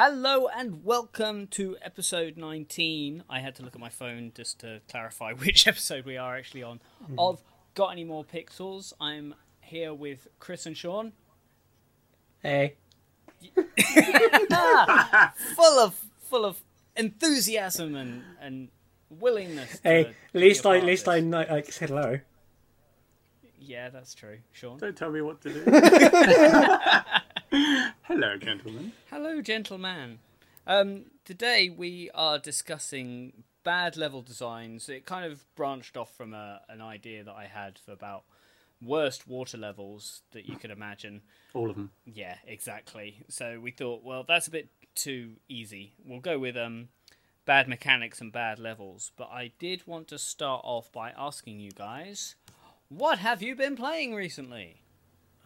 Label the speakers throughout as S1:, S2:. S1: Hello and welcome to episode 19. I had to look at my phone just to clarify which episode we are actually on. Of Got Any More Pixels? I'm here with Chris and Sean.
S2: Hey.
S1: Full of full of enthusiasm and, and willingness.
S2: Hey,
S1: to
S2: at
S1: be
S2: least
S1: a
S2: I,
S1: part
S2: at
S1: of
S2: least
S1: this.
S2: I know, like, said hello.
S1: Yeah, that's true. Sean.
S3: Don't tell me what to do. Hello, gentlemen.
S1: Hello, gentleman. Um, today we are discussing bad level designs. It kind of branched off from a, an idea that I had for about worst water levels that you could imagine.
S3: All of them.
S1: Yeah, exactly. So we thought, well, that's a bit too easy. We'll go with um, bad mechanics and bad levels. But I did want to start off by asking you guys, what have you been playing recently?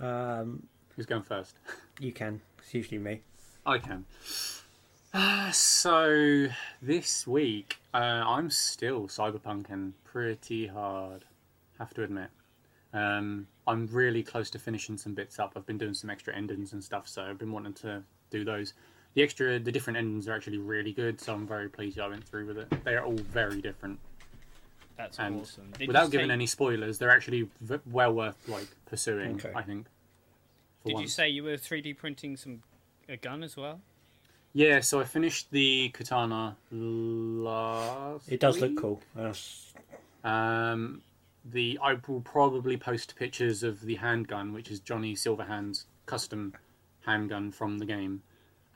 S2: Um,
S3: Who's going first?
S2: you can. It's usually me.
S3: I can. Uh, so this week, uh, I'm still cyberpunking pretty hard. Have to admit, um, I'm really close to finishing some bits up. I've been doing some extra endings and stuff, so I've been wanting to do those. The extra, the different endings are actually really good, so I'm very pleased I went through with it. They are all very different.
S1: That's
S3: and
S1: awesome. Did you
S3: without giving
S1: say-
S3: any spoilers, they're actually v- well worth like pursuing.
S2: Okay.
S3: I think. for
S1: Did you
S3: once.
S1: say you were 3D printing some a gun as well?
S3: Yeah, so I finished the katana last.
S2: It does look
S3: week.
S2: cool. I was-
S3: Um, the I will probably post pictures of the handgun, which is Johnny Silverhand's custom handgun from the game,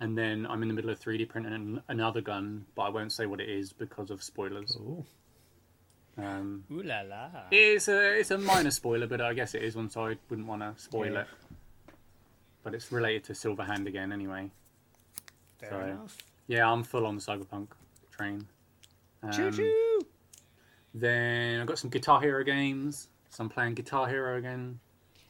S3: and then I'm in the middle of 3D printing an- another gun, but I won't say what it is because of spoilers.
S2: Ooh.
S3: Um,
S1: Ooh la la.
S3: It's a it's a minor spoiler, but I guess it is one, so I wouldn't want to spoil
S2: Yeah.
S3: it. But it's related to Silverhand again, anyway.
S1: Fair
S3: sorry.
S1: enough.
S3: Yeah, I'm full on the cyberpunk train.
S1: Choo
S3: Um,
S1: choo.
S3: Then I've got some Guitar Hero games. So I'm playing Guitar Hero again.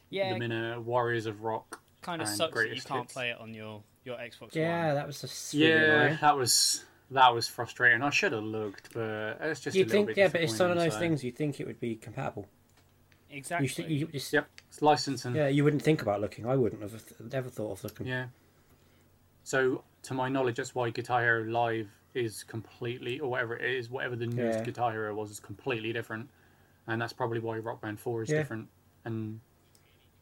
S1: Yeah,
S3: The Mina Warriors of Rock.
S1: kind of
S3: and
S1: sucks that you
S3: greatest
S1: can't
S3: hits.
S1: play it on your your Xbox
S2: yeah,
S1: One.
S2: that was just really
S3: Yeah,
S2: annoying.
S3: that was that was frustrating. I should have looked, but it's just a
S2: You
S3: little
S2: think,
S3: bit
S2: yeah, but it's one of
S3: disappointing,
S2: those
S3: so-
S2: things you think it would be compatible.
S1: Exactly.
S2: You, should, you just,
S3: Yep, it's licensing.
S2: yeah, you wouldn't think about looking. I wouldn't have th- ever thought of looking.
S3: Yeah. So, to my knowledge, that's why Guitar Hero Live is completely, or whatever it is, whatever the newest
S2: Yeah.
S3: Guitar Hero was, is completely different. And that's probably why Rock Band 4 is
S2: Yeah.
S3: different and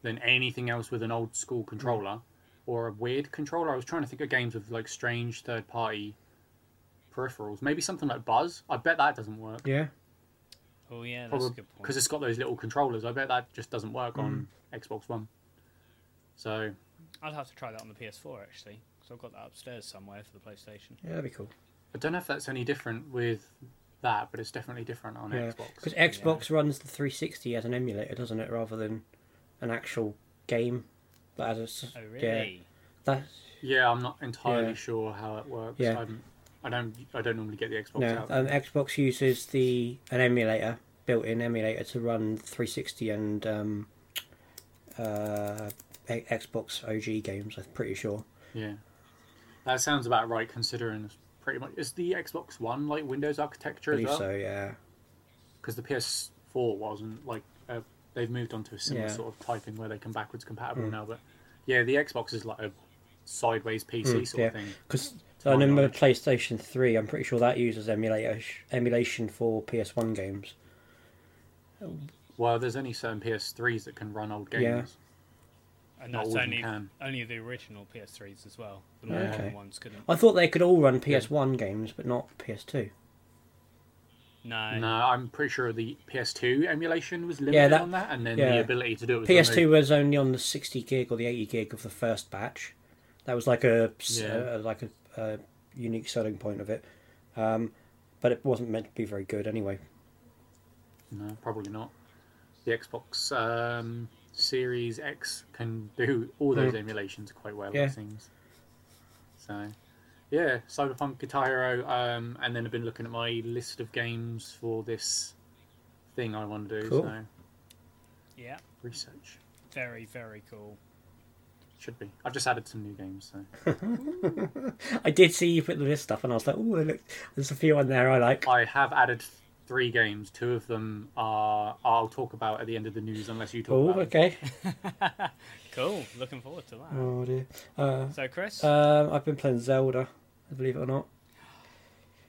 S3: than anything else with an old school
S2: Mm.
S3: controller or a weird controller. I was trying to think of games with like strange third party peripherals. Maybe something like Buzz. I bet that doesn't work.
S2: Yeah.
S1: Oh yeah, that's a
S3: Probably
S1: good point.
S3: because it's got those little controllers. I bet that just doesn't work on
S2: Mm.
S3: Xbox One. So,
S1: I'll have to try that on the PS4 actually, because I've got that upstairs somewhere for the PlayStation.
S2: Yeah, that'd be cool.
S3: I don't know if that's any different with that, but it's definitely different on
S2: Yeah. Because
S3: Xbox.
S2: Xbox runs the 360 as an emulator, doesn't it, rather than an actual game? But as a, s-
S1: Oh
S2: Yeah.
S1: really?
S2: That's,
S3: Yeah, I'm not entirely
S2: Yeah.
S3: sure how it works.
S2: Yeah.
S3: I'm, I don't. I don't normally get the Xbox
S2: No,
S3: out.
S2: um, Xbox uses the an emulator, built-in emulator to run 360 and um, uh, A- Xbox OG games. I'm pretty sure.
S3: yeah, that sounds about right. Considering it's pretty much is the Xbox One like Windows architecture
S2: I
S3: as
S2: believe
S3: well?
S2: so. Yeah,
S3: Because the PS4 wasn't like uh, they've moved on to a similar
S2: Yeah. Mm.
S3: sort of typing where they can backwards compatible now. But yeah, the Xbox is like a sideways PC sort
S2: Mm, yeah.
S3: of thing.
S2: because
S3: my
S2: I remember
S3: knowledge.
S2: PlayStation 3. I'm pretty sure that uses emulator emulation for PS1 games.
S3: Well, there's only certain PS3s that can run old games.
S2: Yeah.
S1: And
S3: Not
S1: that's
S3: all of them
S1: only
S3: can.
S1: only the original PS3s as well. The more
S2: Okay.
S1: modern ones couldn't.
S2: I thought they could all run PS1 games, but not PS2.
S1: No.
S3: No, I'm pretty sure the PS2 emulation was limited
S2: Uh, Yeah, that-
S3: on that, and then
S2: yeah.
S3: the ability to do it was
S2: PS2
S3: removed.
S2: was only on the 60 gig or the 80 gig of the first batch. That was like a s-
S3: Yeah.
S2: uh, like a, a unique selling point of it, um, but it wasn't meant to be very good anyway.
S3: No, probably not. The Xbox um, Series X can do all those emulations quite well,
S2: Mm. Yeah.
S3: it seems. So, yeah, Cyberpunk, Guitar Hero, um, and then I've been looking at my list of games for this thing I want to do.
S2: Cool.
S3: So,
S1: Yeah.
S3: research
S1: Very very cool.
S3: should be. I've just added some new games. So
S2: I did see you put the list up, and I was like, "Oh, look, there's a few on there I like."
S3: I have added three games. Two of them are I'll talk about at the end of the news, unless you talk
S2: Oh,
S3: about. it.
S2: okay.
S1: cool. Looking forward to that.
S2: Oh dear. Uh,
S1: So, Chris,
S2: um, I've been playing Zelda, believe it or not.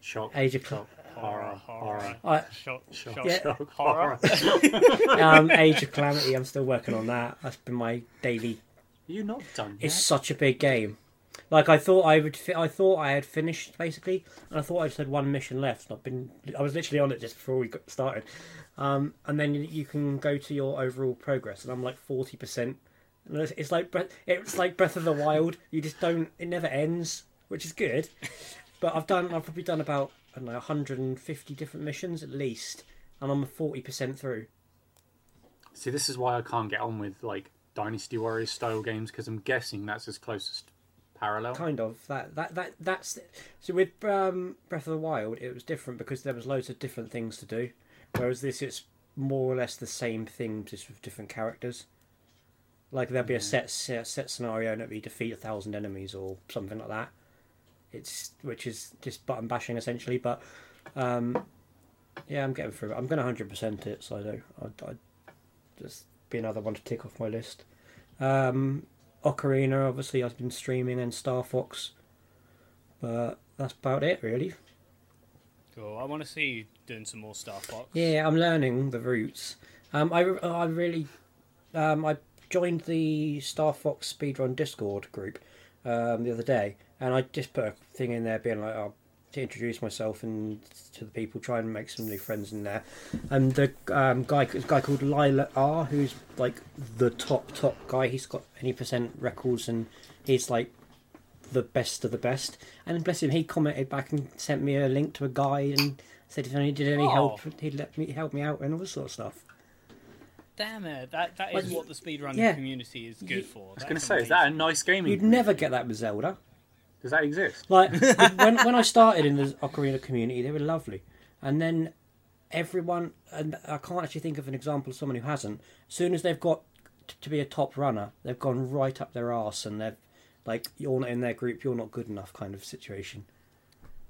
S3: Shock.
S2: Age of
S3: shock. Horror. Horror.
S2: I,
S1: shock,
S3: Shock.
S1: shock,
S2: Yeah.
S3: Shock.
S1: horror.
S3: Horror.
S2: um, Age of Calamity. I'm still working on that. That's been my daily.
S3: you not done yet?
S2: It's such a big game. Like I thought I would. Fi- I thought I had finished basically, and I thought I just had one mission left. I've been. I was literally on it just before we got started, um, and then you, you can go to your overall progress, and I'm like forty percent. And it's, it's like Breath- it's like Breath of the Wild. You just don't. It never ends, which is good. But I've done. I've probably done about I don't know 150 different missions at least, and I'm 40 percent through.
S3: See, this is why I can't get on with like Dynasty Warriors style games because I'm guessing that's his closest parallel.
S2: kind of that that that that's so with um, Breath of the Wild it was different because there was loads of different things to do, whereas this it's more or less the same thing just with different characters. Like there'll be a set set, set scenario and it'll be defeat a thousand enemies or something like that. It's which is just button bashing essentially, but um, yeah, I'm getting through it. I'm going to hundred percent it, so I don't. I, I just be another one to tick off my list. Um, Ocarina, obviously, I've been streaming and Star Fox, but that's about it, really.
S1: Cool. I want to see you doing some more Star Fox.
S2: Yeah, I'm learning the routes. Um, I, I really, um, I joined the Star Fox Speedrun Discord group um, the other day, and I just put a thing in there, being like, oh, to introduce myself and to the people, try and make some new friends in there. And the um, guy, this guy called Lila R, who's like the top top guy. He's got any percent records, and he's like the best of the best. And bless him, he commented back and sent me a link to a guide and said if I needed any
S1: Oh.
S2: help, he'd let me help me out and all this sort of stuff.
S1: Damn it. That that is
S2: Well,
S1: what the speedrunning
S2: yeah.
S1: community is good for.
S3: I was going to say, is that a nice gaming?
S2: You'd never get that with Zelda.
S3: Does that exist?
S2: Like when when I started in the Ocarina community, they were lovely, and then everyone and I can't actually think of an example of someone who hasn't. As soon as they've got t- to be a top runner, they've gone right up their arse and they've like you're not in their group, you're not good enough kind of situation.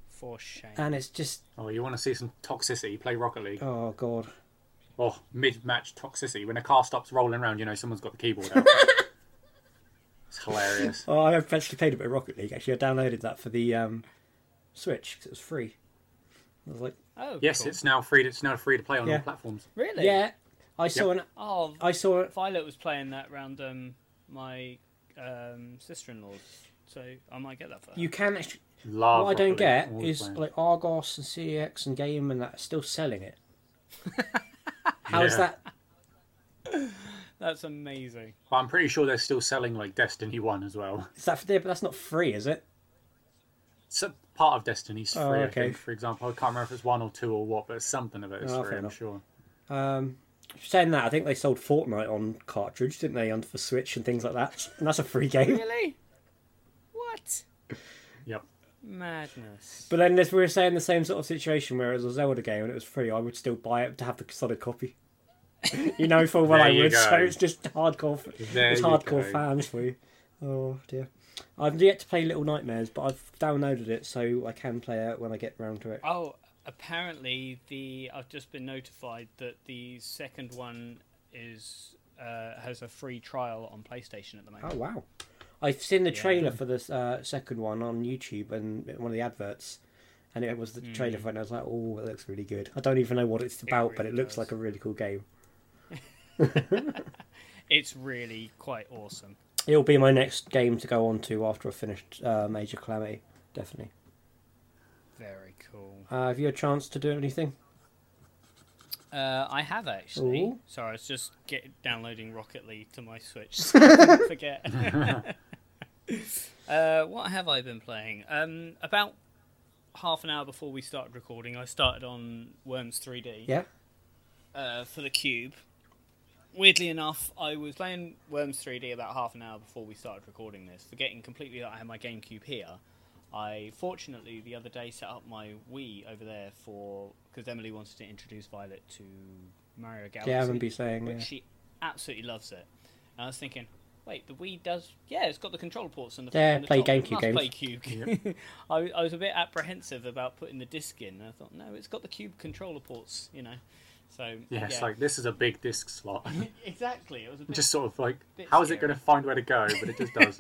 S1: For shame.
S2: And it's just
S3: Oh, you want to see some toxicity? Play Rocket League.
S2: oh god.
S3: Oh, mid-match toxicity when a car stops rolling around. You know, someone's got the keyboard out. it's hilarious.
S2: Oh, I have actually played a bit of Rocket League. Actually, I downloaded that for the um, Switch because it was free. I was like,
S1: oh,
S3: Yes,
S1: cool.
S3: it's now free. To, it's now free to play on
S2: Yeah.
S3: all platforms.
S1: Really?
S2: yeah, I saw an,
S1: Oh,
S2: I saw it.
S1: Violet was playing that round um, my um, sister in law's. So I might get that for her.
S2: You can actually.
S3: Love.
S2: what I don't
S3: Rocket
S2: get
S3: League. Always
S2: is
S3: play it.
S2: like Argos and CEX and Game and that are still selling it. How is
S3: Yeah.
S2: that?
S1: That's amazing.
S3: But I'm pretty sure they're still selling like Destiny One as well.
S2: Is that for there? But that's not free, is it?
S3: So part of Destiny's free.
S2: Oh,
S3: I
S2: okay.
S3: think, for example, I can't remember if it's one or two or what, but something of it is
S2: Oh, fair
S3: free. I'm
S2: enough.
S3: sure.
S2: Um, saying that, I think they sold Fortnite on cartridge, didn't they, on for Switch and things like that? And that's a free game.
S1: Really? What?
S3: Yep.
S1: Madness.
S2: But then, as we were saying, the same sort of situation where it was a Zelda game and it was free, I would still buy it to have the solid copy. you know, full well
S3: There
S2: I
S3: you
S2: would. So
S3: go.
S2: it's just hardcore.
S3: There
S2: it's
S3: you
S2: hardcore
S3: go.
S2: fans for you. Oh dear. I've yet to play Little Nightmares, but I've downloaded it so I can play it when I get round to it.
S1: Oh, apparently the I've just been notified that the second one is uh, has a free trial on PlayStation at the moment.
S2: Oh wow! I've seen the trailer for this uh, second one on YouTube and one of the adverts, and it was the
S1: Hmm.
S2: trailer for it. And I was like, "Oh, it looks really good." I don't even know what it's about, but
S1: really
S2: it looks
S1: does.
S2: like a really cool game.
S1: It's really quite awesome.
S2: It'll be my next game to go on to after I've finished uh, Major Calamity. Definitely.
S1: Very cool.
S2: Uh, have you had a chance to do anything?
S1: Uh, I have actually.
S2: Ooh.
S1: Sorry, I was just get, downloading Rocket League to my Switch. so I didn't Forget. uh, what have I been playing? Um, about half an hour before we started recording, I started on Worms 3D.
S2: Yeah.
S1: uh, for the cube. Weirdly enough, I was playing Worms 3D about half an hour before we started recording this, forgetting completely that I had my GameCube here. I fortunately the other day set up my Wii over there for because Emily wanted to introduce Violet to Mario Galaxy,
S2: Yeah, I remember you saying.
S1: which
S2: Yeah.
S1: she absolutely loves it. And I was thinking, Wait, the Wii does. Yeah, it's got the controller ports and the.
S2: Yeah,
S1: and the
S2: play
S1: top. It
S2: GameCube
S1: must
S2: games.
S1: Play Cube. I, I was a bit apprehensive about putting the disc in. I thought, no, it's got the Cube controller ports, you know. So
S3: Yeah, it's like this is a big disc slot.
S1: exactly. It was a bit
S3: just sort of like,
S1: Bit
S3: how is it
S1: scary.
S3: going to find where to go? But it just does.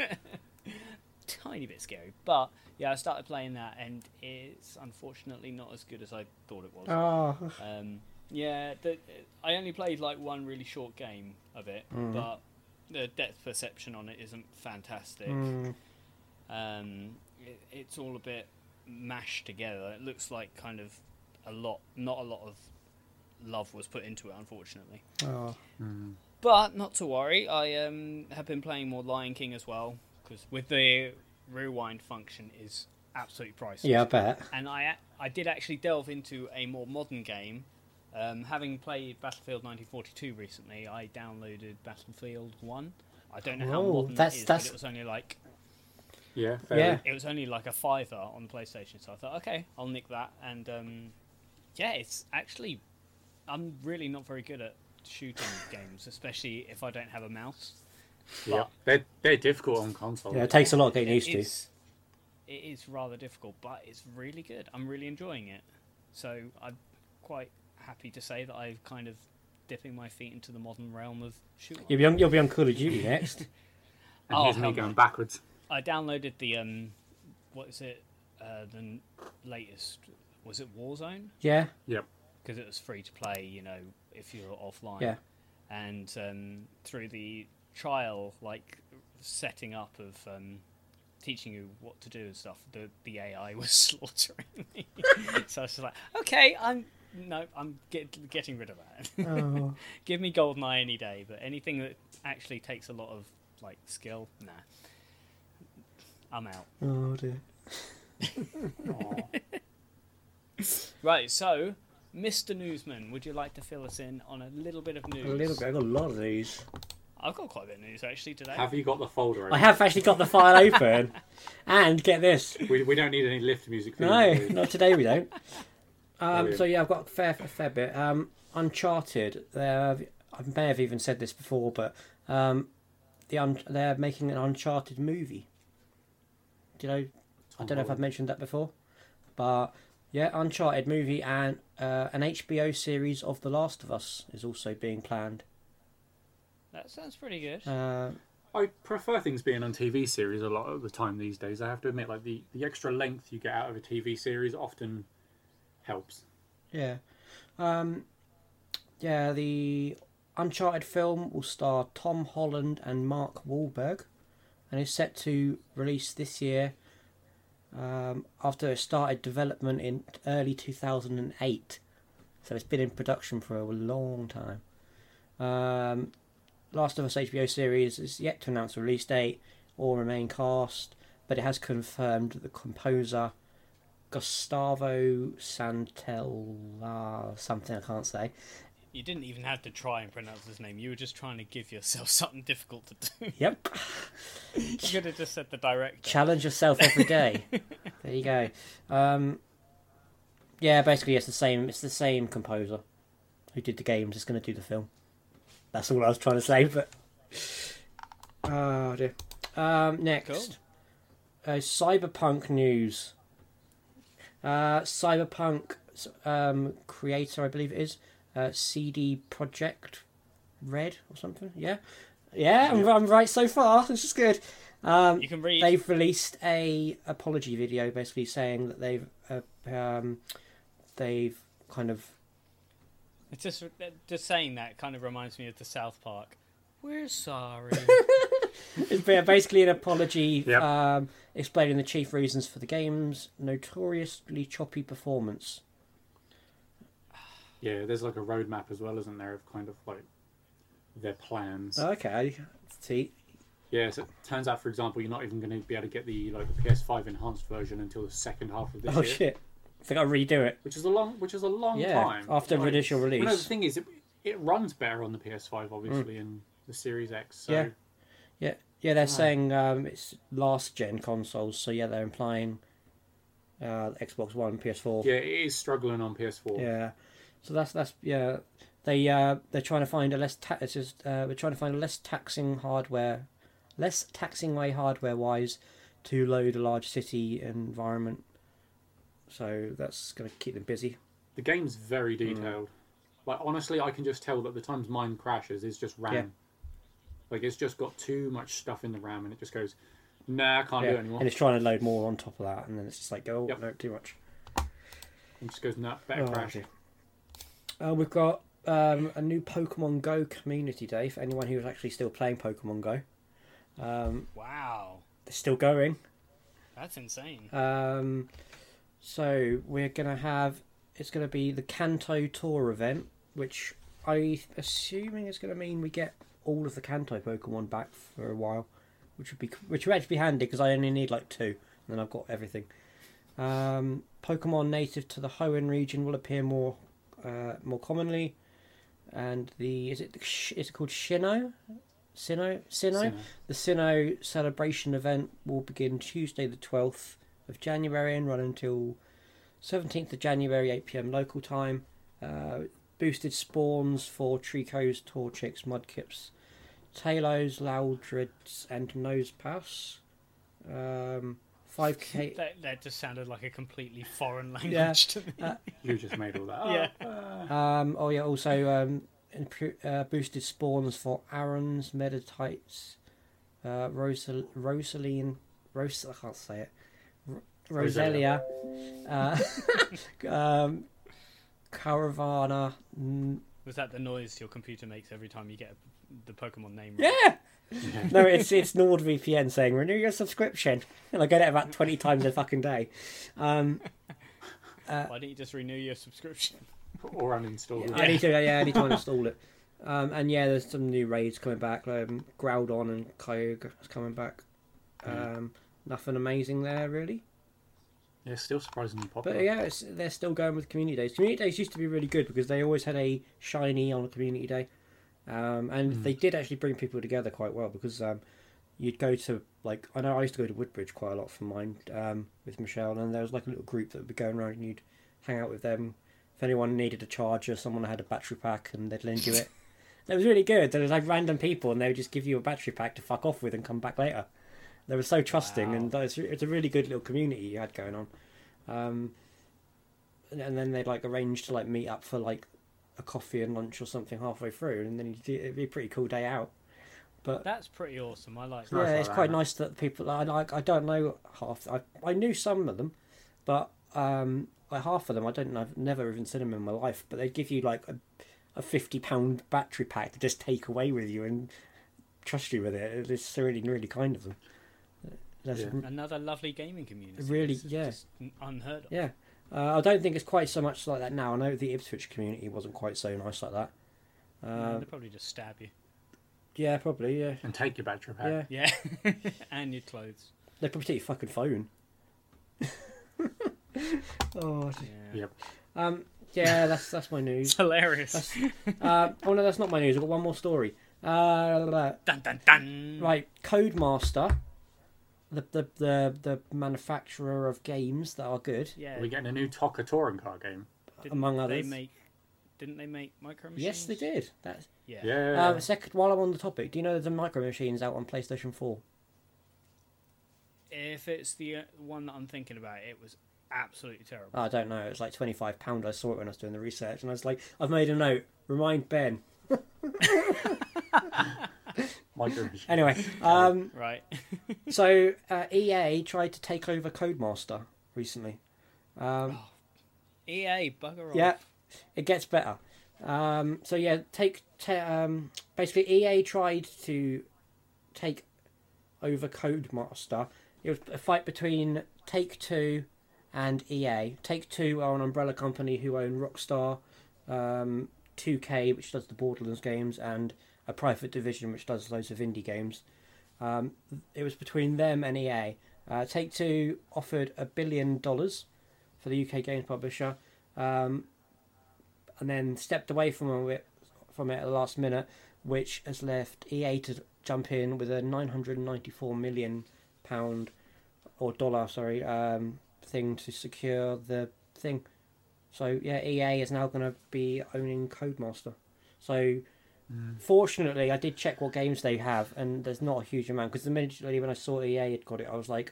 S1: tiny bit scary, but yeah, I started playing that, and it's unfortunately not as good as I thought it was.
S2: Oh,
S1: Um, yeah, the, I only played like one really short game of it,
S2: Mm.
S1: but the depth perception on it isn't fantastic.
S2: mm,
S1: Um, it, it's all a bit mashed together. It looks like kind of a lot, not a lot of love was put into it, unfortunately.
S2: oh.
S1: But not to worry, I um, have been playing more Lion King as well because with the rewind function is absolutely priceless.
S2: Yeah, I bet.
S1: And I a- I did actually delve into a more modern game. Um, having played Battlefield 1942 recently, I downloaded Battlefield One. I don't know how
S2: Oh,
S1: modern
S2: that's-
S1: that is,
S2: that's-
S1: but it was only like
S3: yeah, fair.
S2: Yeah.
S1: it was only like a fiver on the PlayStation, so I thought, okay, I'll nick that. And um, yeah, it's actually I'm really not very good at shooting games, especially if I don't have a mouse.
S3: Yeah, they're they're difficult on console.
S2: Yeah, it takes a lot of getting used to.
S1: It's, it is rather difficult, but it's really good. I'm really enjoying it, so I'm quite happy to say that I've kind of dipping my feet into the modern realm of shooting.
S2: You'll be on, you'll be on Call of Duty next.
S3: and
S1: Oh,
S3: here's me
S1: hell
S3: going
S1: no.
S3: backwards.
S1: I downloaded the um, what is it? Uh, the n- latest was it Warzone?
S2: Yeah,
S3: Yep.
S1: because it was free to play, you know, if you're offline.
S2: Yeah.
S1: And um, through the trial, like setting up of um, teaching you what to do and stuff, the the AI was slaughtering me. so I was just like, okay, I'm no, I'm get, getting rid of that.
S2: oh.
S1: Give me Goldeneye any day, but anything that actually takes a lot of like skill, nah, I'm out.
S2: oh dear.
S1: Right, so. Mr. Newsman, would you like to fill us in on a little bit of news?
S2: A little bit. I've got a lot of these.
S1: I've got quite a bit of news actually today.
S3: Have you got the folder?
S2: I
S3: Open?
S2: have actually got the file open, and get this.
S3: We, we don't need any lift music. for
S2: No,
S3: you, do we?
S2: not today. We don't. Um,
S3: Brilliant.
S2: so yeah, I've got a fair, a fair bit. Um, Uncharted. They're, I may have even said this before, but um, the un- they're making an Uncharted movie. Do you know? I don't know
S3: Oh,
S2: if I've mentioned that before, but yeah, Uncharted movie and uh, an HBO series of The Last of Us is also being planned.
S1: That sounds pretty good.
S2: Uh,
S3: I prefer things being on TV series a lot of the time these days. I have to admit, like the, the extra length you get out of a TV series often helps.
S2: Yeah. Um, yeah, the Uncharted film will star Tom Holland and Mark Wahlberg and is set to release this year um, after it started development in early 2008. So it's been in production for a long time. Um, Last of Us HBO series is yet to announce a release date or remain cast, but it has confirmed that the composer Gustavo Santella, something I can't say.
S1: You didn't even have to try and pronounce his name. You were just trying to give yourself something difficult to do.
S2: Yep.
S1: you could have just said the director.
S2: Challenge yourself every day. there you go. Um, yeah, basically it's the same. It's the same composer who did the games. Is going to do the film. That's all I was trying to say. But oh dear. Um, next, uh, cyberpunk news. Uh, cyberpunk um, creator, I believe it is uh, CD Project Red or something. Yeah, yeah, I'm, I'm right so far. This is good. Um,
S1: You can read.
S2: they've released a apology video basically saying that they've uh, um, they've kind of
S1: It's just just saying that kind of reminds me of the South Park. We're sorry.
S2: it's ba- basically an apology
S3: Yep.
S2: um, explaining the chief reasons for the game's notoriously choppy performance
S3: Yeah, there's like a roadmap as well, isn't there, of kind of like their plans.
S2: Oh, okay see
S3: yeah, so it turns out, for example, you're not even going to be able to get the like the PS5 enhanced version until the second half of this
S2: oh
S3: year,
S2: shit they got to redo it
S3: which is a long, which is a long
S2: Yeah,
S3: time
S2: after
S3: Like,
S2: initial
S3: well, no, the
S2: release. Mm.
S3: thing is, it, it runs better on the PS5, obviously, and the Series X. So
S2: Yeah. yeah yeah they're saying um, it's last gen consoles so yeah they're implying uh, xbox one ps4
S3: yeah, it is struggling on PS4.
S2: Yeah, so that's that's yeah. They uh, they're trying to find a less ta- it's just, uh, we're trying to find a less taxing hardware less taxing way hardware wise to load a large city environment. So that's going to keep them busy.
S3: The game's very
S2: Hmm.
S3: detailed. Like honestly, I can just tell that the times mine crashes is just RAM.
S2: Yeah.
S3: Like it's just got too much stuff in the RAM, and it just goes, "Nah, I can't do it anymore."
S2: And it's trying to load more on top of that, and then it's just like, oh,
S3: Yep.
S2: no, too much.
S3: It just goes, "Nah, better
S2: Oh,
S3: crash."
S2: dear. Uh, we've got um, a new Pokemon Go community day for anyone who's actually still playing Pokemon Go. Um,
S1: Wow,
S2: they're still going.
S1: that's insane.
S2: Um, so we're gonna have it's gonna be the Kanto tour event, which I assuming is gonna mean we get all of the Kanto Pokemon back for a while, which would be which would actually be handy because I only need like two, and then I've got everything. Um, Pokemon native to the Hoenn region will appear more uh, more commonly, and the is it the, Sh- is it called Shino, Sinnoh, Sinnoh.
S3: So,
S2: The Sinnoh celebration event will begin Tuesday, the 12th of January, and run until 17th of January, 8 pm local time. Uh, boosted spawns for Tricos, Torchics, Mudkips, Talos, Loudrids, and Nosepass. Um, 5k.
S1: That, that just sounded like a completely foreign language
S2: Yeah. Uh,
S1: to me.
S3: you just made all that. up.
S1: Yeah.
S2: Um, oh, yeah, also um, impro- uh, boosted spawns for Arons, Meditites, uh, Rosal- Rosaline. Ros- I can't say it. R- Roselia.
S3: Roselia.
S2: Uh, um, Caravana. n-
S1: Was that the noise your computer makes every time you get a, the Pokemon name? right?
S2: Yeah! No, it's it's NordVPN saying renew your subscription, and I get it about twenty times a fucking day. Um,
S1: Why don't you just renew your subscription?
S3: Uh, Or uninstall it.
S2: I need to yeah, I need to install it. Um, and yeah, there's some new raids coming back. Um, Groudon and Kyogre is coming back. Um, nothing amazing there really.
S3: Yeah, it's still surprisingly popular.
S2: But yeah, it's, they're still going with community days. Community days used to be really good because they always had a shiny on a community day, um, and they did actually bring people together quite well because um, you'd go to like I know I used to go to Woodbridge quite a lot for mine um, with Michelle, and there was like a little group that would be going around and you'd hang out with them. If anyone needed a charger, someone had a battery pack, and they'd lend you it. It was really good. There was like random people, and they would just give you a battery pack to fuck off with and come back later. They were so trusting, and it's it's a really good little community you had going on. Um, and- and then they'd like arrange to like meet up for like a coffee and lunch or something halfway through, and then you'd, do- it'd be a pretty cool day out. But
S1: That's pretty awesome. I like
S3: nice
S1: that.
S2: Uh, yeah,
S3: like
S2: it's
S3: that,
S2: quite
S3: isn't it?
S2: nice that people. I like. I don't know half. I I knew some of them, but um, I half of them I don't know. I've never even seen them in my life. But they give you like a, a fifty pound battery pack to just take away with you and trust you with it. It's really really kind of them. That's
S3: Yeah.
S1: Another lovely gaming community.
S2: Really,
S1: This is
S2: yeah.
S1: just n- unheard of.
S2: Yeah, uh, I don't think it's quite so much like that now. I know the Ipswich community wasn't quite so nice like that.
S1: Yeah,
S2: Um,
S1: They'll probably just stab you.
S2: yeah, probably. Yeah,
S3: And take your battery pack.
S2: yeah.
S1: Yeah, and your clothes.
S2: They probably take your fucking phone. oh,
S1: Yeah.
S3: Yep.
S2: um, yeah. That's that's my news.
S1: It's hilarious.
S2: That's- Uh, oh no, that's not my news. I've got one more story. Uh,
S1: Dun dun dun.
S2: right, Codemaster, the, the the the manufacturer of games that are good,
S1: Yeah.
S3: Are we getting a new Toka Touring Car game?
S1: didn't
S2: among
S1: they
S2: others.
S1: make? Didn't they make micro machines?
S2: yes, they did. That's
S1: Yeah.
S3: Yeah.
S2: uh, second. While I'm on the topic, do you know there's a Micro Machines out on PlayStation Four?
S1: If it's the uh, one that I'm thinking about, it was absolutely terrible.
S2: Oh, I don't know. It was like twenty five pound. I saw it when I was doing the research, and I was like, I've made a note. Remind Ben.
S3: Micro machine.
S2: Anyway, um,
S1: Right.
S2: so uh, EA tried to take over Codemaster recently. Um,
S1: EA E bugger off.
S2: Yeah, it gets better. Um, so yeah, take ta um, basically EA tried to take over Codemaster. It was a fight between Take Two and EA. Take Two are an umbrella company who own Rockstar, um, 2K, which does the Borderlands games, and a private division which does loads of indie games. Um, it was between them and EA. Uh, Take Two offered a billion dollars for the UK games publisher, um, and then stepped away from it from it at the last minute, which has left EA to jump in with a 994 million pound or dollar, sorry, um, thing to secure the E thing. So yeah, EA is now going to be owning Codemaster. So Fortunately, I did check what games they have, and there's not a huge amount because immediately when I saw EA had got it, I was like,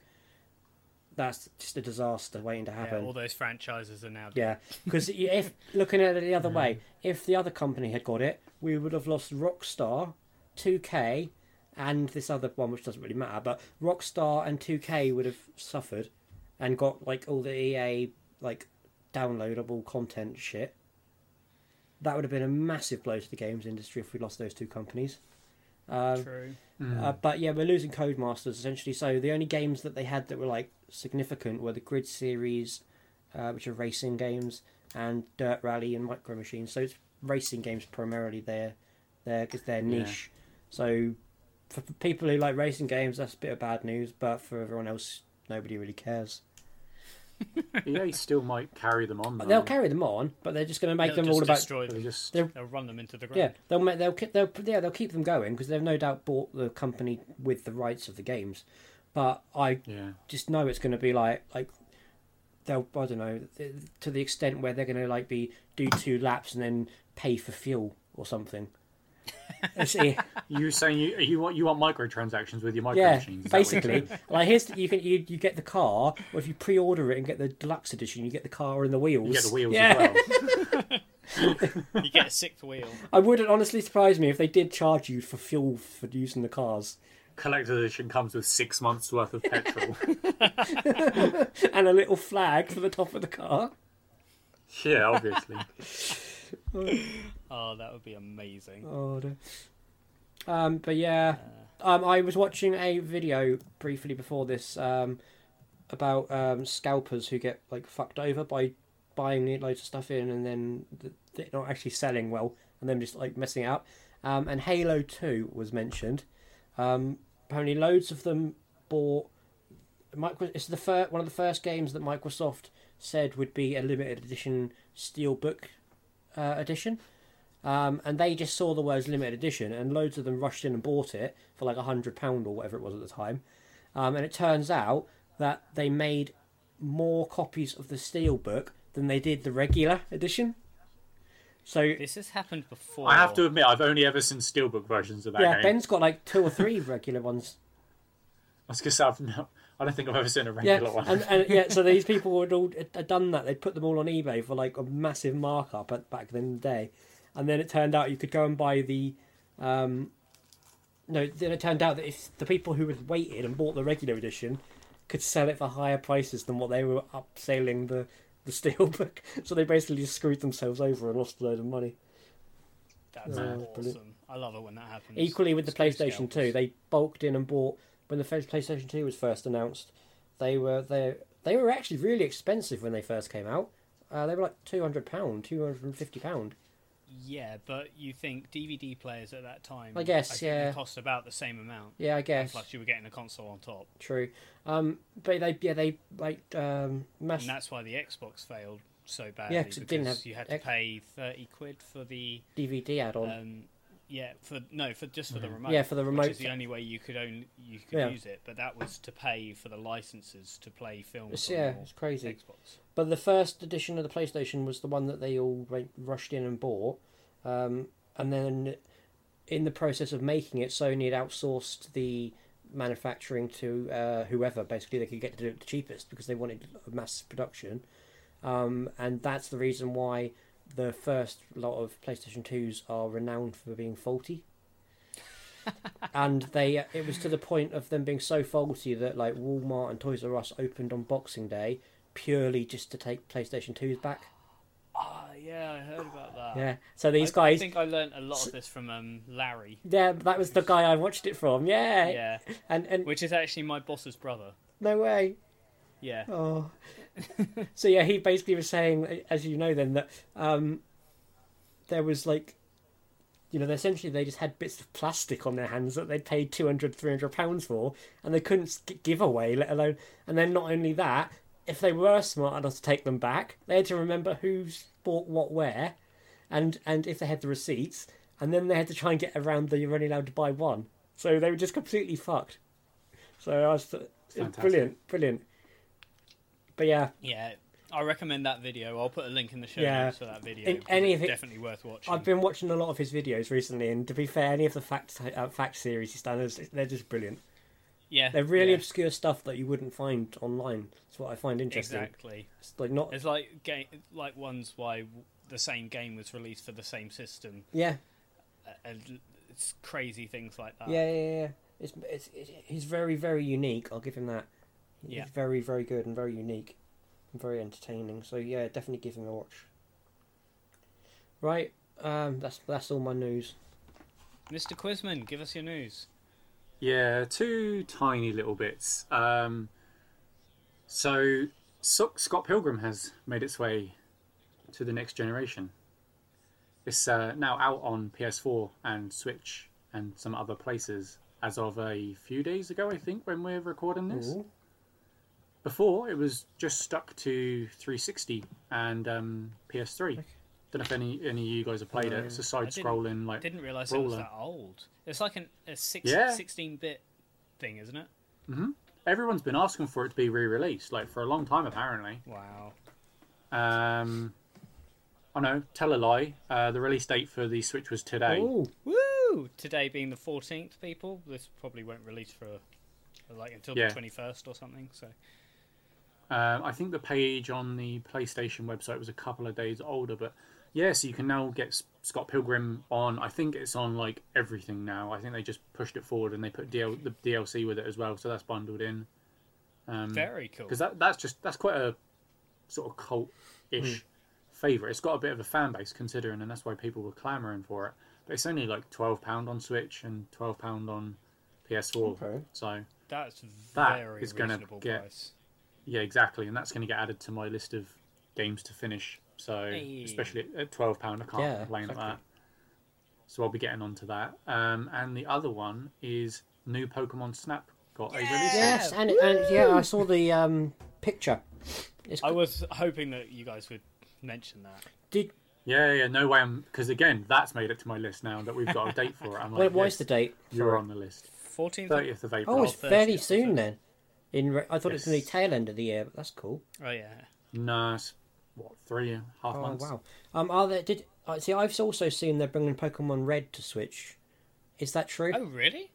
S2: "That's just a disaster waiting to
S1: Yeah,
S2: happen."
S1: all those franchises are now.
S2: Yeah, because if looking at it the other way, if the other company had got it, we would have lost Rockstar, 2K, and this other one, which doesn't really matter. But Rockstar and 2K would have suffered, and got like all the EA like downloadable content shit. That would have been a massive blow to the games industry if we lost those two companies. Um,
S1: True.
S2: uh, but yeah, we're losing Codemasters essentially. So the only games that they had that were like significant were the Grid series, uh, which are racing games, and Dirt Rally and Micro Machines. So it's racing games primarily their their is their
S3: Yeah.
S2: niche. So for p- people who like racing games, that's a bit of bad news. But for everyone else, nobody really cares.
S3: EA still might carry them on. Though.
S2: They'll carry them on, but they're just going to make
S1: They'll
S2: them
S1: just
S2: all about
S1: destroy
S3: They
S1: them.
S3: just
S2: They're-
S1: They'll run them into the ground.
S2: Yeah, they'll make they'll keep they'll yeah they'll keep them going because they've no doubt bought the company with the rights of the games. But I
S3: yeah.
S2: just know it's going to be like like they'll I don't know th- to the extent where they're going to like be do two laps and then pay for fuel or something. It's- yeah,
S3: You saying you you want you want microtransactions with your micro
S2: yeah,
S3: machines? is that what you're
S2: basically, like here's the, you can you, you get the car, or if you pre-order it and get the deluxe edition, you get the car and the wheels.
S3: You get the wheels
S2: Yeah.
S3: as well.
S1: You get a sixth wheel.
S2: I wouldn't honestly surprise me if they did charge you for fuel for using the cars
S3: Collector's edition comes with six months worth of petrol.
S2: and a little flag for the top of the car.
S3: yeah, obviously.
S1: Oh, that would be amazing.
S2: Oh, no. Um, but yeah, um, I was watching a video briefly before this um, about um, scalpers who get like fucked over by buying loads of stuff in and then th- they're not actually selling well and then just like messing it up. Um, and Halo Two was mentioned. Um, apparently, loads of them bought. Micro, it's the first one of the first games that Microsoft said would be a limited edition steelbook uh, edition. Um, and they just saw the words limited edition, and loads of them rushed in and bought it for like a hundred pound or whatever it was at the time. Um, and it turns out that they made more copies of the steelbook than they did the regular edition. So
S1: This has happened before.
S3: I have to admit, I've only ever seen steelbook versions of that
S2: yeah,
S3: game.
S2: Ben's got like two or three regular ones.
S3: I was gonna say I've not, I don't think I've ever seen a
S2: Yeah,
S3: regular one.
S2: and, and yeah, so these people would all had done that. They'd put them all on eBay for like a massive markup at, back then in the day, and then it turned out you could go and buy the. Um, no, then it turned out that if the people who had waited and bought the regular edition could sell it for higher prices than what they were upselling the the steelbook, so they basically just screwed themselves over and lost a load of money.
S1: That's
S2: Yeah,
S1: awesome.
S2: brilliant.
S1: I love it when that happens.
S2: Equally with the
S1: Screw
S2: PlayStation Two,
S1: scalpers.
S2: they bulked in and bought when the first PlayStation Two was first announced. They were they they were actually really expensive when they first came out. Uh, they were like two hundred pound, two hundred and fifty pound.
S1: Yeah, but you think DVD players at that time?
S2: I guess,
S1: think they
S2: yeah.
S1: Cost about the same amount.
S2: Yeah, I guess
S1: Plus, you were getting a console on top,
S2: true. Um, but they yeah they like um mass
S1: and that's why the Xbox failed so badly.
S2: 'cause it didn't
S1: because
S2: have
S1: you had to
S2: X-
S1: pay thirty quid for the
S2: DVD add on.
S1: um, yeah for no for just for the remote.
S2: Mm-hmm. Yeah, for the remote
S1: Which is the
S2: thing.
S1: only way you could only you could
S2: Yeah.
S1: use it, but that was to pay for the licenses to play films.
S2: It's-
S1: on
S2: yeah,
S1: your
S2: it's crazy.
S1: Xbox.
S2: But the first edition of the PlayStation was the one that they all went, rushed in and bought. Um, and then, in the process of making it, Sony had outsourced the manufacturing to uh, whoever. Basically, they could get to do it the cheapest because they wanted a mass production. Um, and that's the reason why the first lot of PlayStation 2s are renowned for being faulty. and they it was to the point of them being so faulty that like Walmart and Toys R Us opened on Boxing Day purely just to take PlayStation 2s back.
S1: Ah, yeah, I heard about that.
S2: Yeah. So these
S1: Uh, I
S2: guys
S1: think I learned a lot of this from um, Larry.
S2: yeah, that was the guy I watched it from. Yeah.
S1: Yeah,
S2: And and
S1: which is actually my boss's brother.
S2: no way.
S1: Yeah.
S2: Oh. so yeah, he basically was saying, as you know, then that um, there was like, you know, essentially they just had bits of plastic on their hands that they'd paid 200, 300 pounds for, and they couldn't s- g- give away, let alone. And then not only that, if they were smart enough to take them back, they had to remember who's bought what where, and and if they had the receipts, and then they had to try and get around the you're only allowed to buy one. So they were just completely fucked. So I was
S3: Fantastic.
S2: brilliant, brilliant. But yeah,
S1: Yeah, I recommend that video. I'll put a link in the show
S2: Yeah.
S1: notes for that video.
S2: In-
S1: because
S2: anything-
S1: it's definitely worth watching.
S2: I've been watching a lot of his videos recently, and to be fair, any of the fact uh, fact series he's done, is- they're just brilliant.
S1: yeah,
S2: They're really
S1: yeah,
S2: obscure stuff that you wouldn't find online. That's what I find interesting.
S1: exactly.
S2: It's like not,
S1: It's like game, like ones why w- the same game was released for the same system,
S2: yeah,
S1: uh, and it's crazy things like that.
S2: yeah, yeah, yeah, yeah. It's, it's, it's he's very very unique. I'll give him that. He's
S1: Yeah.
S2: very very good and very unique, and very entertaining. So yeah, definitely give him a watch. Right, um, that's that's all my news.
S1: Mr. Quizman, give us your news.
S3: Yeah, two tiny little bits. Um, so, so Scott Pilgrim has made its way to the next generation. It's uh, now out on PS4 and Switch and some other places as of a few days ago, I think, when we're recording this.
S2: Ooh.
S3: Before, it was just stuck to 360 and um, PS3. Don't know if any any of you guys have played it. It's a
S1: I
S3: side
S1: didn't-
S3: scrolling like
S1: Didn't realize it was
S3: Roller.
S1: that old. It's like an, a six,
S3: Yeah.
S1: 16-bit thing, isn't it?
S3: everyone's been asking for it to be re-released like for a long time apparently.
S1: Wow.
S3: Um, I know, tell a lie. Uh, the release date for the Switch was today.
S1: Oh,
S2: Ooh.
S1: Woo! Today being the 14th, people. This probably won't release for like until
S3: Yeah.
S1: the 21st or something. So
S3: Um, I think the page on the PlayStation website was a couple of days older, but yeah, so you can now get S- Scott Pilgrim on. I think it's on like everything now. I think they just pushed it forward and they put DL- the DLC with it as well, so that's bundled in. Um,
S1: very cool.
S3: because that that's just that's quite a sort of cult-ish favorite. It's got a bit of a fan base considering, and that's why people were clamoring for it. But it's only like twelve pound on Switch and twelve pound on PS4.
S2: Okay.
S3: So
S1: That's
S3: that
S1: very
S3: is gonna
S1: reasonable
S3: get-
S1: price.
S3: yeah, exactly, and that's going to get added to my list of games to finish. So
S1: Hey.
S3: especially at twelve pound, I can't
S2: Yeah,
S3: complain
S2: exactly.
S3: at that. So I'll be getting onto that. Um, and the other one is new Pokemon Snap got a release. date.
S2: Yes, and, and yeah, I saw the um, picture. It's,
S1: I was hoping that you guys would mention that.
S2: did
S3: Yeah, yeah, no way. I'm because again, that's made it to my list now that we've got a date for it. I'm like,
S2: wait, what
S3: yes,
S2: is the date?
S3: You're
S2: Sorry.
S3: on the list.
S1: 14th.
S3: Thirtieth of April.
S2: Oh, it's
S1: Thursday,
S2: fairly
S1: I
S2: soon
S1: think.
S2: then. In re- I thought it was going to be
S3: Yes.
S2: tail end of the year, but that's cool.
S1: Oh yeah.
S3: no, it's what three and a half
S2: Oh
S3: months.
S2: wow. Um, are there did uh, see? I've also seen they're bringing Pokemon Red to Switch. Is that true?
S1: Oh really?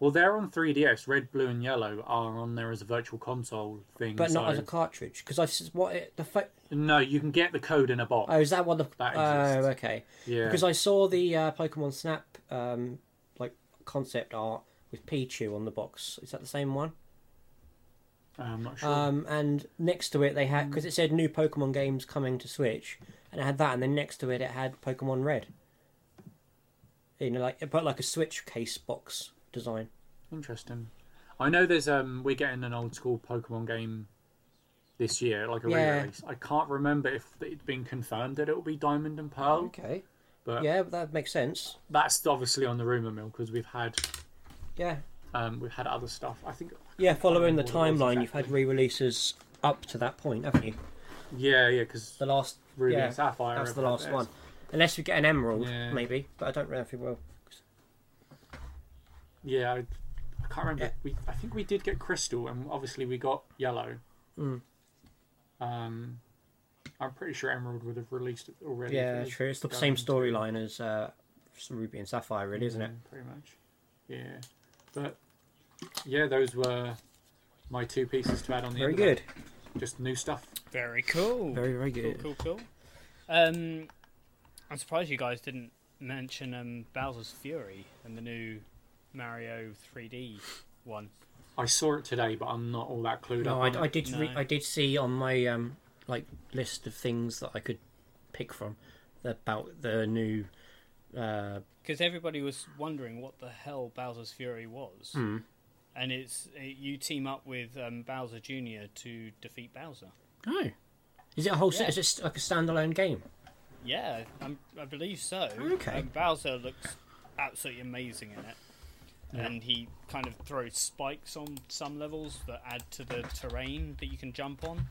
S3: Well, they're on 3DS. Red, blue, and yellow are on there as a virtual console thing.
S2: but not
S3: so-
S2: as a cartridge because I've s- what it- the fo-
S3: No, you can get the code in a box.
S2: oh is that what the
S3: That
S2: oh
S3: exists.
S2: okay
S3: yeah.
S2: because I saw the uh, Pokemon Snap um like concept art with Pichu on the box. Is that the same one?
S3: I'm not sure.
S2: Um, and next to it, they had because it said new Pokemon games coming to Switch, and it had that, and then next to it, it had Pokemon Red. You know, like it put like a Switch case box design.
S3: Interesting. I know there's um we're getting an old school Pokemon game this year, like a
S2: Yeah.
S3: re-release. I can't remember if it's been confirmed that it will be Diamond and Pearl,
S2: Okay.
S3: but
S2: Yeah, that makes sense.
S3: that's obviously on the rumor mill because we've had
S2: Yeah.
S3: um we've had other stuff. I think
S2: Yeah, following the
S3: remember what it was
S2: timeline, you've had re-releases up to that point, haven't you?
S3: yeah, yeah, because
S2: The last
S3: Ruby
S2: yeah,
S3: and Sapphire.
S2: That's
S3: have
S2: the
S3: had
S2: last
S3: theirs.
S2: one, unless we get an Emerald,
S3: Yeah.
S2: maybe. But I don't know if we will.
S3: Yeah, I, I can't remember.
S2: Yeah.
S3: We I think we did get Crystal, and obviously we got Yellow.
S2: Mm.
S3: Um, I'm pretty sure Emerald would have released it already. if it
S2: Yeah,
S3: was
S2: true. It's the
S3: going
S2: same
S3: to.
S2: storyline as uh, Ruby and Sapphire, really, isn't it?
S3: Yeah, Pretty much. Yeah, but yeah, those were my two pieces to add on the
S2: Very
S3: end of
S2: good.
S3: Mm-hmm. that. Just new stuff.
S1: Very cool.
S2: Very very
S1: cool,
S2: good.
S1: cool, cool. Um, I'm surprised you guys didn't mention um Bowser's Fury and the new Mario 3D one.
S3: I saw it today, but I'm not all that clued
S2: No,
S3: up. on
S2: I, I
S3: it.
S2: did. Re-
S1: No.
S2: I did see on my um, like list of things that I could pick from about the new. Uh,
S1: because everybody was wondering what the hell Bowser's Fury was, and it's it, you team up with um, Bowser Jr. to defeat Bowser.
S2: oh, is it a whole? se-
S1: Yeah.
S2: Is it st- like a standalone game?
S1: Yeah, i I believe so.
S2: Okay.
S1: Um, Bowser looks absolutely amazing in it, and he kind of throws spikes on some levels that add to the terrain that you can jump on.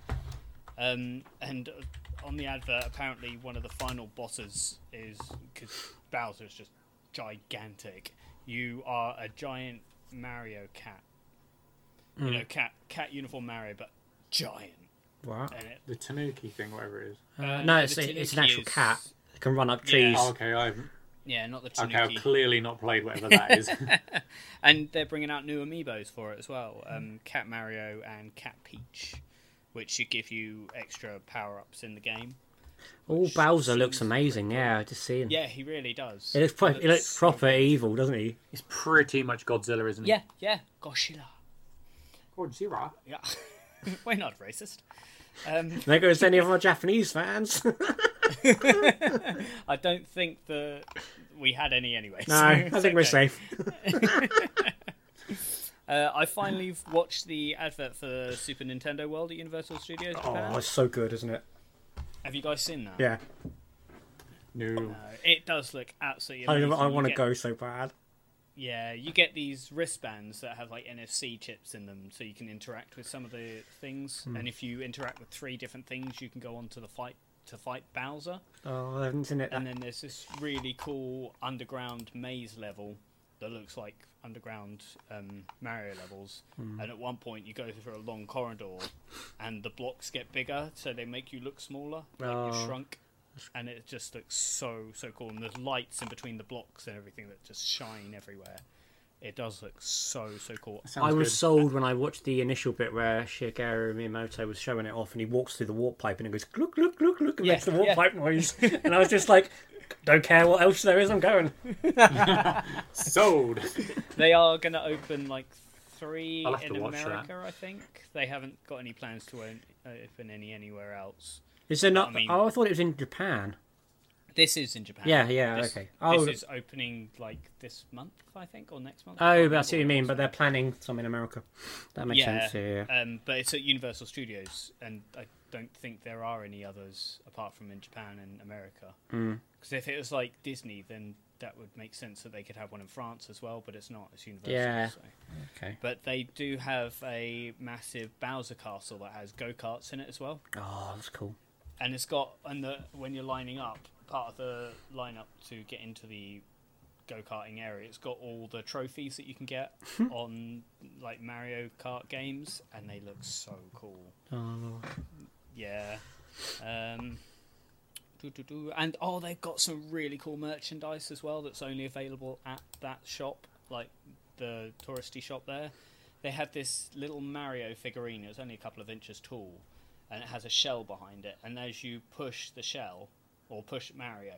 S1: Um, and uh, on the advert, apparently one of the final bosses is because Bowser is just gigantic. You are a giant Mario cat. You know, cat cat uniform Mario, but giant.
S2: What?
S1: And it-
S3: The Tanuki thing, whatever it is.
S1: uh,
S2: no, it's,
S1: the
S2: a- it's an
S1: tanuki
S2: actual
S1: is-
S2: cat. It can run up trees.
S1: Yes.
S3: Oh, okay, I
S1: Yeah, not the
S3: okay, I've
S1: Tanuki.
S3: clearly not played whatever that is.
S1: and they're bringing out new amiibos for it as well
S2: Hmm.
S1: um, Cat Mario and Cat Peach, which should give you extra power ups in the game.
S2: Oh,
S1: Which
S2: Bowser
S1: seems
S2: looks
S1: pretty
S2: amazing. Yeah, just seeing.
S1: Yeah, he really does.
S2: He looks, pro- he looks
S1: so
S2: proper
S1: good.
S2: evil, doesn't he?
S3: it's pretty much Godzilla, isn't it?
S1: Yeah, yeah, Godzilla.
S3: Godzilla.
S1: Yeah, we're not racist. Um,
S2: There goes any of our Japanese fans.
S1: I don't think that we had any anyway.
S2: no,
S1: so
S2: I
S1: it's
S2: think we're
S1: okay.
S2: safe.
S1: Uh, I finally watched the advert for Super Nintendo World at Universal Studios Japan.
S2: Oh, it's so good, isn't it?
S1: Have you guys seen that?
S2: Yeah,
S3: No.
S1: No, it does look absolutely
S2: I,
S1: amazing.
S2: I
S1: You
S2: want to
S1: get-
S2: go so bad.
S1: Yeah, you get these wristbands that have like NFC chips in them, so you can interact with some of the things. And if you interact with three different things, you can go on to the fight to fight Bowser.
S2: Oh, I haven't seen it.
S1: And then there's this really cool underground maze level that looks like underground um, Mario levels.
S3: Hmm.
S1: And at one point, you go through a long corridor, and the blocks get bigger, so they make you look smaller, like
S2: Oh.
S1: you shrunk. And it just looks so so cool. And there's lights in between the blocks and everything that just shine everywhere. It does look so so cool.
S3: Sounds
S2: I was
S3: good.
S2: sold when I watched the initial bit where Shigeru Miyamoto was showing it off, and he walks through the warp pipe and it goes look, look, look, look, and
S1: Yeah,
S2: makes the warp
S1: yeah.
S2: pipe noise, and I was just like, don't care what else there is, I'm going.
S3: sold.
S1: They are going to open like three
S3: I'll have
S1: in
S3: to watch that.
S1: America, I think. They haven't got any plans to own, open any anywhere else.
S2: Is there not?
S1: I mean-
S2: oh, I thought it was in Japan.
S1: This is in Japan.
S2: Yeah, yeah,
S1: This,
S2: okay.
S1: This
S2: Oh,
S1: is opening like this month, I think, or next month. I
S2: oh,
S1: can't
S2: but I see what you
S1: remember
S2: mean.
S1: when
S2: But they're planning some in America. That makes
S1: Yeah.
S2: sense. Yeah.
S1: it was. Um, but it's at Universal Studios, and I don't think there are any others apart from in Japan and America.
S2: Hmm.
S1: Because if it was like Disney, then that would make sense that they could have one in France as well. But it's not. It's Universal.
S2: Yeah.
S1: so.
S2: Okay.
S1: But they do have a massive Bowser castle that has go karts in it as well.
S2: Oh, that's cool.
S1: and it's got and the when you're lining up part of the lineup to get into the go-karting area it's got all the trophies that you can get on like mario kart games and they look so cool
S2: Oh,
S1: yeah um doo-doo-doo. and oh they've got some really cool merchandise as well that's only available at that shop like the touristy shop there they had this little mario figurine it was only a couple of inches tall and it has a shell behind it. And as you push the shell or push Mario,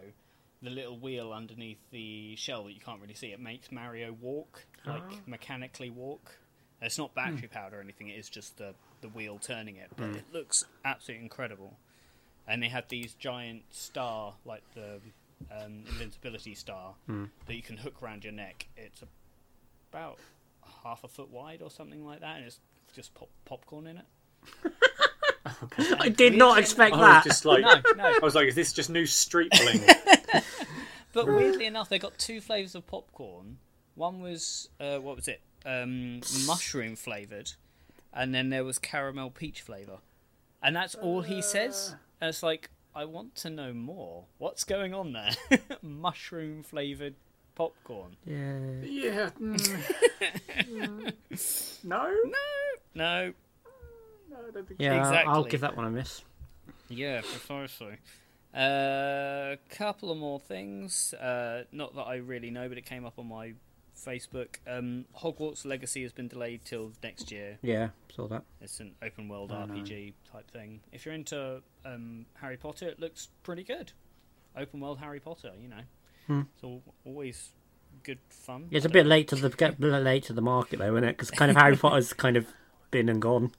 S1: the little wheel underneath the shell that you can't really see it makes Mario walk, like
S2: Ah.
S1: mechanically walk. It's not battery powered or anything. It is just the the wheel turning it, but it looks absolutely incredible. And they had these giant star, like the um, invincibility star, that you can hook around your neck. It's about half a foot wide or something like that, and it's just pop- popcorn in it.
S2: I did not expect
S3: I
S2: that.
S3: was just like,
S1: No, no,
S3: I was like, is this just new street bling?
S1: But weirdly enough, they got two flavors of popcorn. One was uh, what was it? Um, mushroom flavored, and then there was caramel peach flavor. And that's all he says. And it's like I want to know more. What's going on there? mushroom flavored popcorn.
S2: Yeah.
S3: yeah. mm. Mm. no?
S1: No, no.
S3: No, I don't think
S2: Yeah. I'll- I'll
S1: Exactly.
S2: give that one a miss.
S1: Yeah, precisely. A Uh, couple of more things. Uh, not that I really know, but it came up on my Facebook. Um, Hogwarts Legacy has been delayed till next year.
S2: Yeah. Saw that.
S1: It's an open world
S3: Oh, no.
S1: RPG type thing. If you're into um, Harry Potter, it looks pretty good. Open world Harry Potter, you know.
S2: Hmm.
S1: It's al always good fun.
S2: It's a
S1: I
S2: bit
S1: don't-
S2: late to the get late to the market though, isn't it? Because kind of Harry Potter's kind of been and gone.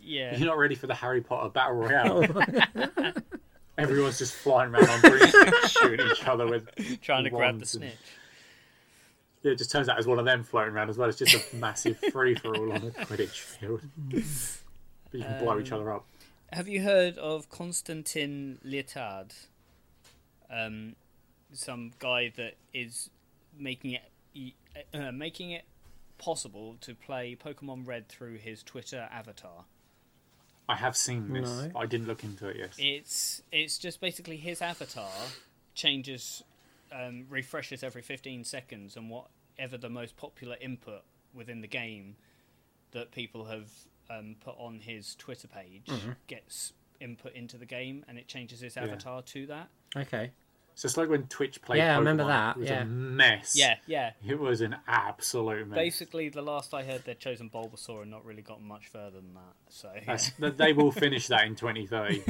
S1: Yeah.
S3: You're not ready for the Harry Potter Battle Royale.
S2: Oh,
S3: Everyone's just flying around on brooms, shooting each other with.
S1: Trying to grab the
S3: wands and-
S1: snitch.
S3: Yeah, it just turns out there's one of them floating around as well. It's just a massive free for all on a Quidditch field. But you can blow each other up.
S1: Have you heard of Konstantin Lietard? Um, some guy that is making it e- uh, making it possible to play Pokemon Red through his Twitter avatar.
S3: I have seen this.
S2: No.
S3: but I didn't look into it yet.
S1: It's it's just basically his avatar changes, um, refreshes every fifteen seconds, and whatever the most popular input within the game that people have um, put on his Twitter page gets input into the game, and it changes his avatar to that.
S2: Okay.
S3: So it's like when Twitch played.
S2: Yeah, I remember
S3: Pokemon.
S2: that,
S3: It was
S2: yeah.
S3: a mess.
S1: Yeah, yeah.
S3: It was an absolute mess.
S1: Basically, the last I heard, they'd chosen Bulbasaur and not really gotten much further than that. So,
S3: That's, that they will finish that in 2030.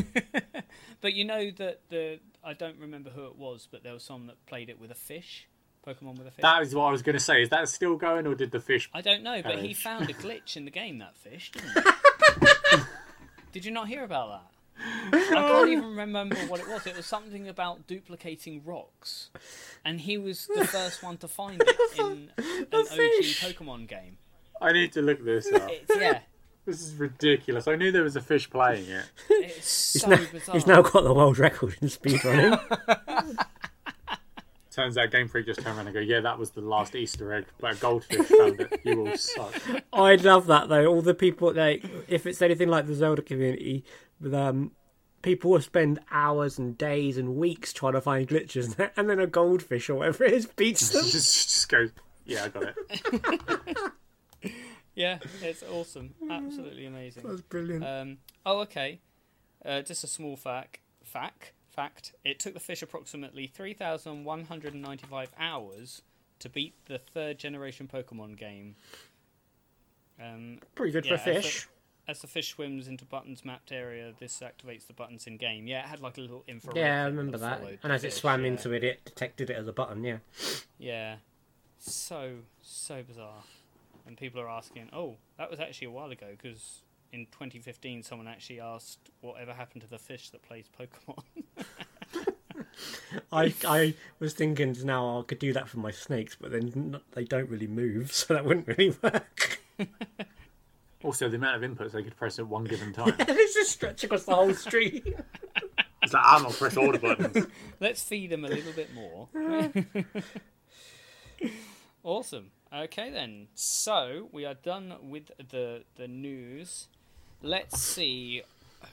S1: but you know that the I don't remember who it was, but there was someone that played it with a fish, Pokemon with a fish.
S3: that is what I was going to say. Is that still going, or did the fish?
S1: I don't know, but he
S3: Fish.
S1: found a glitch in the game. That fish, didn't he? Did you not hear about that? I can't even remember what it was. It was something about duplicating rocks, and he was the first one to find it in an OG
S2: fish.
S1: Pokemon game.
S3: I need to look this up.
S1: It's, yeah,
S3: This is ridiculous. I knew there was a fish playing it.
S1: it's so
S2: now,
S1: bizarre.
S2: he's now got the world record in speedrunning.
S3: Turns out Game Freak just turned around and go, "Yeah, that was the last Easter egg, but a goldfish found it. You all suck."
S2: I love that though. All the people like, if it's anything like the Zelda community, um, people will spend hours and days and weeks trying to find glitches, and then a goldfish or whatever it is beats them.
S3: just, just go. Yeah, I got it.
S1: Yeah, it's awesome. Absolutely amazing.
S2: That's brilliant.
S1: Um, oh, okay. Uh, just a small fact. Fact. Fact. It took the fish approximately 3,195 hours to beat the third generation Pokemon game. Um,
S2: Pretty good
S1: yeah,
S2: for
S1: as the-
S2: fish.
S1: As the fish swims into Button's mapped area, this activates the buttons in game. Yeah, it had like a little infrared.
S2: Yeah, I
S1: thing
S2: remember that.
S1: followed
S2: And as
S1: the
S2: it
S1: fish,
S2: swam
S1: yeah.
S2: into it, it detected it as a button. Yeah.
S1: Yeah. So, so bizarre. And people are asking, oh, that was actually a while ago because in 2015 someone actually asked whatever happened to the fish that plays Pokemon.
S2: I I was thinking now oh, I could do that for my snakes, but then n- they don't really move, so that wouldn't really work.
S3: Also, the amount of inputs they could press at one given time.
S2: and it's just stretched across the whole street.
S3: It's like I'm not press all the buttons.
S1: Let's feed them a little bit more. awesome. Okay then. So we are done with the the news. Let's see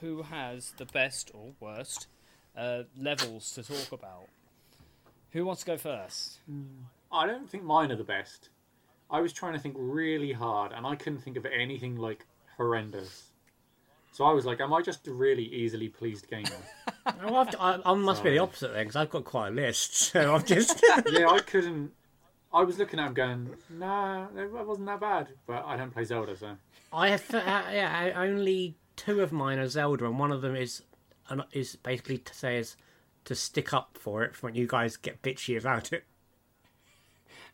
S1: who has the best or worst uh, levels to talk about. Who wants to go first?
S3: I don't think mine are the best. I was trying to think really hard, and I couldn't think of anything like horrendous. So I was like, "Am I just a really easily pleased gamer?"
S2: Well, I've, I, I must be
S3: Sorry.
S2: the opposite then, because I've got quite a list. So I've just
S3: yeah, I couldn't. I was looking at him going, "Nah, that wasn't that bad." But I don't play Zelda, so
S2: I have uh, yeah, I- only two of mine are Zelda, and one of them is an- is basically to say is to stick up for it when you guys get bitchy about it.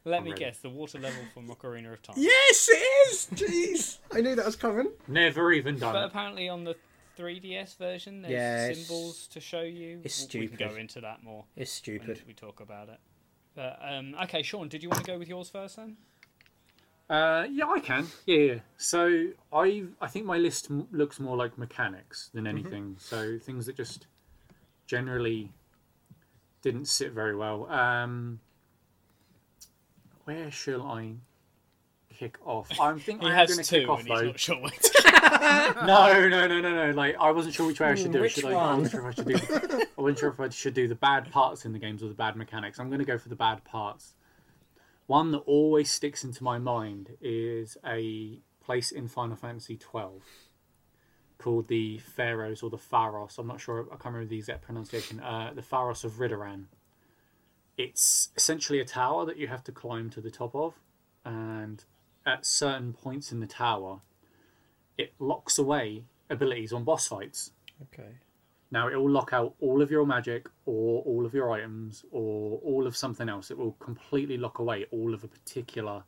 S1: Let me
S3: ready.
S1: guess. The water level from Ocarina of Time.
S2: Yes, it is. Jeez, I knew that was coming.
S3: never even done
S1: But
S3: it.
S1: apparently on the 3DS version, there's
S2: Yeah, it's-
S1: symbols to show you.
S2: it's
S1: W- We can go
S2: stupid.
S1: into that more.
S2: It's
S1: when
S2: stupid.
S1: we talk about it. But um, okay, Sean, did you want to go with yours first then?
S3: Uh, yeah, I can. Yeah, yeah. So I, I think my list m- looks more like mechanics
S1: Mm-hmm.
S3: than anything. So things that just generally didn't sit very well. Um, where shall I kick off? I'm
S1: He
S3: thinking I'm
S1: has
S3: going to
S1: two,
S3: kick
S1: and
S3: off
S1: he's
S3: though.
S1: not sure where to.
S3: No, no, no, no, no. Like I wasn't sure which way I should do
S2: Hmm, Which
S3: it. Should I, I
S2: one?
S3: wasn't sure if I should do. I wasn't sure if I should do the bad parts in the games or the bad mechanics. I'm going to go for the bad parts. One that always sticks into my mind is a place in Final Fantasy twelve called the Pharaohs or the Pharos. I'm not sure. I can't remember the exact pronunciation. Uh, the Pharos of Ridaran. It's essentially a tower that you have to climb to the top of, and at certain points in the tower, it locks away abilities on boss fights.
S2: Okay.
S3: Now it will lock out all of your magic or all of your items or all of something else. It will completely lock away all of a particular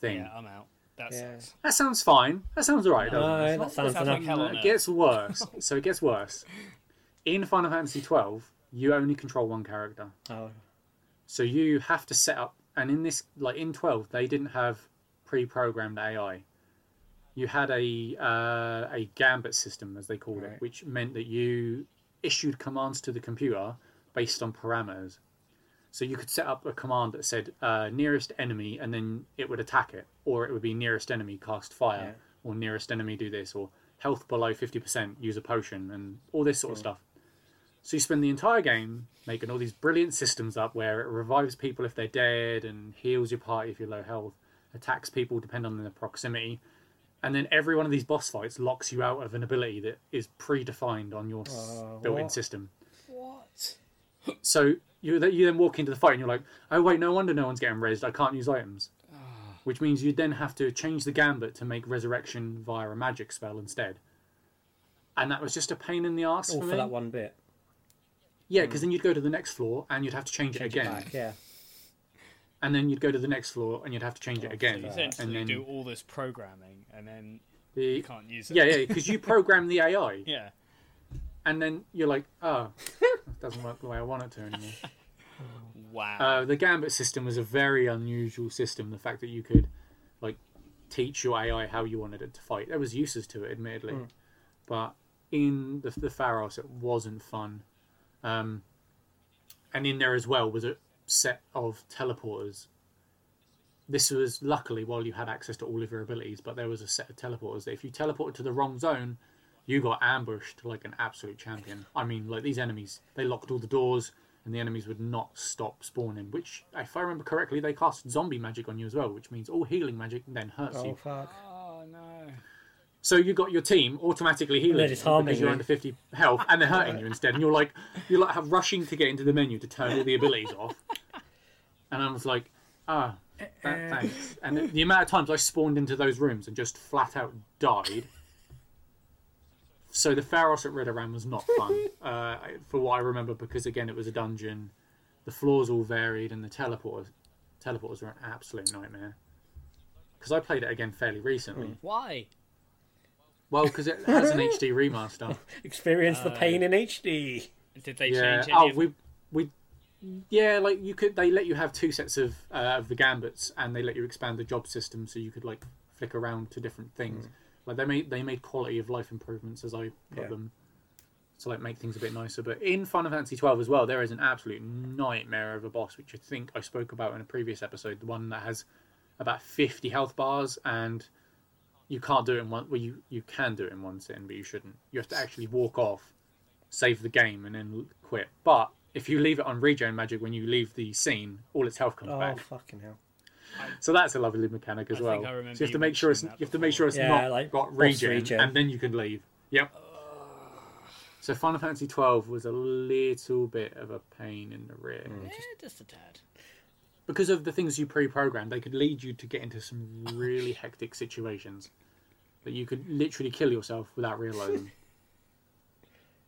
S3: thing.
S1: Yeah, I'm out. That
S2: Yeah.
S1: sucks.
S3: That sounds fine. That sounds alright, doesn't it?
S2: No,
S1: It's
S2: that
S1: not-
S2: sounds
S1: sounds
S2: enough.
S1: like hell on
S3: it
S1: earth.
S3: gets worse. so it gets worse. In Final Fantasy twelve, you only control one character.
S2: Oh,
S3: So you have to set up, and in this, like in 12, they didn't have pre-programmed AI. You had a uh, a gambit system, as they called
S2: Right.
S3: it, which meant that you issued commands to the computer based on parameters. So you could set up a command that said uh, nearest enemy, and then it would attack it, or it would be nearest enemy cast fire, or nearest enemy do this, or health below fifty percent use a potion, and all this sort of stuff. So you spend the entire game making all these brilliant systems up where it revives people if they're dead and heals your party if you're low health, attacks people depending on their proximity, And then every one of these boss fights locks you out of an ability that is predefined on your s
S2: Uh,
S3: built-in
S2: what?
S3: system.
S1: What?
S3: So you th- you then walk into the fight and you're like, oh wait, no wonder no one's getting raised. I can't use items,
S2: Ah.
S3: which means you then have to change the gambit to make resurrection via a magic spell instead. And that was just a pain in the arse
S2: All
S3: for
S2: for
S3: me.
S2: that one bit.
S3: Yeah, because then you'd go to the next floor and you'd have to change,
S2: Mm. Change
S3: it
S2: it
S3: again,
S2: back. Yeah.
S3: and then you'd go to the next floor and you'd have to change it
S2: Oh,
S3: again,
S2: for that.
S1: Essentially,
S3: and then
S1: do all this programming and then
S3: the
S1: you can't use it.
S3: yeah yeah because you program the AI
S1: yeah.
S3: and then you're like, oh, it doesn't work the way I want it to anymore.
S1: Wow.
S3: Uh, the gambit system was a very unusual system. The fact that you could, like, teach your AI how you wanted it to fight. There was uses to it, admittedly,
S2: Mm.
S3: but in the the Pharos, it wasn't fun. Um, and in there as well was a set of teleporters. This was luckily while you had access to all of your abilities, but there was a set of teleporters that if you teleported to the wrong zone, you got ambushed like an absolute champion. I mean, like these enemies, they locked all the doors, and the enemies would not stop spawning. Which, if I remember correctly, they cast zombie magic on you as well, which means all healing magic then hurts
S2: Oh
S3: you.
S2: fuck.
S1: oh no.
S3: So you got your team automatically healing
S2: They're
S3: you
S2: just harming
S3: because you're
S2: you.
S3: under fifty health, and they're hurting you instead. And you're like, you're like rushing to get into the menu to turn all the abilities off. And I was like, ah, th- thanks. And the- the amount of times I spawned into those rooms and just flat out died. So the Pharos at Redoran was not fun, uh, I- for what I remember, because again it was a dungeon, the floors all varied, and the teleporters, teleporters were an absolute nightmare. Because I played it again fairly recently.
S1: Why?
S3: Well, because it has an HD remaster.
S2: Experience the
S3: Uh,
S2: pain in HD.
S1: Did they
S3: yeah.
S1: change any
S3: Oh,
S1: of-
S3: we we yeah, like you could. They let you have two sets of uh, of the gambits, and they let you expand the job system, so you could like flick around to different things. Like they made they made quality of life improvements as I put
S2: Yeah.
S3: them. To like make things a bit nicer, but in Final Fantasy twelve as well, there is an absolute nightmare of a boss, which I think I spoke about in a previous episode. The one that has about fifty health bars, and you can't do it in one. Well, you you can do it in one sitting, but you shouldn't. You have to actually walk off save the game and then l- quit. But if you leave it on regen magic when you leave the scene, all its health comes
S2: Oh
S3: back.
S2: fucking hell.
S3: So that's a lovely mechanic as
S1: I
S3: well.
S1: think I remember
S3: so you have
S1: you
S3: to make sure it's you
S1: mentioning that
S3: have to make sure it's
S2: before. Yeah,
S3: not
S2: like
S3: got
S2: boss
S3: regen,
S2: regen.
S3: and then you can leave. Yep. So Final Fantasy twelve was a little bit of a pain in the rear
S2: Mm.
S1: Eh, just a tad.
S3: because of the things you pre-programmed, they could lead you to get into some really hectic situations that you could literally kill yourself without realizing.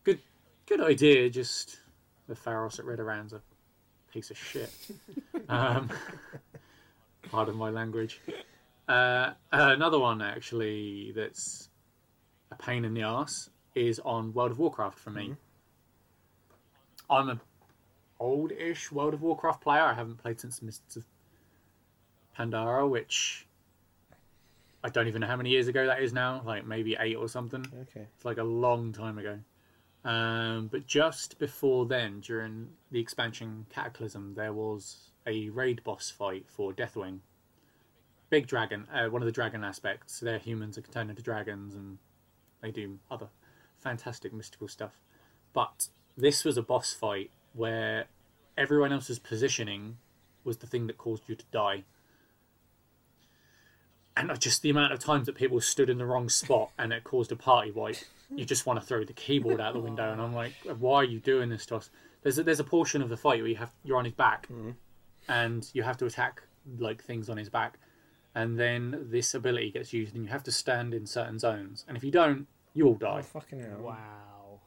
S3: good, good idea. Just the Pharos at Redoran's a piece of shit. Um, pardon my language. Uh, another one actually that's a pain in the ass is on World of Warcraft for me. I'm a old-ish World of Warcraft player. I haven't played since Mists of Pandara, which I don't even know how many years ago that is now. Like maybe eight or something.
S2: Okay.
S3: It's like a long time ago. Um, but just before then, during the expansion Cataclysm, there was a raid boss fight for Deathwing. Big dragon, uh, one of the dragon aspects. So they're humans that can turn into dragons and they do other fantastic mystical stuff. But this was a boss fight where everyone else's positioning was the thing that caused you to die. And not just the amount of times that people stood in the wrong spot and it caused a party wipe. You just want to throw the keyboard out the window, and I'm like, why are you doing this to us? There's a, there's a portion of the fight where you have you're on his back, and you have to attack like things on his back, and then this ability gets used, and you have to stand in certain zones, and if you don't, you all
S2: Oh
S3: die.
S2: fucking hell.
S1: Wow.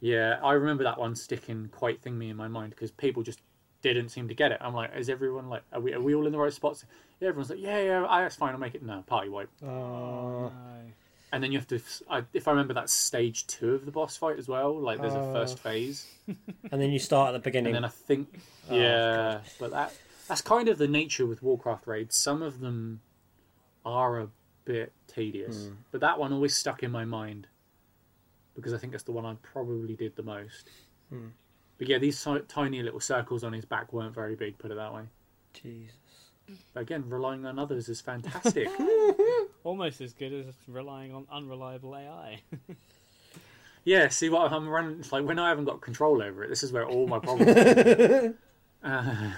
S3: Yeah, I remember that one sticking quite thingly in my mind because people just didn't seem to get it. I'm like, is everyone like, are we, are we all in the right spots? Yeah, everyone's like, yeah, yeah, I- that's fine, I'll make it. No, party wipe.
S2: Oh,
S1: No.
S3: And then you have to, I, if I remember, that's stage two of the boss fight as well. Like, there's a
S2: Oh.
S3: first phase,
S2: and then you start at the
S3: and
S2: beginning.
S3: then I think,
S2: Oh,
S3: yeah, but that that's kind of the nature with Warcraft raids. Some of them are a bit tedious, but that one always stuck in my mind because I think that's the one I probably did the most. But yeah, these ti- tiny little circles on his back weren't very big, put it that way.
S2: Jesus.
S3: But again, relying on others is fantastic.
S1: Almost as good as relying on unreliable AI.
S3: yeah, see what I'm running. it's Like when I haven't got control over it, this is where all my problems. come in. uh,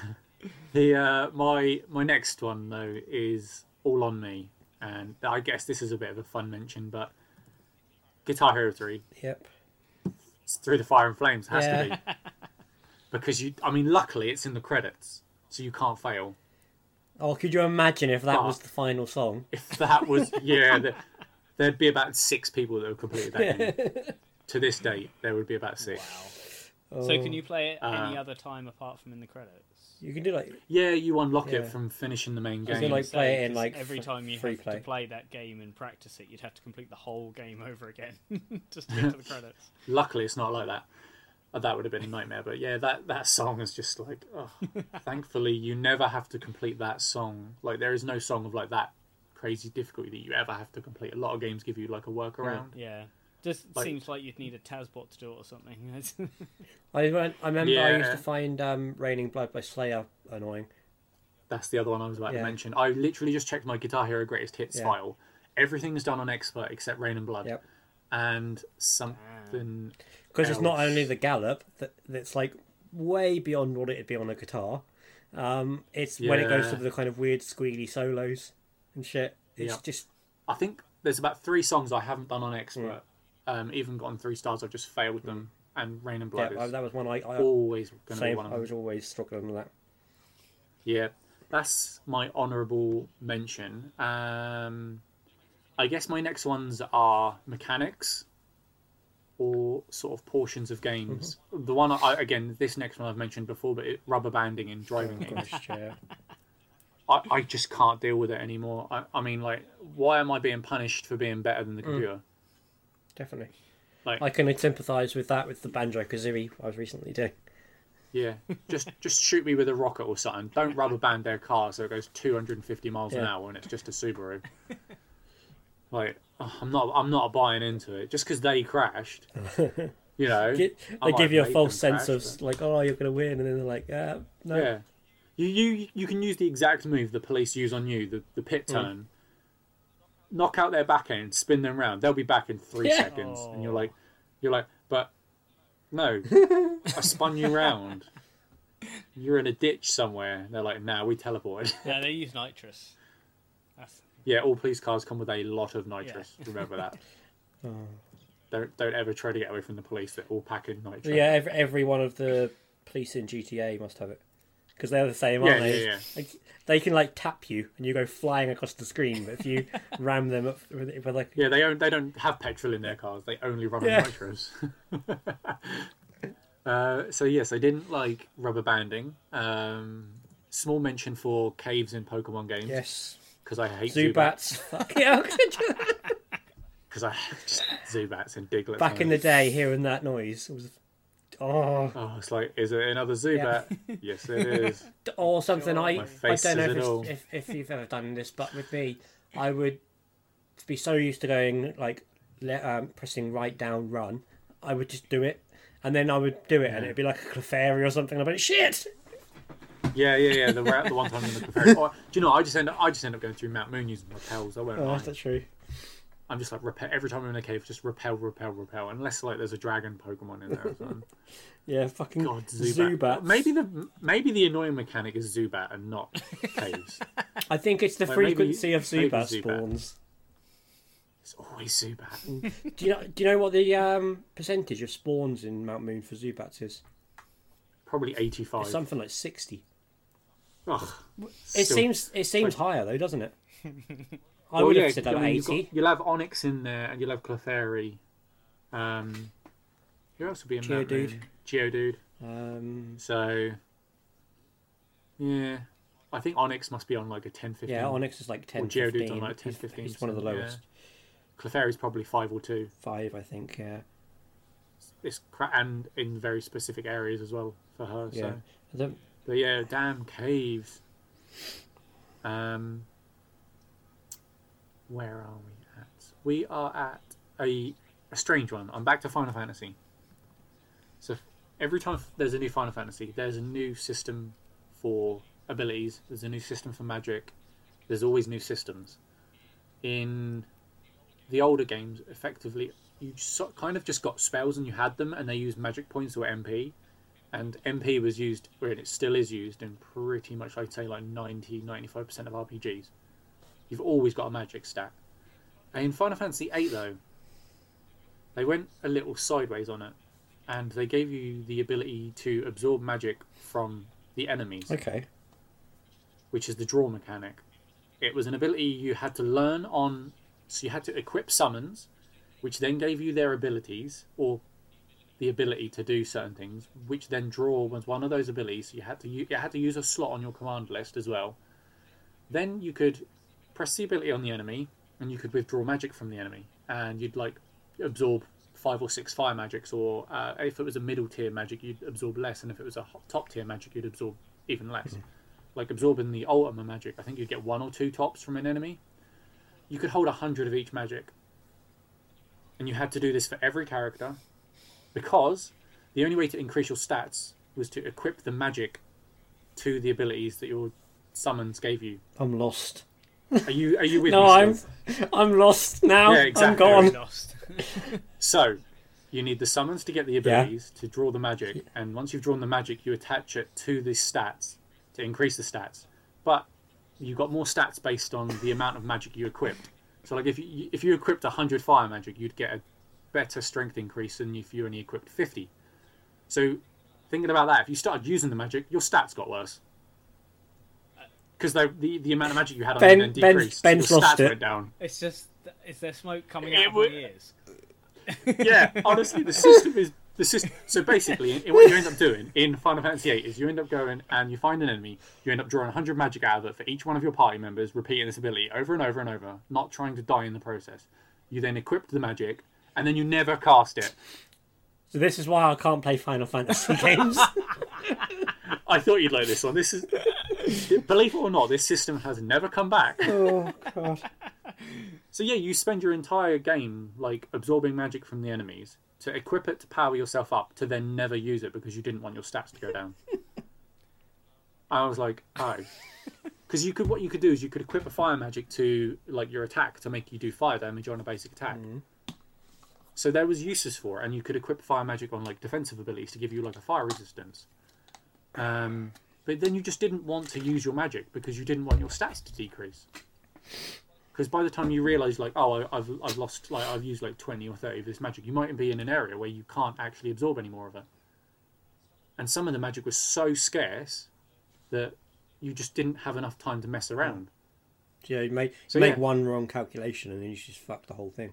S3: the uh, my my next one though is all on me, and I guess this is a bit of a fun mention, but Guitar Hero Three,
S2: Yep.
S3: it's through the fire and flames, has to
S2: Yeah.
S3: be because you. I mean, luckily it's in the credits, so you can't fail.
S2: Oh, could you imagine if that
S3: Ah.
S2: was the final song?
S3: If that was yeah, there, there'd be about six people that have completed that game. To this date, there would be about six.
S1: So can you play it any
S3: Uh,
S1: other time apart from in the credits?
S2: Oh, You can do like
S3: Yeah, you unlock
S2: Yeah.
S3: it from finishing the main
S2: was
S3: game.
S2: gonna, like, play it
S1: Say,
S2: in,
S1: 'cause
S2: like,
S1: every
S2: fr-
S1: time you
S2: free
S1: have
S2: play.
S1: to play that game and practice it, you'd have to complete the whole game over again just to get to the credits.
S3: Luckily, it's not like that. Uh, That would have been a nightmare. But yeah, that that song is just like. Oh, thankfully, you never have to complete that song. Like there is no song of like that crazy difficulty that you ever have to complete. A lot of games give you like a workaround.
S1: Yeah, just
S3: Like-
S1: seems like you'd need a Tasbot to do it or something.
S2: I went, I remember I used
S3: Yeah.
S2: to find um, "Raining Blood" by Slayer annoying.
S3: That's the other one I was about
S2: Yeah.
S3: to mention. I literally just checked my Guitar Hero Greatest Hits
S2: Yeah.
S3: file. Everything's done on expert except Rain and Blood.
S2: Yep.
S3: And something.
S2: Because it's not
S3: Else.
S2: only the gallop that that's like way beyond what it'd be on a guitar. Um, it's when it goes to
S3: Yeah.
S2: the kind of weird squealy solos and shit. It's
S3: Yeah.
S2: just
S3: I think there's about three songs I haven't done on expert. Um, even gotten three stars. I've just failed them. And Rain and
S2: Mm. yeah,
S3: Blood
S2: I-
S3: is
S2: that was one I, I
S3: always going to be
S2: same.
S3: one of
S2: I
S3: them.
S2: was always struggling with that.
S3: Yeah, that's my honourable mention. Um, I guess my next ones are mechanics or sort of portions of games. The one I again, this next one I've mentioned before, but it, rubber banding in driving
S2: Oh,
S3: games.
S2: gosh, yeah.
S3: I, I just can't deal with it anymore. I, I mean, like, why am I being punished for being better than the computer?
S2: Definitely.
S3: Like-
S2: I can sympathise with that with the Banjo Kazooie I was recently doing.
S3: Yeah, just just shoot me with a rocket or something. Don't rubber band their car so it goes 250 miles an
S2: Yeah.
S3: hour and it's just a Subaru. like ugh, I'm not I'm not buying into it just because they crashed. You know,
S2: Get-
S3: I
S2: They
S3: might
S2: give you a
S3: make
S2: false
S3: them
S2: sense
S3: crash,
S2: of like, oh, you're gonna win, and then they're like, uh, no.
S3: but- yeah. You you you can use the exact move the police use on you, the the pit
S2: Mm.
S3: turn. Knock out their back end, spin them round. They'll be back in three
S2: Yeah.
S3: seconds, and you're like, you're like, but no, I spun you round. You're in a ditch somewhere. They're like, nah, we teleported.
S1: yeah, they use nitrous. That's
S3: Yeah, all police cars come with a lot of nitrous. Remember that. Don't don't ever try to get away from the police. They're all packed in nitrous.
S2: Yeah, every, every one of the police in GTA must have it because they're the same,
S3: Yeah,
S2: aren't they?
S3: yeah, yeah.
S2: Like, they can like tap you and you go flying across the screen, but if you ram them up with, with like,
S3: Yeah, they don't they don't have petrol in their cars. They only run on
S2: Yeah.
S3: nitrous. uh, so yes, I didn't like rubber banding. Um, small mention for caves in Pokemon games
S2: yes,
S3: because I hate Zubat.
S2: Zubats. Fuck yeah, how could you-
S3: Because I just Zubats and Diglett.
S2: back in the day, hearing that noise was oh,
S3: Oh, it's like, is it another Zubat? yes, it is.
S2: or something. I
S1: My
S2: I
S3: face
S2: don't know
S3: says
S2: if,
S3: it
S2: it's,
S3: all.
S2: if if you've ever done this, but with me, I would be so used to going like le- um, pressing right down run, I would just do it. And then I would do it, and it'd be like a Clefairy or something. and I'd be like, "Shit!"
S3: Yeah, yeah, yeah. The, ra- the one time in the Clefairy. Or, Oh, do you know? I just end up. I just end up going through Mount Moon using repels. I won't.
S2: Oh,
S3: mind.
S2: that's true.
S3: I'm just like repel every time I'm in a cave. Just repel, repel, repel. Unless like there's a dragon Pokemon in there. Or something.
S2: Yeah, fucking
S3: God, Zubat.
S2: Zubat.
S3: Maybe the maybe the annoying mechanic is Zubat and not caves.
S2: I think it's the
S3: Well, maybe-
S2: frequency of
S3: maybe
S2: Zubat
S3: Zubat.
S2: spawns.
S3: It's always Zubat.
S2: Do you know? Do you know what the um, percentage of spawns in Mount Moon for Zubats is?
S3: Probably 85.
S2: It's something like sixty.
S3: Ugh,
S2: It
S3: still-
S2: seems it seems higher though, doesn't it? I
S3: Well,
S2: would
S3: yeah,
S2: have said about
S3: I mean, you've
S2: eighty.
S3: got- You'll have Onyx in there, and you'll have Clefairy. Um, who else will be in Mount
S2: Geodude.
S3: Moon? Geodude.
S2: Um,
S3: So, yeah, I think Onyx must be on like a 10, 15.
S2: yeah, Onyx is like 10,
S3: Well, Geodude's
S2: 15.
S3: on like 10,
S2: He's-
S3: 15,
S2: He's one of the
S3: so, yeah.
S2: lowest.
S3: Clefairy's probably five or two.
S2: Five, I think. Yeah,
S3: It's cra- and in very specific areas as well for her.
S2: yeah.
S3: So,
S2: I don't-
S3: but yeah, damn caves. Um, where are we at? We are at a a strange one. I'm back to Final Fantasy. So every time there's a new Final Fantasy, there's a new system for abilities. There's a new system for magic. There's always new systems. In the older games, effectively, you so, kind of just got spells and you had them, and they used magic points or MP. And MP was used, and it still is used in pretty much, I'd say, like 90 95% of RPGs. You've always got a magic stat. In Final Fantasy VIII, though, they went a little sideways on it, and they gave you the ability to absorb magic from the enemies,
S2: Okay.
S3: which is the draw mechanic. It was an ability you had to learn on, so you had to equip summons, which then gave you their abilities or the ability to do certain things, which then draw was one of those abilities. You had to u- you had to use a slot on your command list as well. Then you could press the ability on the enemy, and you could withdraw magic from the enemy, and you'd like absorb five or six fire magics, or uh, if it was a middle tier magic, you'd absorb less, and if it was a ho- top tier magic, you'd absorb even less. Like absorbing the Ultima magic, I think you'd get one or two tops from an enemy. You could hold a hundred of each magic, and you had to do this for every character, because the only way to increase your stats was to equip the magic to the abilities that your summons gave you.
S2: I'm lost.
S3: Are you are you with
S2: No,
S3: me?
S2: I'm
S3: Steve?
S2: I'm lost now.
S3: Yeah, exactly.
S2: I'm gone.
S1: Lost.
S3: So, you need the summons to get the abilities to draw the magic, and once you've drawn the magic, you attach it to the stats to increase the stats. But you got more stats based on the amount of magic you equipped. So, like if you if you equipped hundred fire magic, you'd get a better strength increase than if you only equipped fifty. So, thinking about that, if you started using the magic, your stats got worse. Because the, the the amount of magic you had on
S2: Ben-
S3: you then
S2: Ben's-
S3: decreased,
S2: Ben's
S3: your
S2: lost
S3: stats
S2: it.
S3: went down.
S1: It's just, is there smoke coming
S3: It
S1: out of
S3: would-
S1: my ears?
S3: yeah, honestly, the system is the system. So basically, in, what you end up doing in Final Fantasy VIII is you end up going and you find an enemy. You end up drawing 100 magic out of it for each one of your party members, repeating this ability over and over and over, not trying to die in the process. You then equip the magic, and then you never cast it.
S2: So this is why I can't play Final Fantasy games.
S3: I thought you'd like this one. This is, believe it or not, this system has never come back.
S2: oh god.
S3: So yeah, you spend your entire game like absorbing magic from the enemies to equip it to power yourself up to then never use it because you didn't want your stats to go down. I was like, oh, because you could what you could do is you could equip a fire magic to like your attack to make you do fire damage on a basic attack.
S2: Mm-hmm.
S3: So there was uses for it, and you could equip fire magic on like defensive abilities to give you like a fire resistance. Um, but then you just didn't want to use your magic because you didn't want your stats to decrease because by the time you realise like oh I, I've I've lost like I've used like twenty or thirty of this magic, you might be in an area where you can't actually absorb any more of it. And some of the magic was so scarce that you just didn't have enough time to mess around.
S2: Yeah, you make
S3: So,
S2: make
S3: yeah.
S2: one wrong calculation and then you just fuck the whole thing.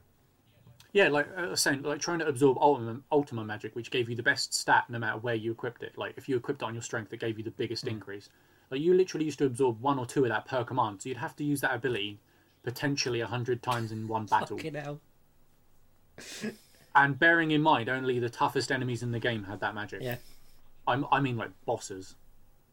S3: Yeah, like uh, I was saying, like trying to absorb Ultima, Ultima magic, which gave you the best stat no matter where you equipped it. Like if you equipped it on your strength, it gave you the biggest
S2: Hmm.
S3: increase. Like you literally used to absorb one or two of that per command, so you'd have to use that ability potentially a hundred times in one battle.
S2: Fucking hell.
S3: and bearing in mind only the toughest enemies in the game had that magic.
S2: Yeah.
S3: I'm, I mean like bosses.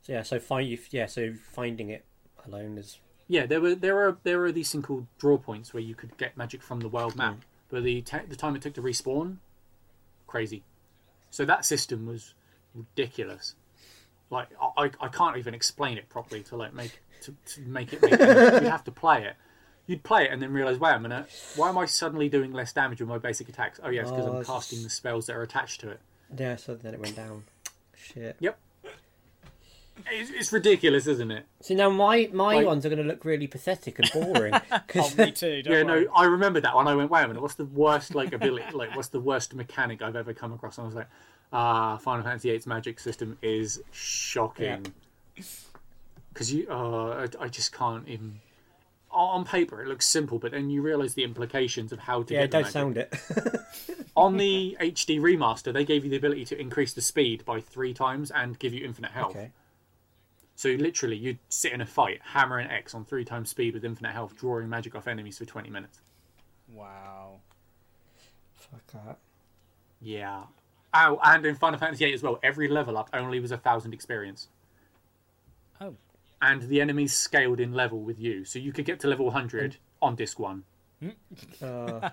S2: So yeah, so find you yeah, so finding it alone is
S3: Yeah, there were there are there are these thing called draw points where you could get magic from the world map, but the ta the time it took to respawn, crazy. So that system was ridiculous. Like I, I- I can't even explain it properly to like make to, to make it. Make sense. You'd have to play it. You'd play it and then realize, wait a minute, why am I suddenly doing less damage with my basic attacks? Oh yeah, it's because
S2: Oh,
S3: I'm
S2: it's-
S3: casting the spells that are attached to it.
S2: Yeah, so then it went down. Shit.
S3: Yep. It's, it's ridiculous, isn't it?
S2: See now my my
S3: Like-
S2: ones are going to look really pathetic and boring
S1: Oh,
S2: because
S1: me too. Don't
S3: yeah,
S1: worry.
S3: no, I remember that one. I went, wait a minute, what's the worst like ability? like, what's the worst mechanic I've ever come across? And I was like, ah, Final Fantasy VIII's magic system is shocking. Because you, uh, I, I just can't even. On on paper, it looks simple, but then you realise the implications of how to
S2: yeah,
S3: get the
S2: don't
S3: magic.
S2: sound it.
S3: On the HD remaster, they gave you the ability to increase the speed by three times and give you infinite health.
S2: okay.
S3: So literally, you'd sit in a fight, hammering X on three times speed with infinite health, drawing magic off enemies for 20 minutes.
S1: Wow.
S2: Fuck that.
S3: Yeah. Oh, and in Final Fantasy VIII as well, every level up only was a thousand experience,
S1: Oh.
S3: and the enemies scaled in level with you, so you could get to level 100 on disc one.
S2: Uh,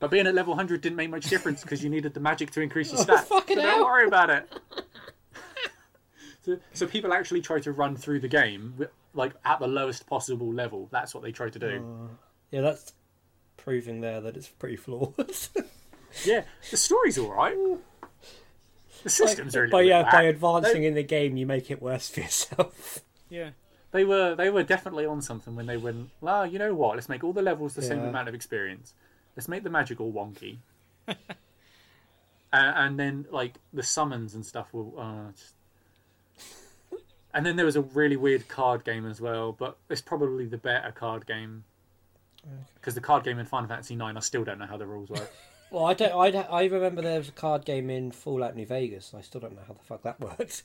S3: But being at level 100 didn't make much difference because you needed the magic to increase your stats.
S2: Oh, fucking
S3: so
S2: hell.
S3: don't worry about it. so, so people actually try to run through the game with, like at the lowest possible level. That's what they try to do.
S2: Oh. yeah, that's proving there that it's pretty flawed.
S3: Yeah, the story's all right. The system's really
S2: by
S3: good.
S2: yeah, by
S3: That-
S2: advancing in the game, you make it worse for yourself.
S1: Yeah.
S3: They were they were definitely on something when they went, ah, you know what? Let's make all the levels the same
S2: Yeah.
S3: amount of experience. Let's make the magic all wonky. Uh, and then like the summons and stuff were. Uh, just... And then there was a really weird card game as well, but it's probably the better card game. Because the card game in Final Fantasy IX, I still don't know how the rules work.
S2: Well, I don't. I, I remember there was a card game in Fallout New Vegas. I still don't know how the fuck that worked.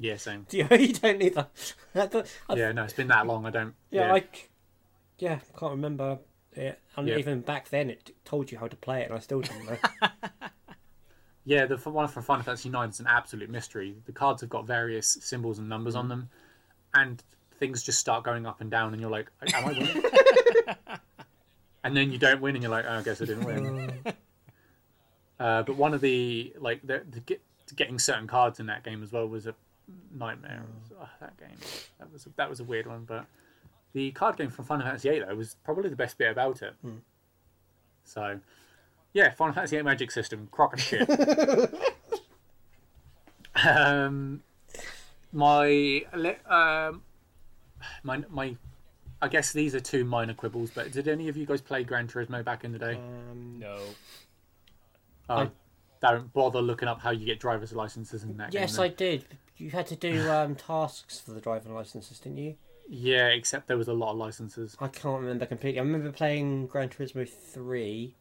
S3: yeah, same.
S2: Do you, you don't either. I thought- I-
S3: Yeah, no, it's been that long. I don't.
S2: yeah, I yeah can't remember. it. and
S3: Yeah.
S2: even back then, it t- told you how to play it, and I still don't know.
S3: Yeah, the f- one from Final Fantasy IX is an absolute mystery. The cards have got various symbols and numbers on them, and things just start going up and down, and you're like, "Am I winning?" and then you don't win, and you're like, "Oh, I guess I didn't win." uh, but one of the like the, the get, getting certain cards in that game as well was a nightmare. It was- oh, that game, that was that was a weird one. But the card game from Final Fantasy VIII though was probably the best bit about it. So, yeah, Final Fantasy VIII Magic System, crock of shit. um, my le- um, my my, I guess these are two minor quibbles. But did any of you guys play Gran Turismo back in the day?
S2: Uh, Um,
S1: No.
S3: Oh, don't bother looking up how you get driver's licenses and that.
S2: yes,
S3: game,
S2: I
S3: then.
S2: did. You had to do um, tasks for the driving licenses, didn't you?
S3: Yeah, except there was a lot of licenses.
S2: I can't remember completely. I remember playing Gran Turismo three.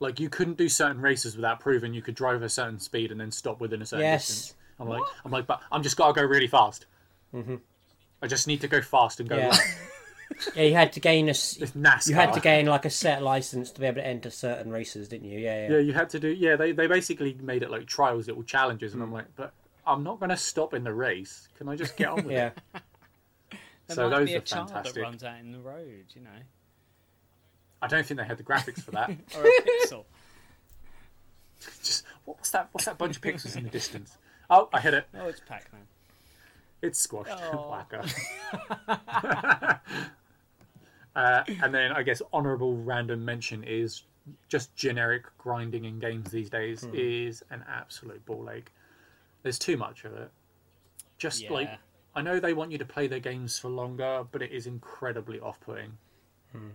S3: Like you couldn't do certain races without proving you could drive a certain speed and then stop within a certain
S2: Yes.
S3: distance. I'm like, I'm like, but I'm just gotta go really fast. I just need to go fast and go.
S2: Yeah.
S3: right.
S2: yeah, you had to gain a. s-
S3: It's NASCAR.
S2: You had to gain like a set license to be able to enter certain races, didn't you? Yeah, yeah.
S3: Yeah, you had to do. Yeah, they, they basically made it like trials, little challenges, and I'm like, but I'm not going to stop in the race. Can I just get on with it?
S2: yeah.
S1: There
S3: So
S1: might
S3: those
S1: be a
S3: are
S1: child that
S3: fantastic.
S1: runs out in the road, you know,
S3: I don't think they had the graphics for that.
S1: or a pixel.
S3: just what was that? What's that bunch of pixels in the distance? Oh, I hit it.
S1: Oh, it's Pac-Man.
S3: It's squashed.
S1: Oh.
S3: Whacker. uh, and then I guess honourable random mention is just generic grinding in games these days
S1: Hmm.
S3: is an absolute ball ache. There's too much of it. Just
S1: Yeah.
S3: like I know they want you to play their games for longer, but it is incredibly off-putting.
S1: Hmm.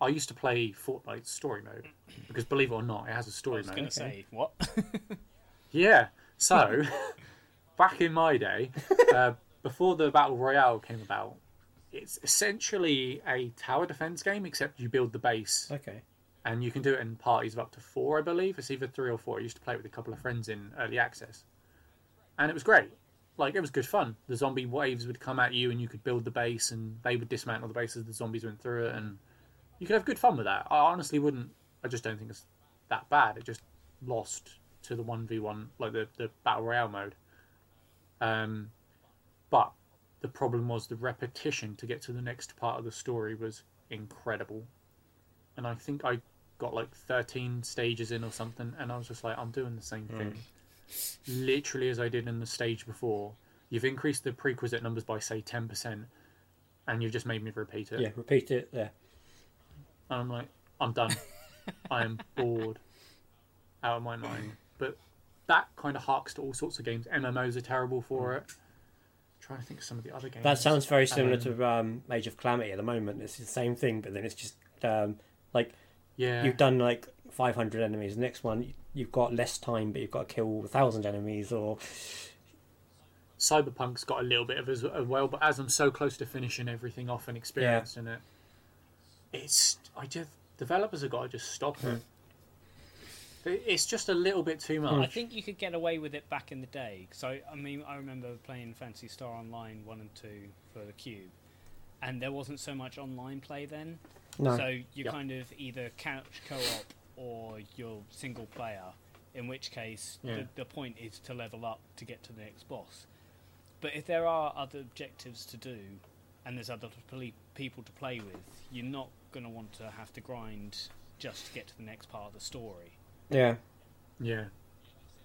S3: I used to play Fortnite story mode because, believe it or not, it has a
S1: I
S3: story
S1: was
S3: mode.
S1: going to say what?
S3: Yeah. So, back in my day, uh, before the Battle Royale came about, it's essentially a tower defense game, except you build the base
S2: Okay.
S3: and you can do it in parties of up to four, I believe. It's either three or four. I used to play it with a couple of friends in early access, and it was great. Like it was good fun. The zombie waves would come at you, and you could build the base, and they would dismantle the base as the zombies went through it, and you could have good fun with that. I honestly wouldn't. I just don't think it's that bad. It just lost to the one v one, like the the battle royale mode. Um, but the problem was the repetition to get to the next part of the story was incredible and I think I got like 13 stages in or something, and I was just like, I'm doing the same thing. Literally as I did in the stage before. You've increased the prerequisite numbers by, say, 10%, and you've just made me repeat it.
S2: Yeah. Repeat it. Yeah.
S3: And I'm like, I'm done. I am bored out of my mind. But that kind of harks to all sorts of games. MMOs are terrible for it. trying to think of some of the other games.
S2: That sounds very similar to um, Age of Calamity at the moment. It's the same thing, but then it's just um, like
S3: Yeah.
S2: you've done like 500 enemies. The next one, you've got less time, but you've got to kill 1,000 enemies. Or
S3: Cyberpunk's got a little bit of as, as well, but as I'm so close to finishing everything off and experiencing it, it's I just developers have got to just stop it.
S2: Hmm.
S3: It- It's just a little bit too
S1: I
S3: much.
S1: think you could get away with it back in the day. So I mean, I remember playing Fantasy Star Online one and two for the Cube, and there wasn't so much online play then.
S2: no,
S1: So you're
S3: Yep.
S1: kind of either couch co-op or you're single player, in which case
S3: Yeah.
S1: the, the point is to level up to get to the next boss. But if there are other objectives to do, and there's other pl- people to play with, you're not going to want to have to grind just to get to the next part of the story.
S2: yeah,
S3: Yeah,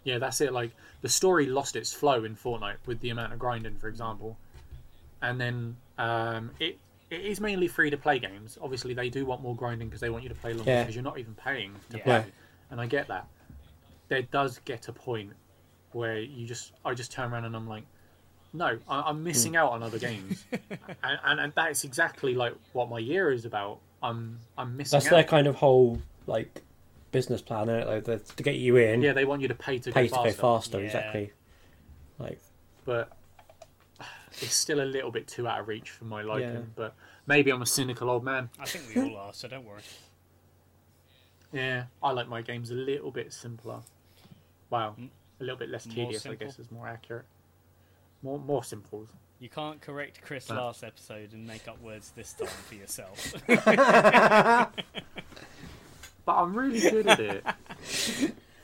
S3: yeah, that's it. Like the story lost its flow in Fortnite with the amount of grinding, for example, and then um, it it is mainly free to play games. Obviously, they do want more grinding because they want you to play longer
S2: Yeah.
S3: because you're not even paying to
S1: Yeah.
S3: play,
S2: Yeah.
S3: and I get that. There does get a point where you just I just turn around and I'm like, no, I, I'm
S2: Hmm.
S3: missing out on other games, and, and and that's exactly like what my year is about. I'm I'm missing
S2: That's
S3: out.
S2: their kind of whole like business plan, isn't it? Like, that's- to get you in,
S3: yeah, they want you to pay to
S2: pay
S3: go
S2: to go
S3: faster,
S2: faster.
S1: Yeah.
S2: Exactly. Like
S3: but it's still a little bit too out of reach for my liking.
S2: Yeah.
S3: But maybe I'm a cynical old man.
S1: I think we all are, so don't worry.
S3: Yeah, I like my games a little bit simpler. Wow, a little bit less
S1: Mm. More
S3: tedious, I
S1: simple?
S3: guess, is more accurate. More more simple.
S1: You can't correct Chris
S3: No.
S1: last episode and make up words this time for yourself.
S3: But I'm really good at it.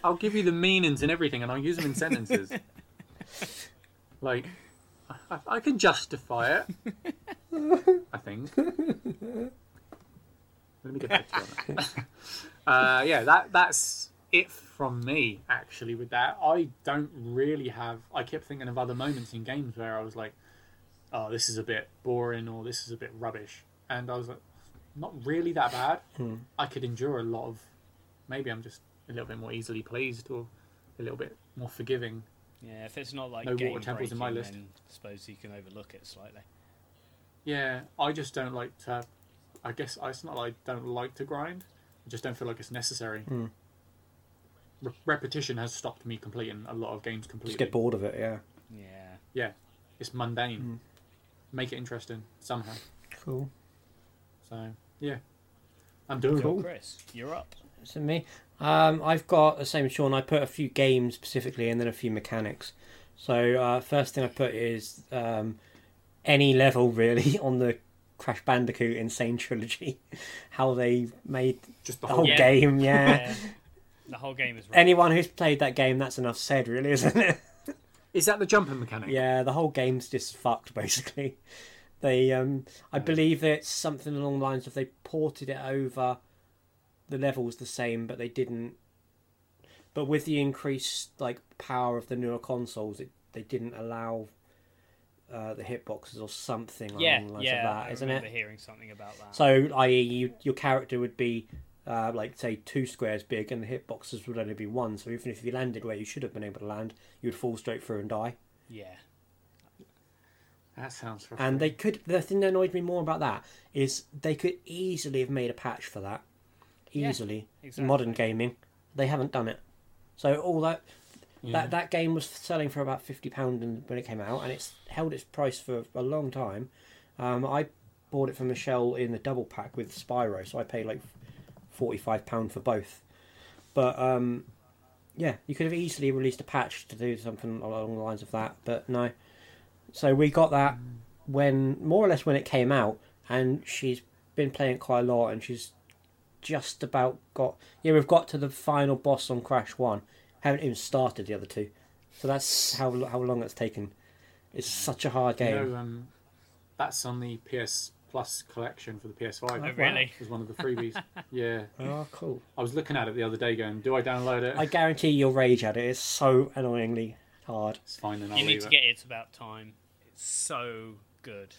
S3: I'll give you the meanings and everything, and I'll use them in sentences. like, I, I can justify it. I think. Let me get back to you on that. uh, yeah, that that's it from me. Actually, with that, I don't really have. I kept thinking of other moments in games where I was like, "Oh, this is a bit boring," or "This is a bit rubbish," and I was like, "Not really that bad." I could endure a lot of. Maybe I'm just a little bit more easily pleased, or a little bit more forgiving.
S1: yeah, if it's not like
S3: No water
S1: game
S3: temples in
S1: breaking,
S3: my list.
S1: then I suppose you can overlook it slightly.
S3: Yeah, I just don't like to. I guess it's not like I don't like to grind. I just don't feel like it's necessary.
S2: Hmm.
S3: Re- repetition has stopped me completing a lot of games completely.
S2: just get bored of it. Yeah.
S1: Yeah.
S3: Yeah, it's mundane.
S2: Hmm.
S3: Make it interesting somehow.
S2: Cool.
S3: So yeah, I'm doing
S1: Cool.
S2: Cool.
S1: Chris, you're up.
S2: That's in me. Um, I've got the same as Sean. I put a few games specifically, and then a few mechanics. So uh, first thing I put is um, any level really on the Crash Bandicoot Insane Trilogy. How they made
S3: just the
S2: the
S3: whole
S2: whole
S1: Yeah.
S2: game. yeah.
S1: Yeah. the whole game is right.
S2: Anyone who's played that game, that's enough said, really, isn't it?
S3: Is that the jumping mechanic?
S2: Yeah, the whole game's just fucked basically. They, um, I believe it's something along the lines of they ported it over. The level's the same, but they didn't. But with the increased like power of the newer consoles, it, they didn't allow uh, the hitboxes or something along
S1: Yeah,
S2: the lines
S1: yeah.
S2: of
S1: I
S2: that, isn't
S1: remember
S2: it?
S1: hearing something about that.
S2: So, i.e., you, your character would be uh, like say two squares big, and the hitboxes would only be one. So even if you landed where you should have been able to land, you'd fall straight through and die.
S1: yeah.
S3: that sounds.
S2: And they
S3: frustrating.
S2: could. The thing that annoyed me more about that is they could easily have made a patch for that.
S1: Yeah,
S2: Easily,
S1: exactly.
S2: in modern gaming, they haven't done it. So all that
S3: Yeah.
S2: that that game was selling for about fifty pound when it came out, and it's held its price for a long time. Um, I bought it from Michelle in the double pack with Spyro, so I paid like forty five pound for both. But um, yeah, you could have easily released a patch to do something along the lines of that, but no. So we got that when more or less when it came out, and she's been playing it quite a lot, and she's just about got yeah we've got to the final boss on Crash One, haven't even started the other two, so that's how how long that's taken. It's such a hard
S3: You
S2: game.
S3: know, um, that's on the PS Plus collection for the PS5.
S1: Oh,
S2: wow.
S1: really?
S3: It was one of the freebies. yeah,
S2: Oh, cool!
S3: I was looking at it the other day, going, "Do I download it?"
S2: I guarantee you'll rage at it. It's so annoyingly hard.
S3: It's fine, then I'll
S1: You
S3: leave
S1: need to
S3: it.
S1: get It's About Time. It's so good.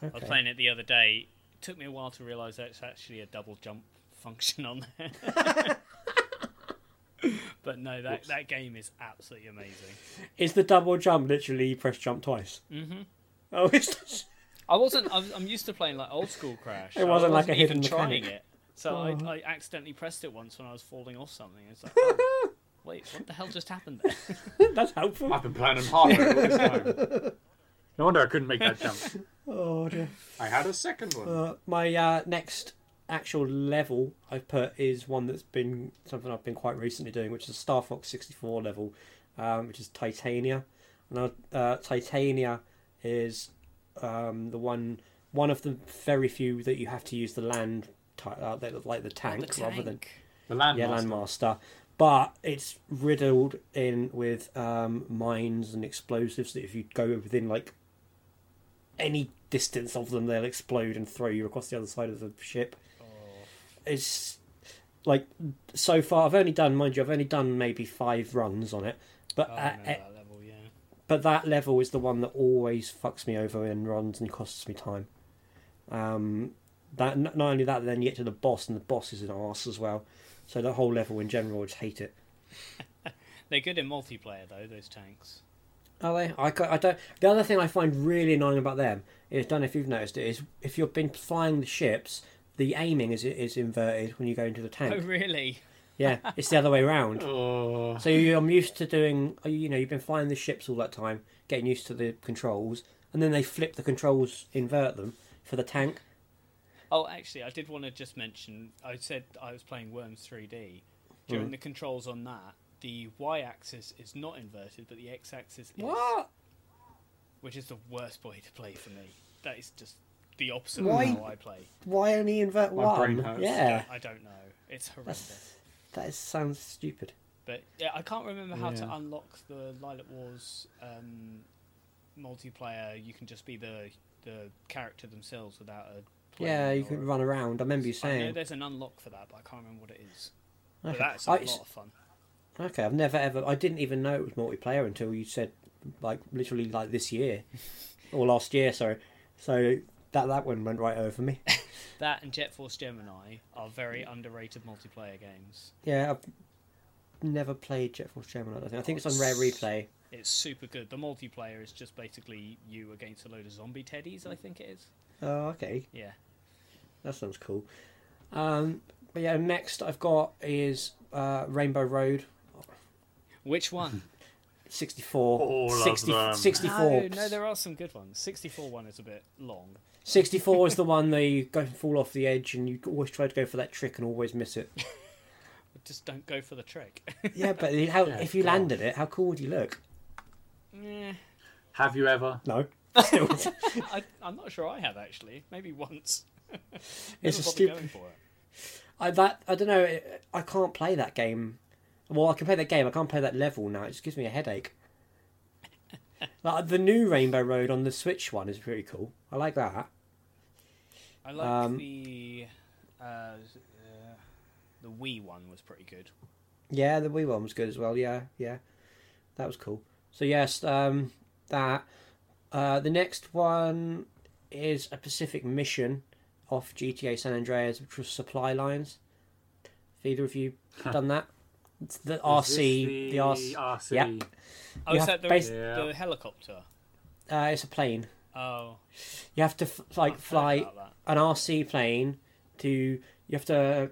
S1: I was
S2: Okay.
S1: playing it the other day. It took me a while to realise that's actually a double jump function on there. but no, that,
S3: Whoops.
S1: that game is absolutely amazing.
S2: Is the double jump literally you press jump twice? Mm-hmm. Oh, it's
S1: I wasn't. I was, I'm used to playing like old school Crash.
S2: It
S1: I
S2: wasn't like a
S1: even
S2: hidden
S1: trying
S2: mechanic.
S1: it. So
S2: Oh.
S1: I, I accidentally pressed it once when I was falling off something. It's like, oh, wait, what the hell just happened there?
S2: that's helpful.
S3: I've been playing them hard all this time. No wonder I couldn't make that jump.
S2: Oh dear.
S3: I had a second one.
S2: Uh, my uh, next actual level I've put is one that's been something I've been quite recently doing, which is a Star Fox 64 level, um, which is Titania. Now, uh, Titania is um, the one one of the very few that you have to use the land, ti- uh, that- like the tank, rather than
S3: The landmaster.
S2: yeah, Landmaster. But it's riddled in with um, mines and explosives that if you go within like any distance of them, they'll explode and throw you across the other side of the ship.
S1: Oh.
S2: It's like so far I've only done, mind you, I've only done maybe five runs on it. But
S1: Oh, I
S2: uh,
S1: remember
S2: uh,
S1: that level, yeah.
S2: but that level is the one that always fucks me over and runs and costs me time. Um, that n- not only that, then you get to the boss, and the boss is an arse as well. So the whole level in general, I just hate it.
S1: They're good in multiplayer though. Those tanks.
S2: Are they? Oh, I, ca- I don't. The other thing I find really annoying about them is, don't know if you've noticed it, is if you've been flying the ships, the aiming is is inverted when you go into the
S1: Oh,
S2: tank.
S1: really?
S2: Yeah, it's the other way around.
S3: Oh,
S2: So you- I'm used to doing, uh, you know, you've been flying the ships all that time, getting used to the controls, and then they flip the controls, invert them for the tank.
S1: Oh, actually, I did want to just mention. I said I was playing Worms 3D.
S2: Mm-hmm.
S1: During the controls on that, the y-axis is not inverted, but the x-axis is, which is the worst way to play for me. That is just the opposite
S2: Why?
S1: of how I play.
S2: Why only invert
S3: My
S2: one?
S3: brain hurts.
S2: Yeah,
S1: I don't know. It's horrendous.
S2: that's that is, sounds stupid.
S1: But yeah, I can't remember how to
S3: Yeah.
S1: unlock the Lilac Wars um, multiplayer. You can just be the the character themselves without a. player
S2: Yeah, you
S1: or-
S2: can run around. I remember you
S1: I know
S2: saying.
S1: there's an unlock for that, but I can't remember what it is. But
S2: Okay.
S1: that's a
S2: I-
S1: lot of fun.
S2: Okay, I've never ever. I didn't even know it was multiplayer until you said, like literally, like this year, or last year. Sorry. So that that one went right over me.
S1: That and Jet Force Gemini are very underrated multiplayer games.
S2: Yeah, I've never played Jet Force Gemini. I don't think. I think it's on Rare Replay.
S1: It's super good. The multiplayer is just basically you against a load of zombie teddies, I think it is.
S2: Oh, okay,
S1: Yeah.
S2: that sounds cool. Um, but yeah, next I've got is uh, Rainbow Road.
S1: Which one?
S2: 64,
S3: All of
S2: 60
S3: them.
S2: 64.
S1: No, no, there are some good ones. 64 one is a bit long.
S2: 64 is the one that you go and fall off the edge and you always try to go for that trick and always miss it.
S1: Just don't go for the trick.
S2: Yeah, but the- how,
S3: Yeah,
S2: if you
S3: God.
S2: landed it, how cool would you look?
S1: yeah.
S3: have you ever?
S2: No.
S1: I, I'm not sure I have actually. Maybe once.
S2: It's
S1: Never
S2: a
S1: bothered
S2: stupid-
S1: going for it.
S2: I, that, I don't know, it- I can't play that game. Well, I can play that game, I can't play that level now. It just gives me a headache. like, the new Rainbow Road on the Switch one is pretty cool. I like that.
S1: I like
S2: Um,
S1: the uh, s- uh, the Wii one was pretty good.
S2: Yeah, the Wii one was good as well. Yeah, yeah, that was cool. So yes, um, that. Uh, the next one is a Pacific Mission off GTA San Andreas, which was supply lines. Have either of you done that? It's the
S3: Is this
S2: RC, the, RC.
S3: RC.
S1: Oh,
S2: You
S1: is
S2: have
S1: that the,
S2: bas-
S1: the helicopter?
S2: Uh, it's a plane.
S1: Oh,
S2: You have to f- like
S1: I've heard
S2: fly
S1: about that.
S2: an RC plane to. You have to.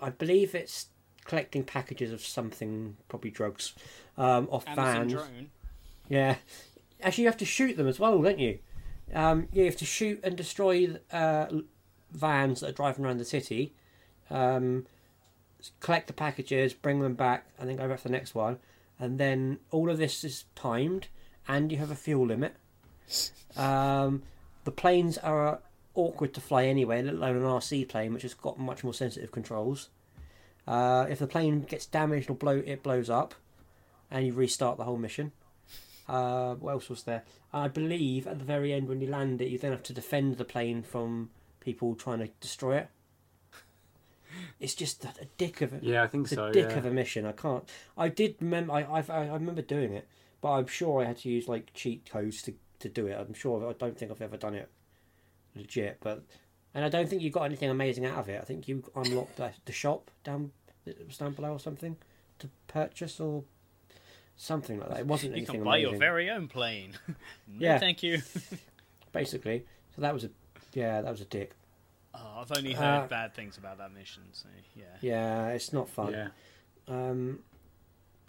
S2: I believe it's collecting packages of something, probably drugs, um, off
S1: Amazon
S2: vans.
S1: drone.
S2: Yeah. Actually, you have to shoot them as well, don't you? Um, yeah, you have to shoot and destroy uh, l- vans that are driving around the city, um, s- collect the packages, bring them back, and then go back to the next one. And then all of this is timed, and you have a fuel limit. Um, the planes are awkward to fly anyway, let alone an RC plane, which has got much more sensitive controls. Uh, if the plane gets damaged or blow, it blows up, and you restart the whole mission. Uh, what else was there? I believe at the very end when you land it, you then have to defend the plane from people trying to destroy it. It's just a a dick of a,
S3: Yeah, I think
S2: it's a
S3: so.
S2: dick
S3: yeah.
S2: of a mission. I can't. I did remember. I, I've, I I remember doing it, but I'm sure I had to use like cheat codes to, to do it. I'm sure. I don't think I've ever done it legit, but and I don't think you got anything amazing out of it. I think you unlocked the, the shop down that was down below or something to purchase or something like that. It wasn't
S1: You
S2: anything
S1: can buy your
S2: amazing,
S1: very own plane. no,
S2: Yeah.
S1: thank you.
S2: basically. So that was a yeah, that was a dick.
S1: Oh, I've only heard
S2: Uh,
S1: bad things about that mission. So yeah.
S2: Yeah, it's not fun.
S3: Yeah.
S2: um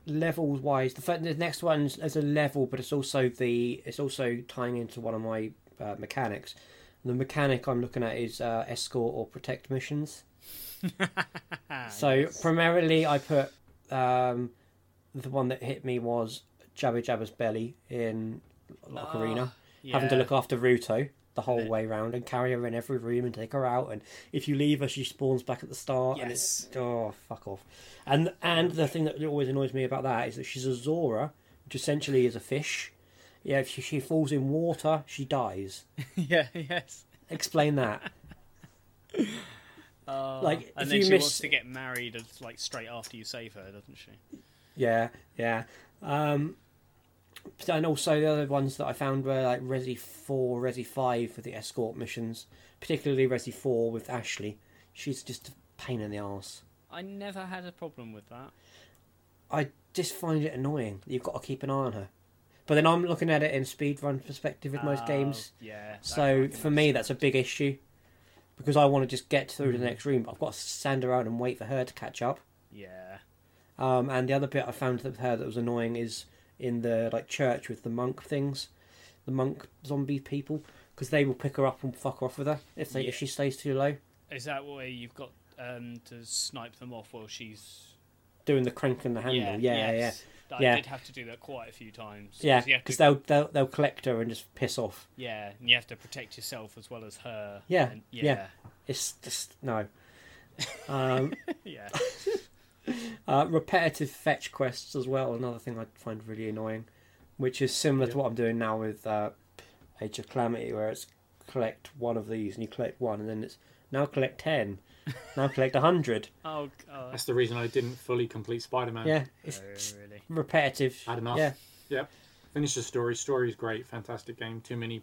S2: levels wise the, fir- the next one's as a level but it's also the it's also tying into one of my uh, mechanics the mechanic i'm looking at is uh, escort or protect missions so primarily i put um the one that hit me was jabba jabba's belly in lock arena having to
S1: Yeah.
S2: look after Ruto the whole
S1: Yeah.
S2: way round and carry her in every room and take her out. And if you leave her, she spawns back at the start. And it's, oh, fuck off. And and the thing that always annoys me about that is that she's a Zora, which essentially is a fish. Yeah, if she, she falls in water, she dies.
S1: yeah. Yes.
S2: Explain that.
S1: Oh,
S2: Like, if
S1: and then
S2: you
S1: she
S2: miss-
S1: wants to get married, as- like straight after you save her, doesn't she?
S2: Yeah, yeah. Um, but- and also the other ones that I found were like Resi Four, Resi Five for the escort missions, particularly Resi Four with Ashley. She's just a pain in the arse.
S1: I never had a problem with that.
S2: I just find it annoying that you've got to keep an eye on her. But then I'm looking at it in speedrun perspective with most
S1: Oh,
S2: games.
S1: Yeah. that
S2: So
S1: fucking
S2: for me,
S1: sucks.
S2: that's a big issue because I want to just get through
S1: Mm.
S2: the next room. I've got to stand around and wait for her to catch up.
S1: Yeah.
S2: Um, and the other bit I found that her that was annoying is in the like church with the monk things, the monk zombie people, because they will pick her up and fuck off with her if they if she stays too low,
S1: Is that where you've got um, to snipe them off while she's?
S2: doing the crank and the handle. Yeah, yeah, yeah.
S1: yes. I
S2: yeah.
S1: did have to do that quite a few times.
S2: Yeah,
S1: you have
S2: because
S1: to,
S2: they'll, they'll they'll collect her and just piss off.
S1: yeah, and you have to protect yourself as well as her.
S2: Yeah,
S1: and-
S2: yeah. It's just no. Um,
S1: yeah.
S2: uh, repetitive fetch quests as well. Another thing I find really annoying, which is similar to what I'm doing now with uh, Age of Calamity, where it's collect one of these and you collect one, and then it's now collect ten, now collect a hundred.
S1: Oh god.
S3: That's the reason I didn't fully complete Spider Man.
S2: Yeah, it's
S1: Oh, really.
S2: repetitive.
S3: Had enough.
S2: Yeah,
S3: Finish the story. Story's great. Fantastic game. Too many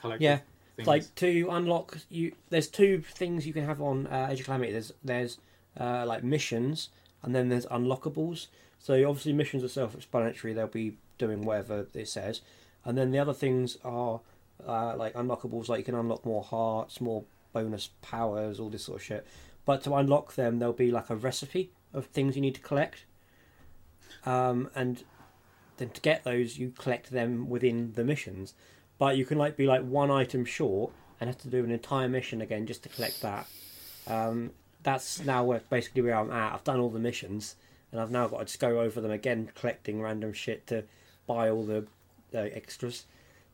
S3: collective
S2: Yeah.
S3: things.
S2: like to unlock you. There's two things you can have on uh, Age of Calamity. There's there's uh, like missions, and then there's unlockables. So obviously missions are self-explanatory. They'll be doing whatever it says, and then the other things are uh, like unlockables. Like you can unlock more hearts, more bonus powers, all this sort of shit. But to unlock them, there'll be like a recipe of things you need to collect, um, and then to get those, you collect them within the missions. But you can like be like one item short and have to do an entire mission again just to collect that. Um, that's now where basically where I'm at. I've done all the missions, and I've now got to just go over them again, collecting random shit to buy all the uh, extras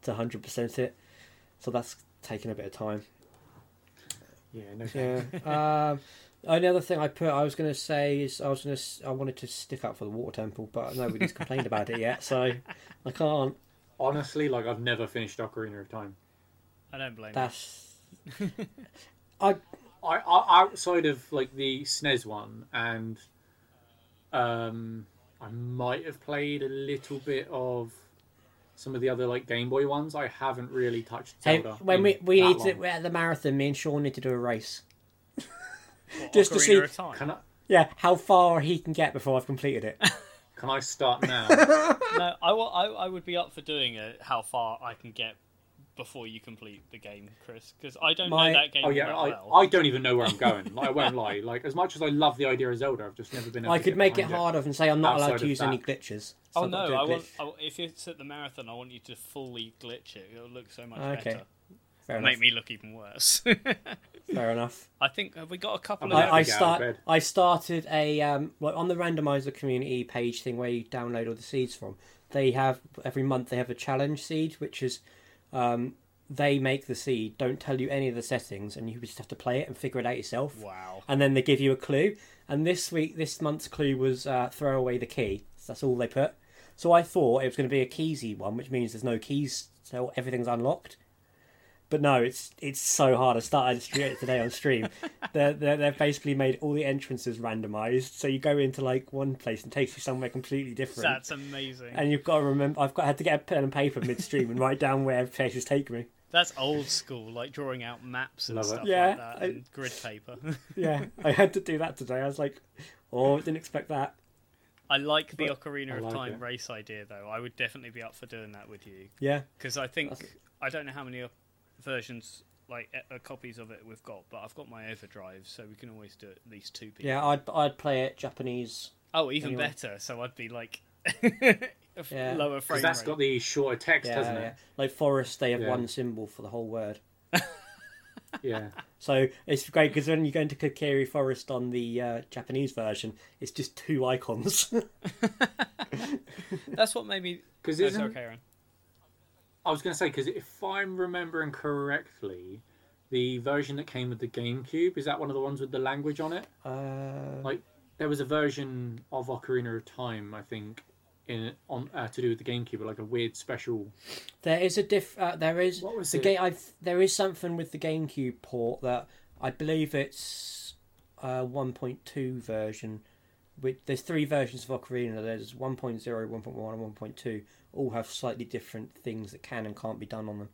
S2: to hundred percent it. So that's taking a bit of time.
S3: yeah, no
S2: Yeah. um, only other thing I put, I was going to say is I was going to, I wanted to stick up for the water temple, but nobody's complained about it yet, so I can't.
S3: Honestly, like I've never finished Ocarina of Time.
S1: I don't blame. you.
S2: That's
S3: I, I outside of like the SNES one, and um, I might have played a little bit of some of the other like Game Boy ones. I haven't really touched
S2: hey,
S3: Zelda.
S2: when
S3: in
S2: we we
S3: that
S2: need to
S3: long.
S2: we're at the marathon. Me and Sean need to do a race.
S1: What,
S2: just to
S1: Ocarina
S2: see-
S1: of Time?
S3: Can I
S2: Yeah, how far he can get before I've completed it.
S3: can I start now?
S1: no, I, wa- I, I would be up for doing a how far I can get before you complete the game, Chris, because I don't
S2: My-
S1: know that game
S3: oh yeah,
S1: that well.
S3: I, I don't even know where I'm going. Like, I won't lie. Like as much as I love the idea of Zelda, I've just never been. Able
S2: I
S3: to
S2: could
S3: get
S2: make it
S3: behind
S2: harder and say I'm not allowed
S3: Outside
S2: to
S3: of
S2: use any
S3: that.
S2: glitches. So
S1: Oh
S2: I've got
S1: no!
S2: to do a
S1: I
S2: glitch.
S1: want I, if it's at the marathon, I want you to fully glitch it. It'll look so much
S2: Okay.
S1: better.
S2: Fair
S1: It'll make
S2: enough.
S1: me look even worse.
S2: Fair enough.
S1: I think have we got a couple
S3: I-
S1: of.
S3: have to
S2: Um, I, I
S3: get out of
S2: start.
S3: bed.
S2: I started a um, like on the randomizer community page thing where you download all the seeds from. They have every month. They have a challenge seed, which is um, they make the seed, don't tell you any of the settings, and you just have to play it and figure it out yourself.
S1: Wow.
S2: And then they give you a clue. And this week, this month's clue was uh, throw away the key. So that's all they put. So I thought it was going to be a keysy one, which means there's no keys, so everything's unlocked. But no, it's it's so hard. I started to do it today on stream. they're, they're, they've basically made all the entrances randomized. So you go into like one place and takes you somewhere completely different.
S1: That's amazing.
S2: And you've got to remember, I've got had to get a pen and paper midstream and write down where places take me.
S1: That's old school, like drawing out maps and
S3: Love it.
S1: stuff
S2: Yeah,
S1: like that,
S2: I-
S1: and grid paper.
S2: Yeah, I had to do that today. I was like, oh, didn't expect that.
S1: I like the
S2: But-
S1: Ocarina
S3: I
S1: of
S3: like
S1: Time
S3: it.
S1: race idea, though. I would definitely be up for doing that with you
S2: Yeah,
S1: because I think
S2: That's-
S1: I don't know how many versions, like uh, uh, copies of it, we've got, but I've got my overdrive, so we can always do at least two people.
S2: yeah. I'd I'd play it Japanese.
S1: Oh, even
S2: Anyway.
S1: better. So I'd be like f-
S2: Yeah.
S1: lower
S3: 'Cause
S1: frame
S3: that's
S1: rate.
S3: got the shorter text,
S2: Yeah,
S3: hasn't
S2: yeah.
S3: it?
S2: like forest. They have
S3: Yeah.
S2: one symbol for the whole word.
S3: Yeah.
S2: So it's great because when you go into Kokiri Forest on the uh, Japanese version, it's just two icons.
S1: That's what made me.
S3: Because
S1: That's
S3: isn't
S1: okay, Aaron.
S3: I was going to say because if I'm remembering correctly, the version that came with the GameCube is that one of the ones with the language on it.
S2: uh,
S3: Like there was a version of Ocarina of Time, I think, in on uh, to do with the GameCube, like a weird special.
S2: there is a diff. Uh, there is
S3: What was
S2: the
S3: it?
S2: game. I there is something with the GameCube port that I believe it's uh, 1.2 version. Which there's three versions of Ocarina. There's 1.0, 1.1, and 1.2. All have slightly different things that can and can't be done on them.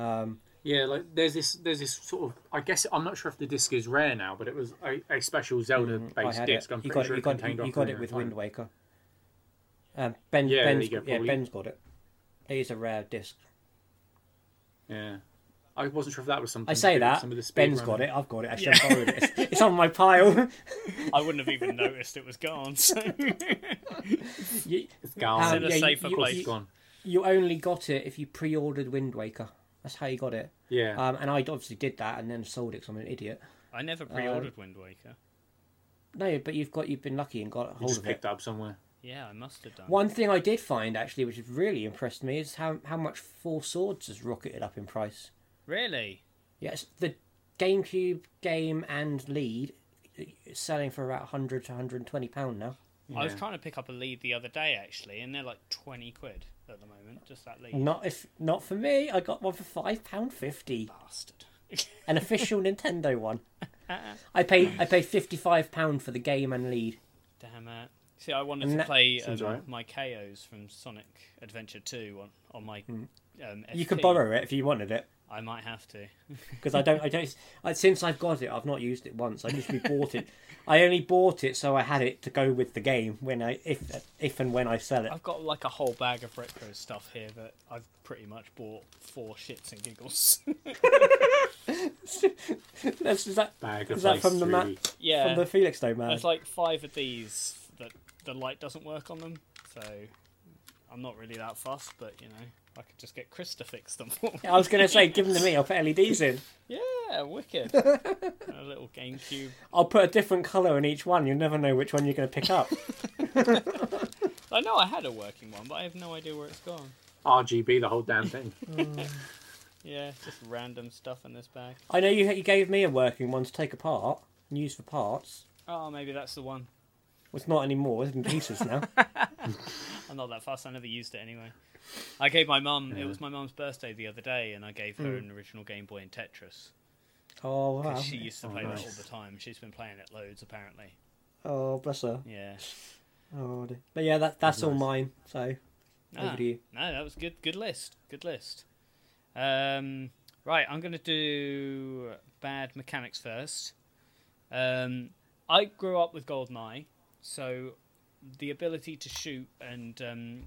S2: Um,
S3: Yeah, like there's this there's this sort of I guess I'm not sure if the disc is rare now, but it was a, a special Zelda
S2: Mm, I
S3: based
S2: had
S3: disc.
S2: it.
S3: I'm
S2: you
S3: pretty
S2: got it.
S3: sure
S2: You
S3: it
S2: got,
S3: contained
S2: you, you
S3: Ocarina
S2: got it
S3: of
S2: with
S3: Time.
S2: Wind Waker. Um, ben,
S3: Yeah, there
S2: Ben's,
S3: you go,
S2: yeah,
S3: probably.
S2: Ben's got it. These are rare discs.
S3: Yeah. I wasn't sure if that was something.
S2: I
S3: to
S2: say
S3: do with
S2: that.
S3: Some of the speed
S2: Ben's got it. I've got it. Actually, I borrowed it. It's, it's on my pile.
S1: I wouldn't have even noticed it was gone. So
S2: you,
S3: It's gone.
S1: It's in a
S2: Um, yeah,
S1: safer
S2: you-
S1: place.
S3: it's gone.
S2: you only got it if you pre-ordered Wind Waker. That's how you got it.
S3: Yeah.
S2: Um, and I obviously did that and then sold it because I'm an idiot.
S1: I never
S2: Uh,
S1: pre-ordered Wind Waker.
S2: No, but you've got you've been lucky and got
S3: you
S2: hold
S3: just
S2: of it.
S3: picked it up somewhere.
S1: Yeah, I must have done.
S2: One thing I did find actually, which has really impressed me, is how how much Four Swords has rocketed up in price.
S1: Really?
S2: Yes, the GameCube game and lead is selling for about 100 to 120 pound now.
S1: I was
S3: Yeah.
S1: trying to pick up a lead the other day actually, and they're like twenty quid at the moment. Just that lead,
S2: Not if not for me. I got one for 5 pound 50,
S1: bastard.
S2: an official Nintendo one. I paid I paid 55 pound for the game and lead.
S1: Damn it. See, I wanted
S2: And
S1: to
S2: that-
S1: play um,
S3: Seems alright.
S1: my KOs from Sonic Adventure Two on on my. Um,
S2: Mm. You could
S1: FP.
S2: borrow it if you wanted it.
S1: I might have to.
S2: because I don't, I don't. I, since I've got it, I've not used it once. I literally bought it. I only bought it so I had it to go with the game when I, if, if and when I sell it.
S1: I've got like a whole bag of retro stuff here that I've pretty much bought for shits and giggles.
S2: That's, is that
S3: Bag of
S2: is that
S3: place
S2: from the map
S3: really.
S1: yeah,
S2: from the Felix though, man?
S1: there's like five of these that the light doesn't work on them, so I'm not really that fussed. But you know, I could just get Chris to fix them. for me.
S2: I was gonna say, give them to me. I'll put LEDs E in.
S1: yeah, wicked. a little GameCube.
S2: I'll put a different color in each one. You'll never know which one you're gonna pick up.
S1: I know I had a working one, but I have no idea where it's gone.
S3: RGB, the whole damn thing.
S1: Yeah, just random stuff in this bag.
S2: I know you you gave me a working one to take apart and use for parts.
S1: Oh, maybe that's the one.
S2: Well, it's not anymore. It's in pieces now.
S1: I'm not that fussed. I never used it anyway. I gave my mum. It was my mum's birthday the other day, and I gave her an original Game Boy and Tetris.
S2: Oh wow.
S1: 'Cause she used to
S3: Oh,
S1: play that
S3: nice.
S1: all the time. She's been playing it loads apparently.
S2: Oh bless her.
S1: Yeah.
S2: Oh, dear. but yeah, that that's all mine. So over
S1: Ah,
S2: to you.
S1: No, that was good. Good list. Good list. Um, right, I'm going to do bad mechanics first. Um, I grew up with Goldeneye, so the ability to shoot and um,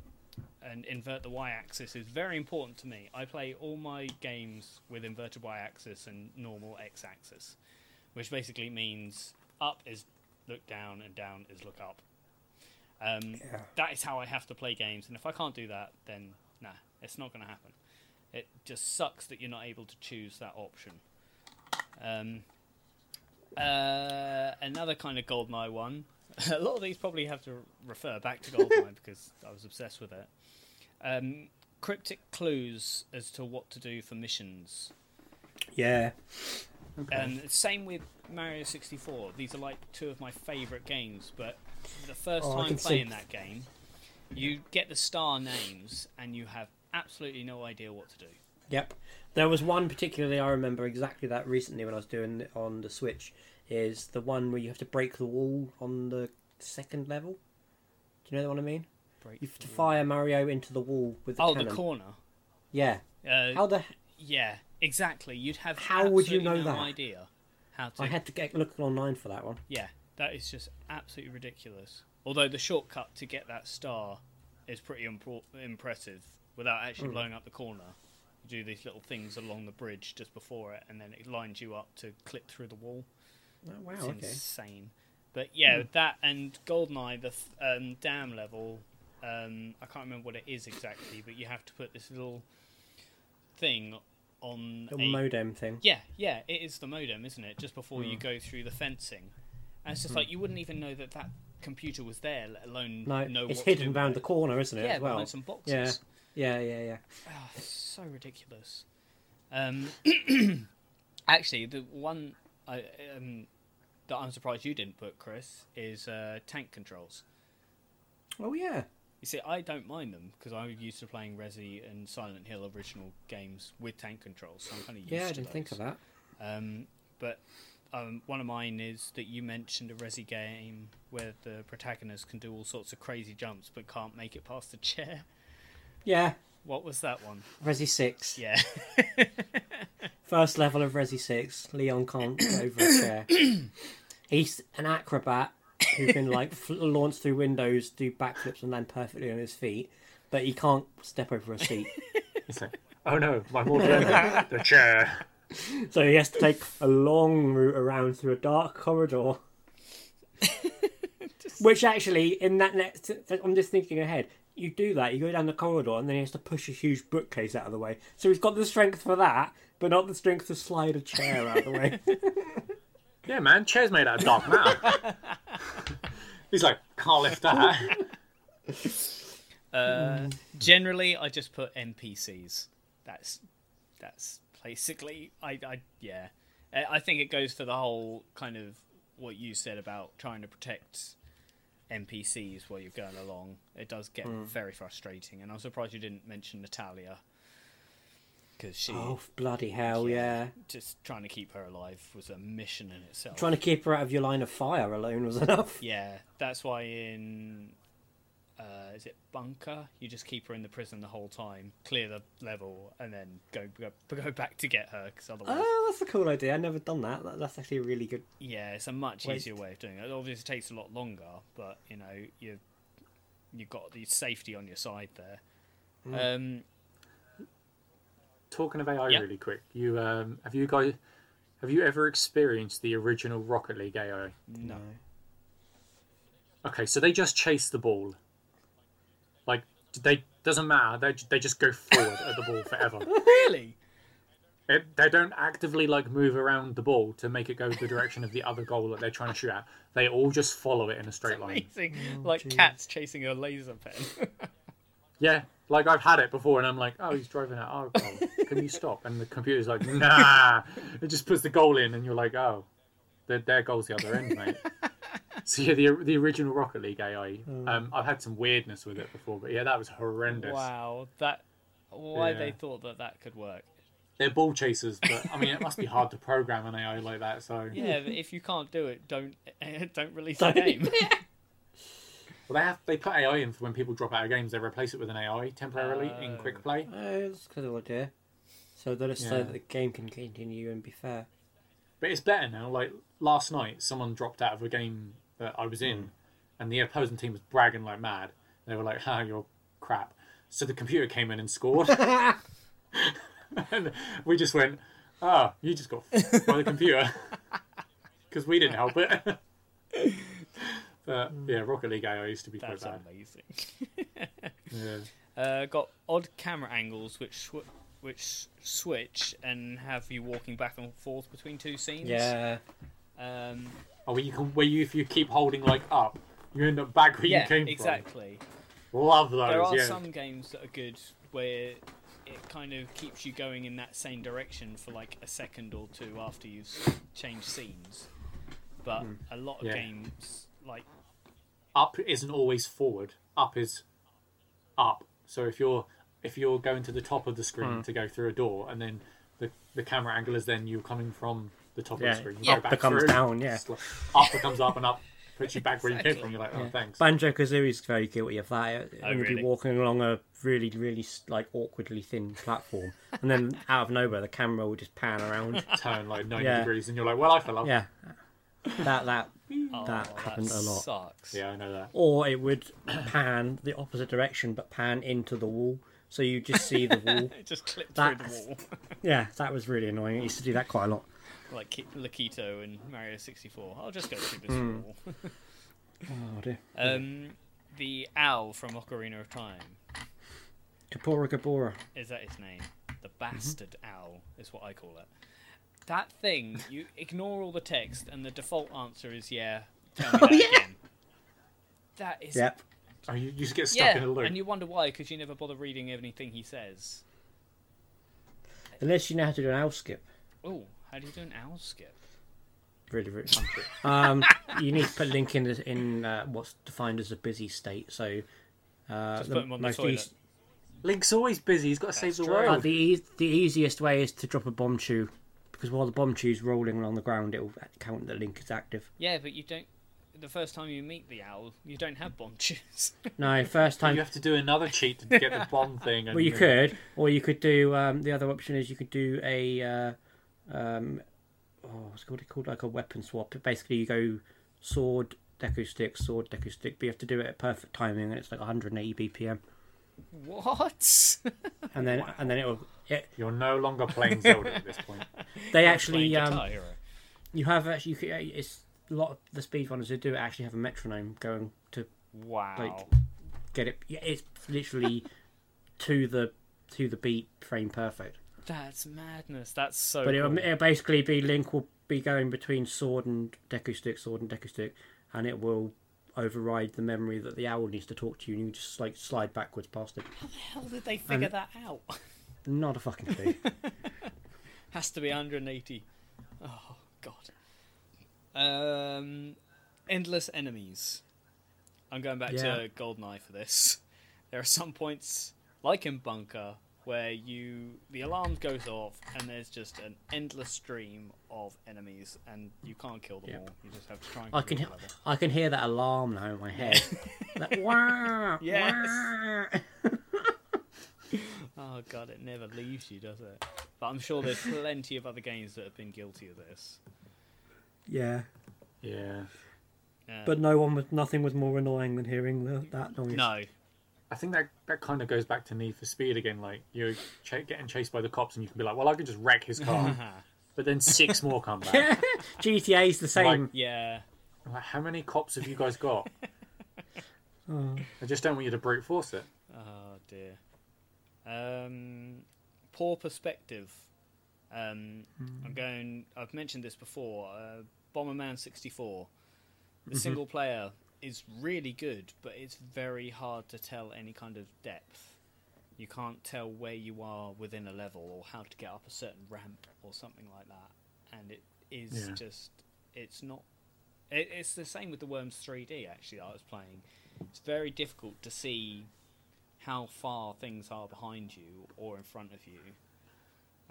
S1: and invert the y-axis is very important to me. I play all my games with inverted y-axis and normal x-axis, which basically means up is look down and down is look up. Um,
S2: Yeah.
S1: That is how I have to play games, and if I can't do that, then nah, it's not going to happen. It just sucks that you're not able to choose that option. Um, uh, another kind of Goldeneye one. A lot of these probably have to refer back to Goldeneye because I was obsessed with it. Um, cryptic clues as to what to do for missions.
S2: Yeah.
S1: Um, same with Mario 64. These are like two of my favourite games, but the first
S2: Oh, I
S1: time
S2: can see-
S1: playing that game, you get the star names and you have absolutely no idea what to do.
S2: Yep. There was one particularly I remember exactly that recently when I was doing it on the Switch is the one where you have to break the wall on the second level. Do you know the one I mean?
S1: Break
S2: You have to
S1: the-
S2: fire Mario into the wall with the
S1: Mm. oh,
S2: cannon.
S1: the corner.
S2: yeah.
S1: Uh,
S2: How the
S1: Yeah, exactly. You'd have
S2: How would you
S1: absolutely
S2: know
S1: no
S2: that?
S1: idea how to
S2: I had to get look online for that one.
S1: Yeah, that is just absolutely ridiculous. Although the shortcut to get that star is pretty impro- impressive without
S2: Hmm.
S1: actually blowing up the corner. You do these little things along the bridge just before it, and then it lines you up to clip through the wall.
S2: Oh, wow.
S1: It's
S2: Okay. Hmm.
S1: insane. But yeah, that and Goldeneye, the th- um, dam level, um, I can't remember what it is exactly, but you have to put this little thing on
S2: The
S1: a
S2: modem thing.
S1: yeah, yeah, it is the modem, isn't it? Just before
S2: Hmm.
S1: you go through the fencing, and it's just like you wouldn't even know that that computer was there, let alone
S2: No,
S1: know
S2: it's
S1: what to do
S2: hidden
S1: with
S2: round
S1: it.
S2: the corner, isn't it?
S1: yeah
S2: as well.
S1: behind some boxes.
S2: Yeah. Yeah, yeah, yeah.
S1: Oh, so ridiculous. Um, actually, the one I, um, that I'm surprised you didn't put, Chris, is uh, tank controls.
S2: Oh yeah.
S1: You see, I don't mind them because I'm used to playing Resi and Silent Hill original games with tank controls, so I'm kind of used
S2: Yeah, I
S1: to
S2: didn't
S1: those.
S2: think of that.
S1: Um, but um, one of mine is that you mentioned a Resi game where the protagonist can do all sorts of crazy jumps but can't make it past the chair.
S2: Yeah.
S1: What was that one?
S2: Resi six.
S1: Yeah,
S2: First level of Resi 6, Leon can't get over a chair. He's an acrobat who can like fl- launch through windows, do backflips, and land perfectly on his feet. but he can't step over a seat,
S3: It's like, oh no, my water, the chair.
S2: so he has to take a long route around through a dark corridor. Which actually, in that next, I'm just thinking ahead. You do that, you go down the corridor, and then he has to push a huge bookcase out of the way. So he's got the strength for that, but not the strength to slide a chair out of the way.
S3: Yeah, man, chair's made out of dark matter. He's like, can't lift that.
S1: Uh, generally, I just put NPCs. That's that's basically I, I yeah. I I think it goes for the whole kind of what you said about trying to protect NPCs while you're going along. It does get very frustrating, and I'm surprised you didn't mention Natalia because she
S2: oh bloody hell! Yeah,
S1: just trying to keep her alive was a mission in itself.
S2: trying to keep her out of your line of fire alone was enough.
S1: Yeah, that's why in uh, is it bunker? You just keep her in the prison the whole time, clear the level, and then go go, go back to get her. Because otherwise,
S2: Oh, that's a cool idea. I've never done that. That- That's actually a really good.
S1: yeah, it's a much
S2: Wait.
S1: easier way of doing it. It obviously takes a lot longer, but you know you you've got the safety on your side there. Um,
S3: Talking of AI
S1: Yeah.
S3: really quick, you um, have you guys have you ever experienced the original Rocket League AI?
S1: no,
S3: Okay, so they just chase the ball. Like they doesn't matter. They they just go forward at the ball forever.
S1: really,
S3: It, they don't actively like move around the ball to make it go the direction of the other goal that they're trying to shoot at. They all just follow it in a straight line.
S1: amazing. like
S2: geez.
S1: cats chasing a laser pen.
S3: Yeah, like I've had it before, and I'm like, oh, he's driving at our goal. Can you stop? And the computer's like, nah. It just puts the goal in, and you're like, oh, their, their goal's the other end, mate. so yeah, the the original Rocket League AI. Um, I've had some weirdness with it before, but yeah, that was horrendous.
S1: wow, that why they
S3: Yeah.
S1: thought that that could work.
S3: They're ball chasers, but I mean, it must be hard to program an AI like that. So
S1: Yeah, but if you can't do it, don't don't release the
S2: Don't-
S1: game.
S3: well, they have they put AI in for when people drop out of games, they replace it with an AI temporarily in
S1: Oh.
S3: quick play.
S2: Oh, that's a cool idea. So that it's so
S3: Yeah.
S2: that the game can continue and be fair.
S3: But it's better now. Like last night, someone dropped out of a game that I was
S1: Hmm.
S3: in, and the opposing team was bragging like mad. They were like, "Ha, you're crap." So the computer came in and scored, and we just went, "Ah, you just got f- by the computer," because we didn't help it. but yeah, Rocket League AI used to be quite
S1: That's
S3: bad.
S1: amazing.
S3: Yeah.
S1: Uh, got odd camera angles which sw- which switch and have you walking back and forth between two scenes.
S2: Yeah.
S1: Um,
S3: Oh, where you can where you if you keep holding like up, you end up back where
S1: yeah.
S3: you came
S1: Exactly.
S3: from. Love those.
S1: There are
S3: yeah.
S1: some games that are good where it kind of keeps you going in that same direction for like a second or two after you've s- changed scenes. But a lot of
S3: Hmm. Yeah.
S1: games like
S3: up isn't always forward. Up is up. So if you're if you're going to the top of the screen
S2: Hmm.
S3: to go through a door, and then the, the camera angle is then you're coming from the top
S2: Yeah,
S3: of the screen. You
S2: up becomes down, yeah.
S3: It's like Up becomes up and up puts you back where you came from. You're like, oh, thanks.
S2: Banjo Kazooie is very guilty of that. Oh, would
S1: really?
S2: be walking along a really, really like awkwardly thin platform, and then out of nowhere, the camera will just pan around.
S3: Turn like 90
S2: Yeah.
S3: degrees, and you're like, well, I fell off.
S2: yeah, that that
S1: oh,
S2: that happened a lot.
S1: Sucks.
S3: Yeah, I know that.
S2: Or it would pan the opposite direction, but pan into the wall, so you just see the wall.
S1: It just clipped through
S2: That's-
S1: the wall.
S2: Yeah, that was really annoying. It used to do that quite a lot.
S1: like Ki- Lakito and Mario 64. I'll just go through this wall.
S2: Oh dear.
S1: Um, the owl from Ocarina of Time.
S2: Kapora Kapora.
S1: Is that his name? The bastard owl is what I call it. That thing, you ignore all the text, and the default answer is Oh, yeah. Tell me that again. That is
S2: Yep.
S3: Oh, you, you just get stuck
S1: yeah,
S3: in a loop.
S1: and you wonder why because you never bother reading anything he says.
S2: Unless you know how to do an owl skip.
S1: Oh, how do you do an owl skip?
S2: Really, really. um, you need to put Link in as- in uh, what's defined as a busy state. So uh,
S1: Just put him on the toilet.
S2: eas-
S3: Link's always busy. He's got to save the
S1: true.
S2: But
S3: world.
S2: the e- the easiest way is to drop a bomb chew, because while the bomb chew's rolling along the ground, it'll count that Link is active.
S1: Yeah, but you don't. The first time you meet the owl, you don't have bomb chews.
S2: No, first
S3: You
S2: time.
S3: have to do another cheat to get the bomb thing. And
S2: Well, you could, or you could do um, the other option is you could do a, uh, um, oh, what's it called? It's called like a weapon swap. Basically, you go sword Deku stick, sword Deku stick, but you have to do it at perfect timing, and it's like 180 BPM.
S1: What?
S2: and then and then it'll it,
S3: You're no longer playing Zelda at this point.
S2: they
S1: Playing
S2: actually um,
S1: Guitar Hero.
S2: you have actually you, can- it's a lot of the speedrunners who do it actually have a metronome going to
S1: Wow.
S2: get it yeah, it's literally to the to the beat frame perfect
S1: That's madness. That's so.
S2: but it'll,
S1: Oh, cool.
S2: it'll basically be link will be going between sword and deku stick sword and deku stick and it will override the memory that the owl needs to talk to you and you just like slide backwards past it
S1: How the hell did they figure that out?
S2: not a fucking clue
S1: Has to be 180. Oh god. Um, endless enemies. I'm going back
S2: Yeah.
S1: to Goldeneye for this. There are some points, like in Bunker, where you the alarm goes off and there's just an endless stream of enemies, and you can't kill them
S2: Yep.
S1: all. You just have to try and.
S2: i
S1: kill
S2: can
S1: the level.
S2: i can hear that alarm now in my head that wow
S1: Yes.
S2: wah.
S1: Oh god, it never leaves you, does it? But I'm sure there's plenty of other games that have been guilty of this.
S2: yeah
S3: Yeah.
S1: Uh,
S2: but no one was nothing was more annoying than hearing the, that noise
S1: no,
S3: I think that, that kind of goes back to Need for Speed again. Like you're ch- getting chased by the cops, and you can be like, "Well, I could just wreck his car," but then six more come back.
S2: gta's the same
S3: Like-
S1: yeah.
S3: I'm like, how many cops have you guys got? I just don't want you to brute force it.
S1: Oh dear. Um, poor perspective. Um, I'm going. I've mentioned this before. Uh, Bomberman 64. The single player is really good, but it's very hard to tell any kind of depth. You can't tell where you are within a level or how to get up a certain ramp or something like that. And it is
S3: Yeah.
S1: just. It's not. It, it's the same with the Worms 3D. Actually, I was playing. It's very difficult to see how far things are behind you or in front of you.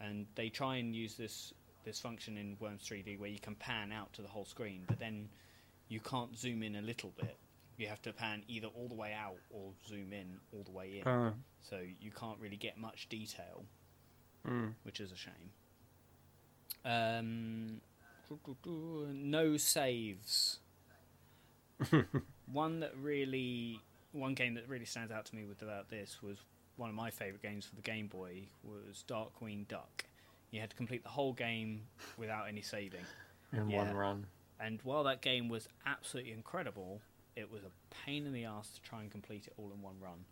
S1: And they try and use this this function in Worms 3D where you can pan out to the whole screen, but then you can't zoom in a little bit. You have to pan either all the way out or zoom in all the way in.
S2: Oh.
S1: So you can't really get much detail, which is a shame. Um, no saves. one that really, one game that really stands out to me with about this was one of my favorite games for the Game Boy was Dark Queen Duck. You had to complete the whole game without any saving.
S3: In
S1: Yeah.
S3: one run,
S1: And while that game was absolutely incredible, it was a pain in the ass to try and complete it all in one run.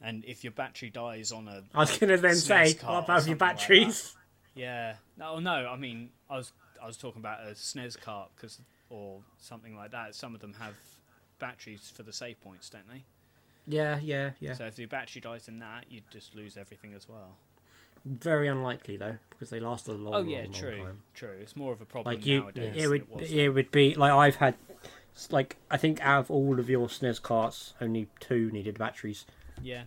S1: And if your battery dies on a
S2: I was gonna then
S1: SNES
S2: say,
S1: car or
S2: what about
S1: something
S2: your
S1: like that.
S2: batteries?
S1: yeah, no, oh, no, I mean, I was I was talking about a SNES cart cause, or something like that. Some of them have batteries for the save points, don't they?
S2: Yeah, yeah, yeah.
S1: So if your battery dies in that, you just lose everything as well.
S2: Very unlikely though, because they last a long,
S1: Oh
S2: long,
S1: yeah,
S2: long
S1: true,
S2: time.
S1: true. It's more of a problem
S2: Like you,
S1: nowadays.
S2: it would,
S1: than it was
S2: it would be like I've had, it's like I think out of all of your SNES carts, only two needed batteries,
S1: then. yeah.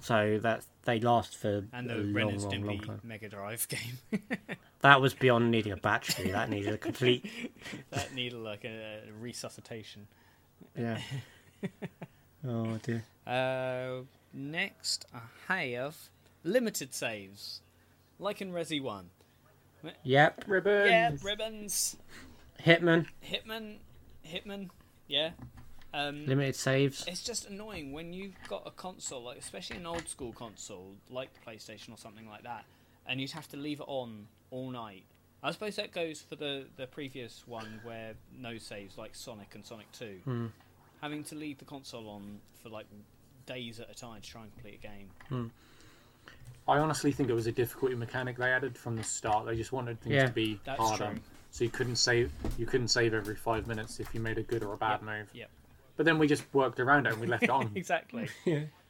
S2: so that they last for
S1: And
S2: a
S1: the
S2: long,
S1: Renner's
S2: long, long
S1: Dimpy
S2: time.
S1: Mega Drive game
S2: That was beyond needing a battery. That needed a complete,
S1: that needed like a, a resuscitation.
S2: yeah. Oh dear.
S1: Uh, next, I have limited saves, like in Resi One.
S2: Yep.
S3: ribbon.
S1: Yeah, ribbons,
S2: Hitman
S1: Hitman, Hitman. Yeah. Um,
S2: limited saves.
S1: it's just annoying when you've got a console, like especially an old school console like the PlayStation or something like that, and you'd have to leave it on all night. I suppose that goes for the the previous one where no saves, like Sonic and Sonic Two. Having to leave the console on for like days at a time to try and complete a game.
S3: I honestly think it was a difficulty mechanic they added from the start. They just wanted things
S2: Yeah.
S3: to be
S1: That's
S3: harder,
S1: true.
S3: so you couldn't save. You couldn't save every five minutes if you made a good or a bad move.
S1: Yep.
S3: But then we just worked around it and we left it on.
S1: Exactly.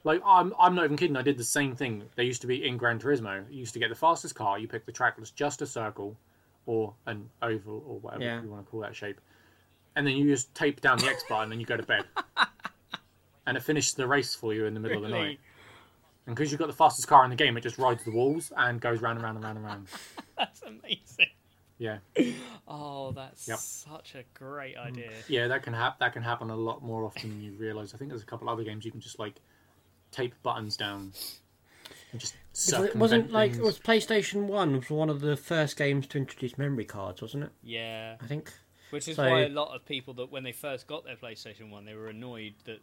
S3: Like I'm, I'm not even kidding. I did the same thing. They used to be in Gran Turismo. You used to get the fastest car. You pick the track was just a circle, or an oval, or whatever
S2: Yeah.
S3: you want to call that shape, and then you just tape down the X button and you go to bed, and it finished the race for you in the middle of the
S1: Really?
S3: night. And because you've got the fastest car in the game, it just rides the walls and goes round and round and round and round.
S1: That's amazing.
S3: Yeah,
S1: Oh, that's
S3: Yep.
S1: such a great idea.
S3: yeah, that can hap- That can happen a lot more often than you realise. I think there's a couple other games you can just like tape buttons down and just.
S2: It wasn't
S3: circumvent
S2: like it
S3: things.
S2: was PlayStation One was one of the first games to introduce memory cards, wasn't it?
S1: Yeah.
S2: I think.
S1: Which is
S2: So-
S1: why a lot of people that when they first got their PlayStation 1, they were annoyed that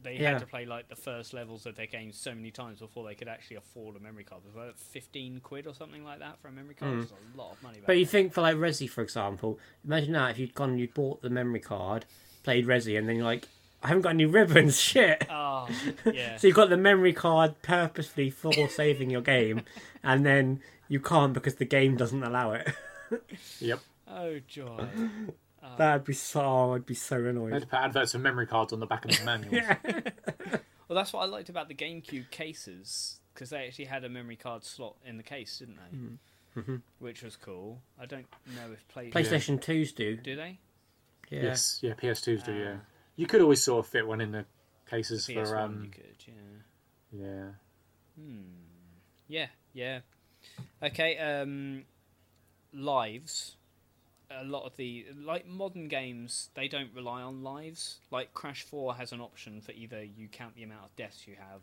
S1: they
S2: Yeah.
S1: had to play like the first levels of their game so many times before they could actually afford a memory card. It was like fifteen quid or something like that for a memory card. It's a lot of money. Back
S2: Mm. But you
S1: then.
S2: think for like Resi, for example, imagine that if you'd gone and you bought the memory card, played Resi, and then you're like, I haven't got any ribbons, shit.
S1: Oh, yeah.
S2: So you've got the memory card purposefully for saving your game, and then you can't because the game doesn't allow it.
S3: Yep.
S1: Oh joy.
S2: That'd be so. oh, I'd be so
S3: I had to
S2: annoyed.
S3: put adverts for memory cards on the back of the manuals.
S1: Well, that's what I liked about the GameCube cases because they actually had a memory card slot in the case, didn't they? Mm-hmm. Which was cool. I don't know if play-
S2: PlayStation 2s do.
S1: do they?
S2: Yeah.
S3: Yes, yeah, PS2s do, yeah. You could always sort of fit one in the
S1: PS1
S3: cases for,
S1: you
S3: um,
S1: could, yeah. Hmm.
S3: yeah.
S1: Yeah, yeah. Okay, um lives. A lot of the like modern games, they don't rely on lives. Like Crash 4 has an option for either you count the amount of deaths you have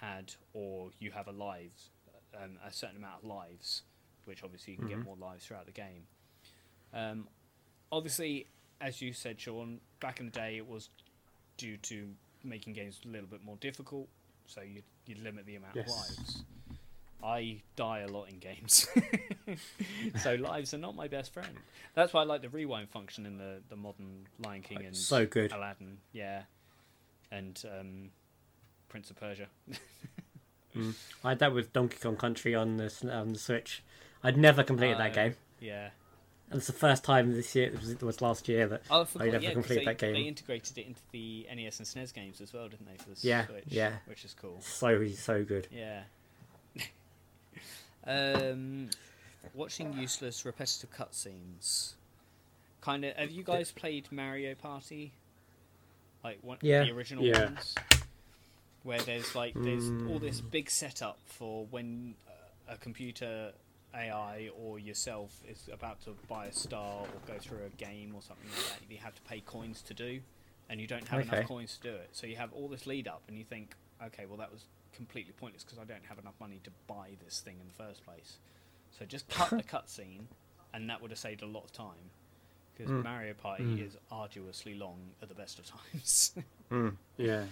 S1: had or you have a lives um, a certain amount of lives, which obviously you can get more lives throughout the game. Um, obviously, as you said, Sean, back in the day it was due to making games a little bit more difficult, so you you limit the amount of
S3: Yes.
S1: lives. I die a lot in games, so lives are not my best friend. That's why I like the rewind function in the, the modern Lion King and
S2: So good.
S1: Aladdin, yeah, and um, Prince of Persia.
S2: I had that with Donkey Kong Country on the, s- on the Switch. I'd never completed that
S1: Uh,
S2: game.
S1: Yeah,
S2: And it's the first time this year, it was, it was last year that
S1: Oh, I
S2: I'd
S1: forgot,
S2: ever
S1: yeah, 'cause
S2: complete
S1: they,
S2: that game.
S1: They integrated it into the NES and SNES games as well, didn't they? For the
S2: Yeah,
S1: Switch,
S2: yeah.
S1: which is cool.
S2: so, so good.
S1: Yeah. um, watching useless repetitive cutscenes. Kind of. Have you guys played Mario Party? Like one,
S2: Yeah.
S1: the original
S3: Yeah.
S1: ones, where there's like there's all this big setup for when uh, a computer AI or yourself is about to buy a star or go through a game or something like that. You have to pay coins to do, and you don't have
S2: Okay.
S1: enough coins to do it. So you have all this lead up, and you think, okay, well that was completely pointless because I don't have enough money to buy this thing in the first place. So just cut the cutscene, and that would have saved a lot of time. Because Mario Party is arduously long at the best of times.
S3: Yeah,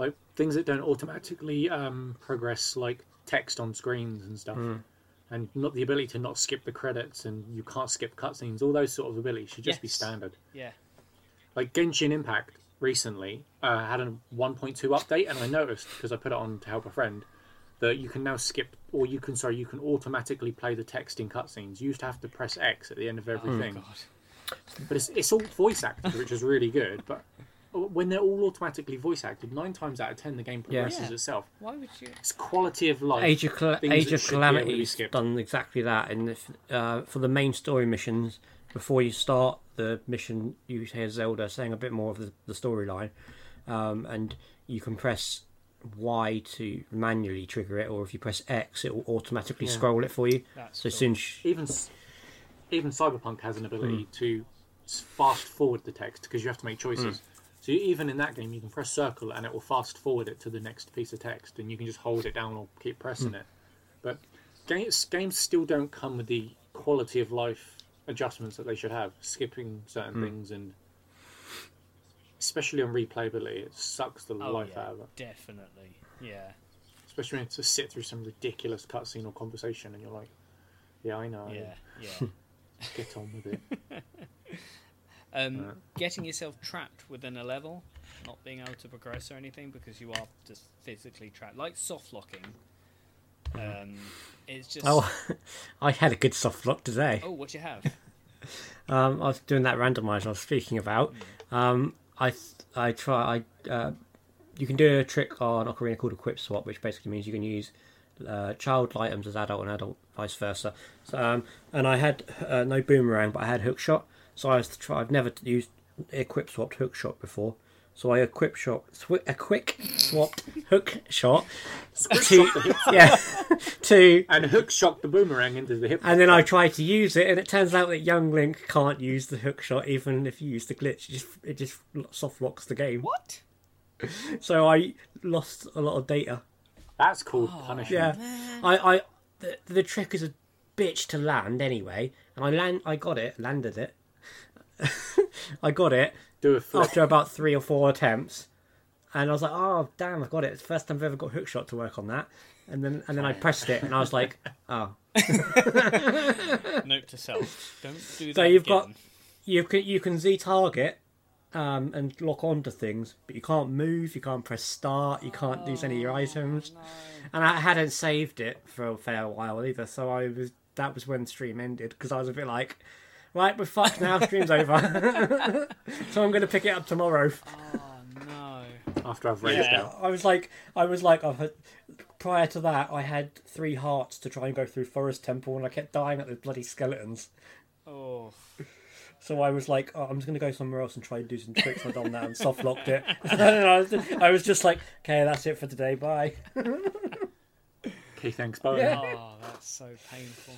S3: like things that don't automatically um, progress, like text on screens and stuff,
S2: Hmm.
S3: and not the ability to not skip the credits, and you can't skip cutscenes. All those sort of abilities should just be
S1: Yes.
S3: standard.
S1: yeah.
S3: Like Genshin Impact recently uh, had a 1.2 update, and I noticed because I put it on to help a friend that you can now skip, or you can sorry, you can automatically play the text in cutscenes. You used to have to press X at the end of everything,
S2: Oh,
S1: God.
S3: but it's, it's all voice acted, which is really good. But when they're all automatically voice acted, nine times out of ten, the game
S2: Yeah.
S3: progresses
S1: Yeah.
S3: itself.
S1: Why would you?
S3: It's quality of life.
S2: Age of, Cla-
S3: things
S2: Age
S3: that
S2: of
S3: should be able to be
S2: Calamity's
S3: skipped.
S2: done exactly that. And if, uh, for the main story missions, before you start the mission, you hear Zelda saying a bit more of the, the storyline, um, and you can press Y to manually trigger it, or if you press X, it will automatically scroll it for you.
S1: That's
S2: so
S1: cool.
S2: soon, sh-
S3: Even s- even Cyberpunk has an ability to s- fast forward the text because you have to make choices. So you, even in that game, you can press circle and it will fast forward it to the next piece of text, and you can just hold it down or keep pressing it. But games games still don't come with the quality of life adjustments that they should have, skipping certain things and. Especially on replayability, it sucks the
S1: Oh
S3: life
S1: yeah,
S3: out of it.
S1: definitely. Yeah.
S3: Especially when you have to sit through some ridiculous cutscene or conversation, and you're like, "Yeah, I know.
S1: Yeah. Yeah.
S3: Get on with it."
S1: Um, Getting yourself trapped within a level, not being able to progress or anything because you are just physically trapped, like soft locking. Um, it's just oh,
S2: oh, I had a good soft lock today.
S1: what you have?
S2: um, I was doing that randomizer I was speaking about. Um, I th- I try I uh, you can do a trick on Ocarina called a Quip Swap, which basically means you can use uh, child items as adult and adult vice versa. So, um, and I had uh, no boomerang, but I had hook shot. So I was to try. I've never t- used equip swapped hook shot before. So I equip shot swi- a quick swap hook shot to yeah to
S3: and hook shot the boomerang into the hip.
S2: and then I tried to use it, and it turns out that Young Link can't use the hook shot even if you use the glitch. It just, it just soft locks the game.
S1: What?
S2: So I lost a lot of data.
S3: That's called punishment.
S2: Yeah, I, I, the, the trick is a bitch to land anyway, and I land, I got it, landed it. I got it
S3: Do a flip. Oh.
S2: after about three or four attempts, and I was like, "Oh damn, I've got it! It's the first time I've ever got Hookshot to work on that." And then and then I pressed it, and I was like, "Oh,
S1: Note to self: don't do that.
S2: So you've
S1: again.
S2: got- you can you can Z target um, and lock onto things, but you can't move, you can't press start, you can't use any of your items." And I hadn't saved it for a fair while either, so I was that was when stream ended because I was a bit like. Right, we're fucked now. Stream's over, so I'm going to pick it up tomorrow.
S1: Oh no.
S3: After I've raised
S1: Yeah.
S3: out.
S2: I was like, I was like, I've had, prior to that, I had three hearts to try and go through Forest Temple, and I kept dying at the bloody skeletons.
S1: Oh.
S2: So I was like, oh, I'm just gonna go somewhere else and try and do some tricks. and I've done that and soft locked it. And then I, was, I was just like, okay, that's it for today. Bye.
S3: Okay, thanks, bye.
S2: Yeah.
S1: Oh, that's so painful.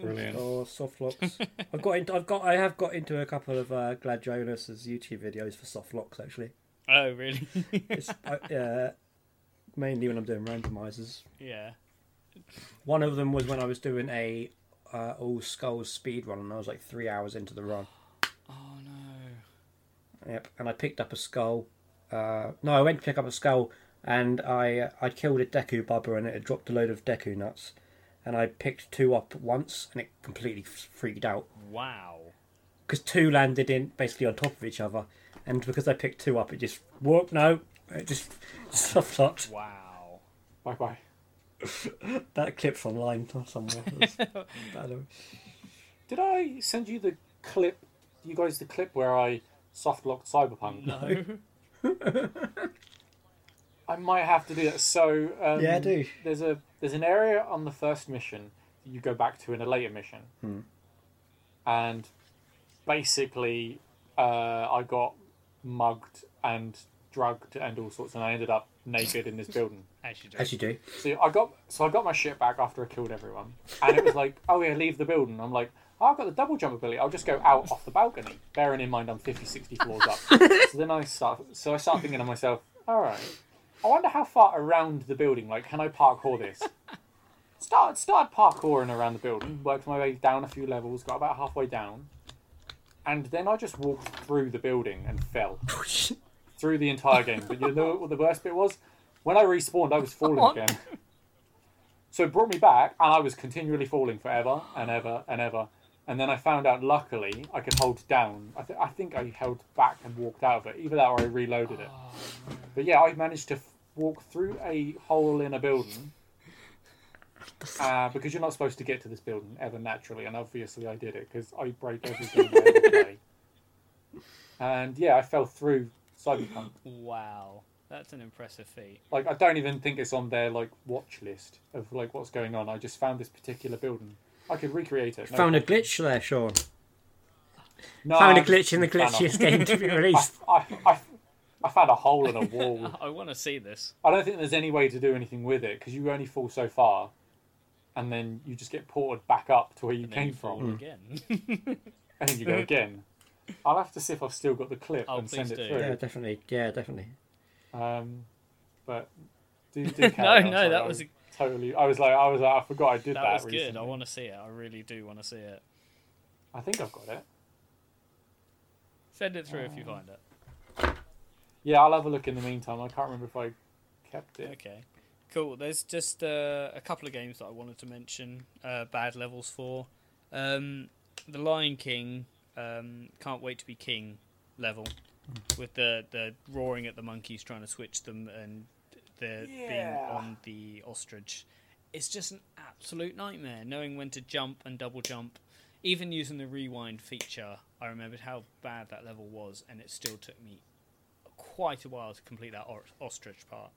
S3: Brilliant.
S2: Oh, soft locks. I've got, into, I've got, I have got into a couple of uh, Glad Jonas's YouTube videos for soft locks actually.
S1: Oh really?
S2: It's uh, mainly when I'm doing randomizers.
S1: yeah.
S2: One of them was when I was doing a uh, all skulls speed run, and I was like three hours into the run.
S1: Oh no.
S2: Yep, and I picked up a skull. Uh, no, I went to pick up a skull, and I I killed a Deku Bubba, and it had dropped a load of Deku nuts, and I picked two up at once, and it completely f- freaked out
S1: Wow.
S2: because two landed in basically on top of each other, and because I picked two up, it just whoop no, it just soft locked.
S1: Wow.
S3: Bye bye.
S2: That clip's online somewhere. That's- I don't-
S3: Did I send you the clip? You guys, the clip where I soft locked Cyberpunk?
S1: No.
S3: I might have to do that. So um,
S2: Yeah, I do.
S3: There's a there's an area on the first mission that you go back to in a later mission, and basically uh, I got mugged and drugged and all sorts, and I ended up naked in this building.
S1: As you do.
S2: As you do.
S3: So I got so I got my shit back after I killed everyone, and it was like, oh yeah, leave the building. I'm like, oh, I've got the double jump ability. I'll just go out off the balcony. Bearing in mind I'm 50, 60 floors up. so then I start so I start thinking to myself, all right, I wonder how far around the building. Like, can I parkour this? Start start parkouring around the building. Worked my way down a few levels. Got about halfway down, and then I just walked through the building and fell through the entire game. But you know what the worst bit was? When I respawned, I was falling again. So it brought me back, and I was continually falling forever and ever and ever. And then I found out, luckily, I could hold down. I, th- I think I held back and walked out of it. Either that or I reloaded it. But yeah, I managed to f- walk through a hole in a building. Uh, because you're not supposed to get to this building ever naturally, and obviously I did it because I break everything. I ever play. and yeah, I fell through Cyberpunk
S1: Wow. That's an impressive feat.
S3: like I don't even think it's on their like watch list of like what's going on. I just found this particular building. I could recreate it. No
S2: Found a
S3: problem.
S2: glitch there, Sean.
S3: No,
S2: Found Oh, a
S3: I'm
S2: glitch in the
S3: just fan
S2: glitchiest game to be released.
S3: off. I, I, I found a hole in a wall.
S1: I want to see this.
S3: I don't think there's any way to do anything with it because you only fall so far, and then you just get ported back up to where you
S1: And then
S3: came
S1: you fall
S2: Hmm.
S3: from,
S1: again.
S3: and then you go again. I'll have to see if I've still got the clip
S1: Mm-hmm. Oh,
S3: and send
S1: please
S3: it
S1: do.
S2: Yeah,
S3: through.
S2: definitely. Yeah, definitely.
S3: Um, but do, do
S1: No,
S3: carry on,
S1: no,
S3: sorry,
S1: that
S3: I
S1: was a-
S3: totally. I was like, I was like, I forgot I did that.
S1: that was good.
S3: recently.
S1: I want to see it. I really do want to see it.
S3: I think I've got it.
S1: Send it through if you find it.
S3: Yeah, I'll have a look in the meantime. I can't remember if I kept it.
S1: Okay. Cool. There's just uh, a couple of games that I wanted to mention uh, bad levels for. Um, the Lion King, um, Can't Wait to Be King level, with the, the roaring at the monkeys trying to switch them and the being
S3: Yeah.
S1: on the ostrich. It's just an absolute nightmare knowing when to jump and double jump. Even using the rewind feature, I remembered how bad that level was, and it still took me quite a while to complete that or- ostrich part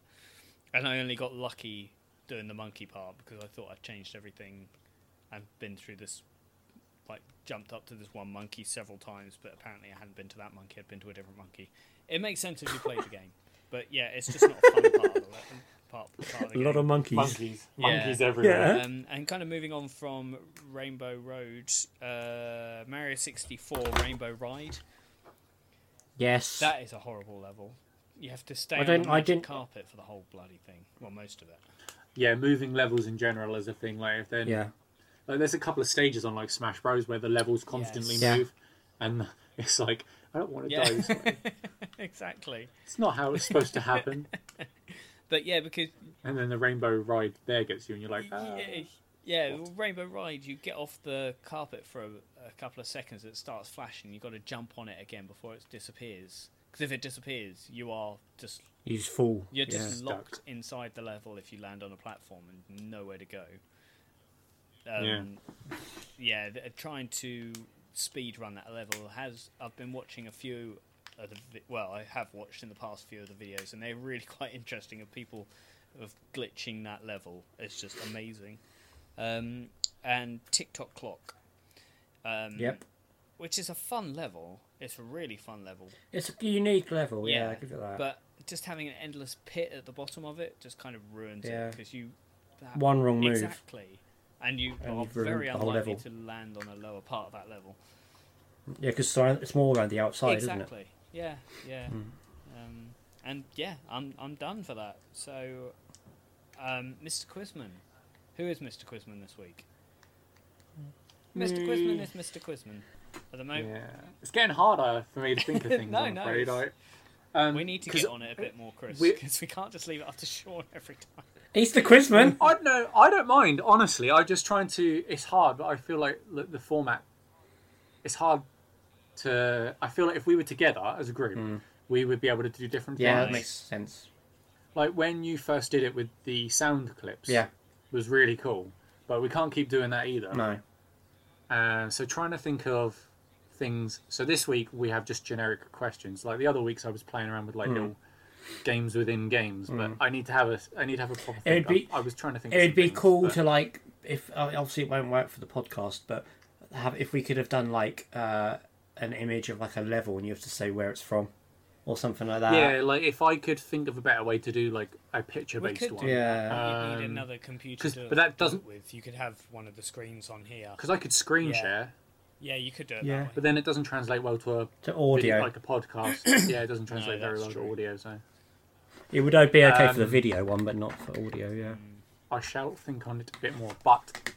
S1: and I only got lucky doing the monkey part because I thought I'd changed everything. I've been through this, like jumped up to this one monkey several times, but apparently I hadn't been to that monkey. I'd been to a different monkey. It makes sense if you play the game, but yeah, it's just not a fun part of the, part, part of the
S2: A lot
S1: game.
S2: of monkeys.
S3: Monkeys,
S1: Yeah.
S3: monkeys everywhere.
S2: Yeah.
S1: Um, and kind of moving on from Rainbow Road, uh, Mario 64 Rainbow Ride.
S2: Yes.
S1: That is a horrible level. You have to stay
S2: I
S1: on the
S2: don't- I
S1: magic
S2: didn't-
S1: carpet for the whole bloody thing. Well, most of it.
S3: Yeah, moving levels in general is a thing. Like if then,
S2: Yeah.
S3: like, there's a couple of stages on like Smash Bros where the levels constantly
S1: Yes.
S2: Yeah.
S3: move, and it's like I don't want to die.
S1: Yeah,
S3: This way.
S1: exactly.
S3: It's not how it's supposed to happen.
S1: But yeah, because
S3: And then the rainbow ride there gets you, and you're like, ah.
S1: yeah, yeah, well, Rainbow Ride, you get off the carpet for a, a couple of seconds, it starts flashing. You've got to jump on it again before it disappears. Because if it disappears, you are just
S2: You just fall.
S1: you're
S2: yeah.
S1: just
S3: Stuck.
S1: locked inside the level if you land on a platform and nowhere to go. Um,
S3: Yeah.
S1: yeah, th- uh, trying to speed run that level has. I've been watching a few of the vi- well, I have watched in the past few of the videos, and they're really quite interesting of people of glitching that level. It's just amazing. Um, and TikTok clock. Um,
S2: Yep.
S1: Which is a fun level. It's a really fun level,
S2: It's a unique level. Yeah, I give it that.
S1: but just having an endless pit at the bottom of it just kind of ruins
S2: Yeah.
S1: it because you that,
S2: One wrong move.
S1: exactly, and you
S2: And
S1: are
S2: you've ruined
S1: very
S2: the whole
S1: unlikely to
S2: level.
S1: land on a lower part of that level.
S2: Yeah, because it's more around the outside, isn't Hmm.
S1: exactly. Yeah. Yeah. Um, and yeah, I'm I'm done for that. So, um, Mr. Quizman, who is Mr. Quizman this week? Mr. Quizman is Mr. Quizman. At the moment,
S3: Yeah. It's getting harder for me to think of things.
S1: No,
S3: I'm
S1: no,
S3: afraid.
S1: it's-
S3: I, um,
S1: we need to
S3: 'cause
S1: get on it a bit more, Chris,
S3: we-
S1: because we can't just leave it up to Sean every time.
S2: it? He's the
S1: Oh,
S2: quizman.
S3: I no, I don't mind. Honestly, I'm just trying to. It's hard, but I feel like look, the format. It's hard to. I feel like if we were together as a group, we would be able to do different
S2: Hmm. Yeah,
S3: things.
S2: that makes sense.
S3: Like when you first did it with the sound clips.
S2: Yeah,
S3: was really cool, but we can't keep doing that either.
S2: no.
S3: Uh, so trying to think of things. So this week we have just generic questions. Like the other weeks, I was playing around with
S1: Hmm.
S3: like little games within games. But I need to have a. I need to have a proper.
S2: It'd
S3: think.
S2: be-
S3: I, I was trying to think. of
S2: It'd
S3: some
S2: be
S3: things,
S2: cool
S3: but-
S2: to like if uh, obviously it won't work for the podcast, but have if we could have done like uh, an image of like a level and you have to say where it's from or something
S1: Uh,
S2: like that.
S3: Yeah, like if I could think of a better way to do like a
S1: We
S3: picture-based
S1: could
S3: one.
S1: do
S2: Yeah.
S1: that. You'd need
S3: Um,
S1: another computer
S3: 'cause-
S1: to
S3: but that doesn't-
S1: do it with. You could have one of the screens on here.
S3: Because I could screen
S1: Yeah.
S3: share,
S1: Yeah, you could do it
S2: Yeah.
S1: that way.
S3: but then it doesn't translate well to a
S1: Uh,
S2: To
S3: video,
S2: audio,
S3: like a podcast. yeah, it doesn't translate very
S1: that's
S3: well
S1: true.
S3: to audio. So
S2: it would be okay for the
S3: um,
S2: video one, but not for audio. Yeah.
S1: Mm.
S3: I shall think on it a bit more. But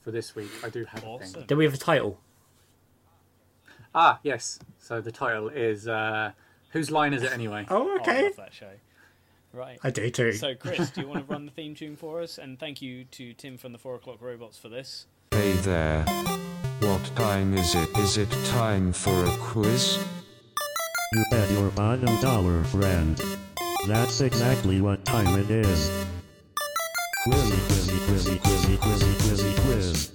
S3: for this week, I do have a thing.
S1: Awesome.
S2: Do we have a title?
S3: Ah, yes. So the title is uh, whose line is it anyway?
S2: Oh,
S1: Oh, I love that show. Right.
S2: I do too.
S1: So, Chris, do you want to run the theme tune for us? And thank you to Tim from the Four O'Clock Robots for this.
S4: Hey there. What time is it? Is it time for a quiz?
S5: You bet your bottom dollar, friend. That's exactly what time it is. Quizzy, quizzy, quizzy, quizzy, quizzy, quizzy, quiz.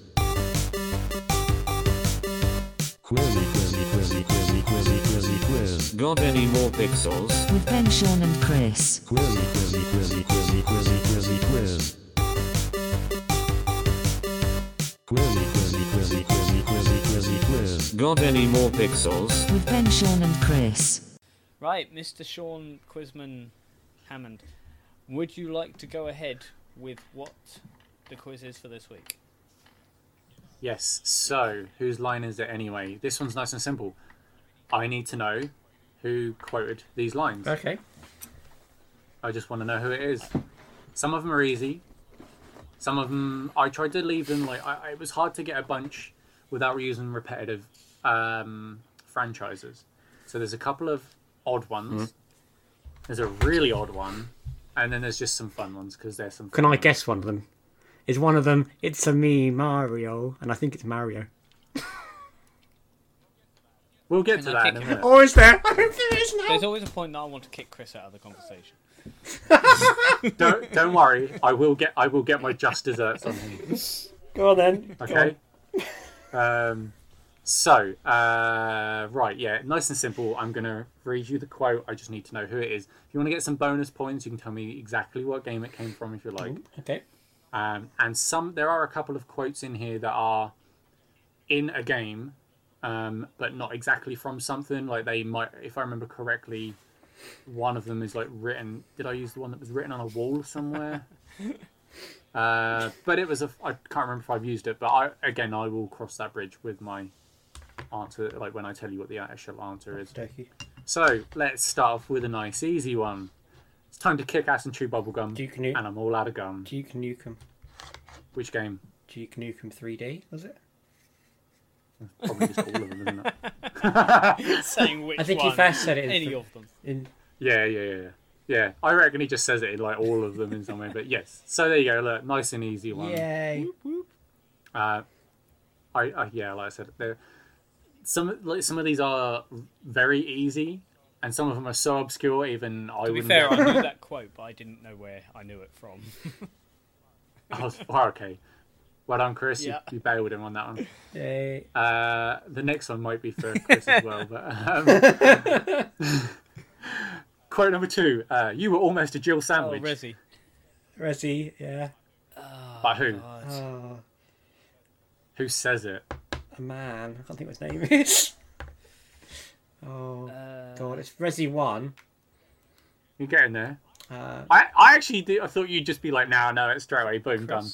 S5: Quizzy, quizzy, quizzy, quizzy, quizzy, quizzy, quiz.
S6: Got any more pixels?
S7: with Ben, Sean, and Chris.
S5: Quizzy, quizzy, quizzy, quizzy, quizzy, quizzy, quiz. Quizzy, quizzy, quizzy, quizzy, quizzy, quizzy, quiz.
S6: Got any more pixels?
S7: With Ben, Sean, and Chris.
S1: Right, Mr. Sean Quizman Hammond, would you like to go ahead with what the quiz is for this week?
S3: Yes. So whose line is it anyway? This one's nice and simple. I need to know who quoted these lines.
S2: Okay.
S3: I just want to know who it is. Some of them are easy. Some of them I tried to leave them like I, I- it was hard to get a bunch without using repetitive um, franchises. So there's a couple of odd ones.
S2: Mm-hmm.
S3: There's a really odd one, and then there's just some fun ones because there's some.
S2: Can
S3: fun
S2: I
S3: ones.
S2: guess one of them? Is one of them? It's a me, Mario, and I think it's Mario.
S3: We'll get
S1: Can
S3: to
S1: I
S3: that
S1: kick
S3: in a
S1: him?
S3: minute.
S2: Or is there? I don't think there is now.
S1: There's always a point that I want to kick Chris out of the conversation.
S3: don't don't worry. I will get I will get my just desserts on him.
S2: Go on then. Go
S3: Okay. Um, so uh, right, yeah, nice and simple. I'm gonna read you the quote. I just need to know who it is. If you want to get some bonus points, you can tell me exactly what game it came from if you like.
S2: on. Okay.
S3: Um, and some there are a couple of quotes in here that are in a game, um, but not exactly from something. Like they might, if I remember correctly, one of them is like written. Did I use the one that was written on a wall somewhere? uh, but it was a. I can't remember if I've used it. But I again, I will cross that bridge with my answer. Like when I tell you what the actual answer is.
S2: Turkey.
S3: So let's start off with a nice, easy one. It's time to kick ass and chew bubblegum.
S2: Duke Nu-
S3: And I'm all out of gum.
S2: Duke Nukem.
S3: Which game?
S2: Duke Nukem 3D was it?
S3: Probably just all of them, isn't it?
S1: saying which
S2: I think
S1: one,
S2: he first said it in,
S1: any of them.
S2: in
S3: Yeah, yeah, yeah, yeah. Yeah, I reckon he just says it in like all of them in some way. But yes, so there you go. Look, nice and easy one.
S2: Yay.
S3: Uh, I, I yeah, like I said, there. Some like some of these are very easy, and some of them are so obscure. Even I
S1: To be
S3: wouldn't.
S1: fair,
S3: get-
S1: I knew that quote, but I didn't know where I knew it from.
S3: I was, oh, okay. Well done, Chris.
S1: Yeah.
S3: You, you bailed him on that one.
S2: Yay.
S1: Ah.
S3: Uh, the next one might be for Chris as well. But um, quote number two: uh, You were almost a Jill
S1: Oh,
S3: sandwich.
S1: Rezzy.
S2: Rezzy, yeah.
S3: By who?
S1: Uh,
S2: Oh,
S3: Who says it?
S2: a man. I can't think what his name is. Oh,
S1: Uh,
S2: God. It's Rezzy 1.
S3: You getting there?
S2: Uh,
S3: I, I actually did, I thought you'd just be like, no, no, it's straight away, boom, done.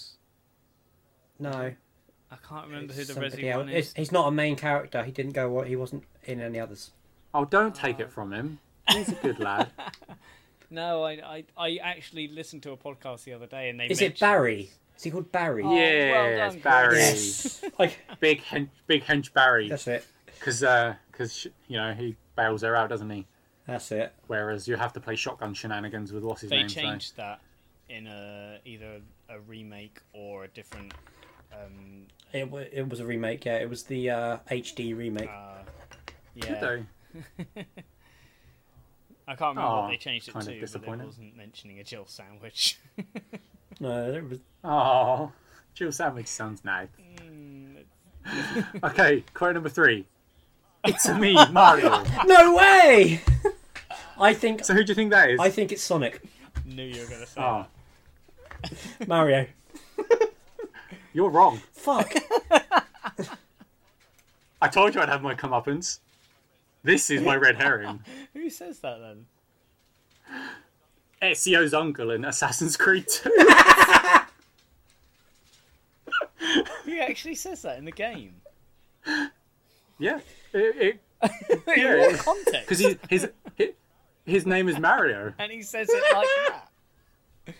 S2: no.
S1: I can't remember who
S2: it's
S1: the
S2: somebody
S1: Rezzy
S2: else.
S1: one is.
S2: It's- He's not a main character. He didn't go, he wasn't in any others.
S3: Oh, don't take
S1: Uh,
S3: it from him. He's a good lad.
S1: No, I, I I actually listened to a podcast the other day and they
S2: Is
S1: mentioned...
S2: it Barry? Is he called Barry?
S1: well
S3: yes,
S1: done,
S3: Barry.
S2: Yes. like,
S3: Big, hen- big hench Barry.
S2: that's it.
S3: Because, uh, 'cause sh you know, he bails her out, doesn't he?
S2: That's it.
S3: Whereas you have to play shotgun shenanigans with what's his
S1: They
S3: name. so-
S1: changed that in a either a remake or a different. Um,
S2: It, wa it was a remake, yeah. It was the uh, HD remake.
S1: uh,
S3: Did
S1: yeah,
S3: they?
S1: I can't remember
S3: Aw,
S1: what they changed it
S3: kind of
S1: to, but it
S3: Oh, disappointing.
S1: wasn't mentioning a Jill sandwich.
S2: No, it was
S3: Oh, Jill Sandwich sounds nice.
S1: Mm,
S3: okay, quote number three. It's a me, Mario.
S2: No way! I think
S3: So who do you think that is?
S2: I think it's Sonic.
S1: Knew you were gonna say.
S3: Oh,
S2: Mario.
S3: you're wrong.
S2: Fuck.
S3: I told you I'd have my comeuppance. This is my red herring.
S1: Who says that then?
S3: Ezio's uncle in Assassin's Creed 2.
S1: Who actually says that in the game?
S3: yeah. It,
S1: in what
S3: it,
S1: context?
S3: because his, his, his name is Mario.
S1: And he says it like that.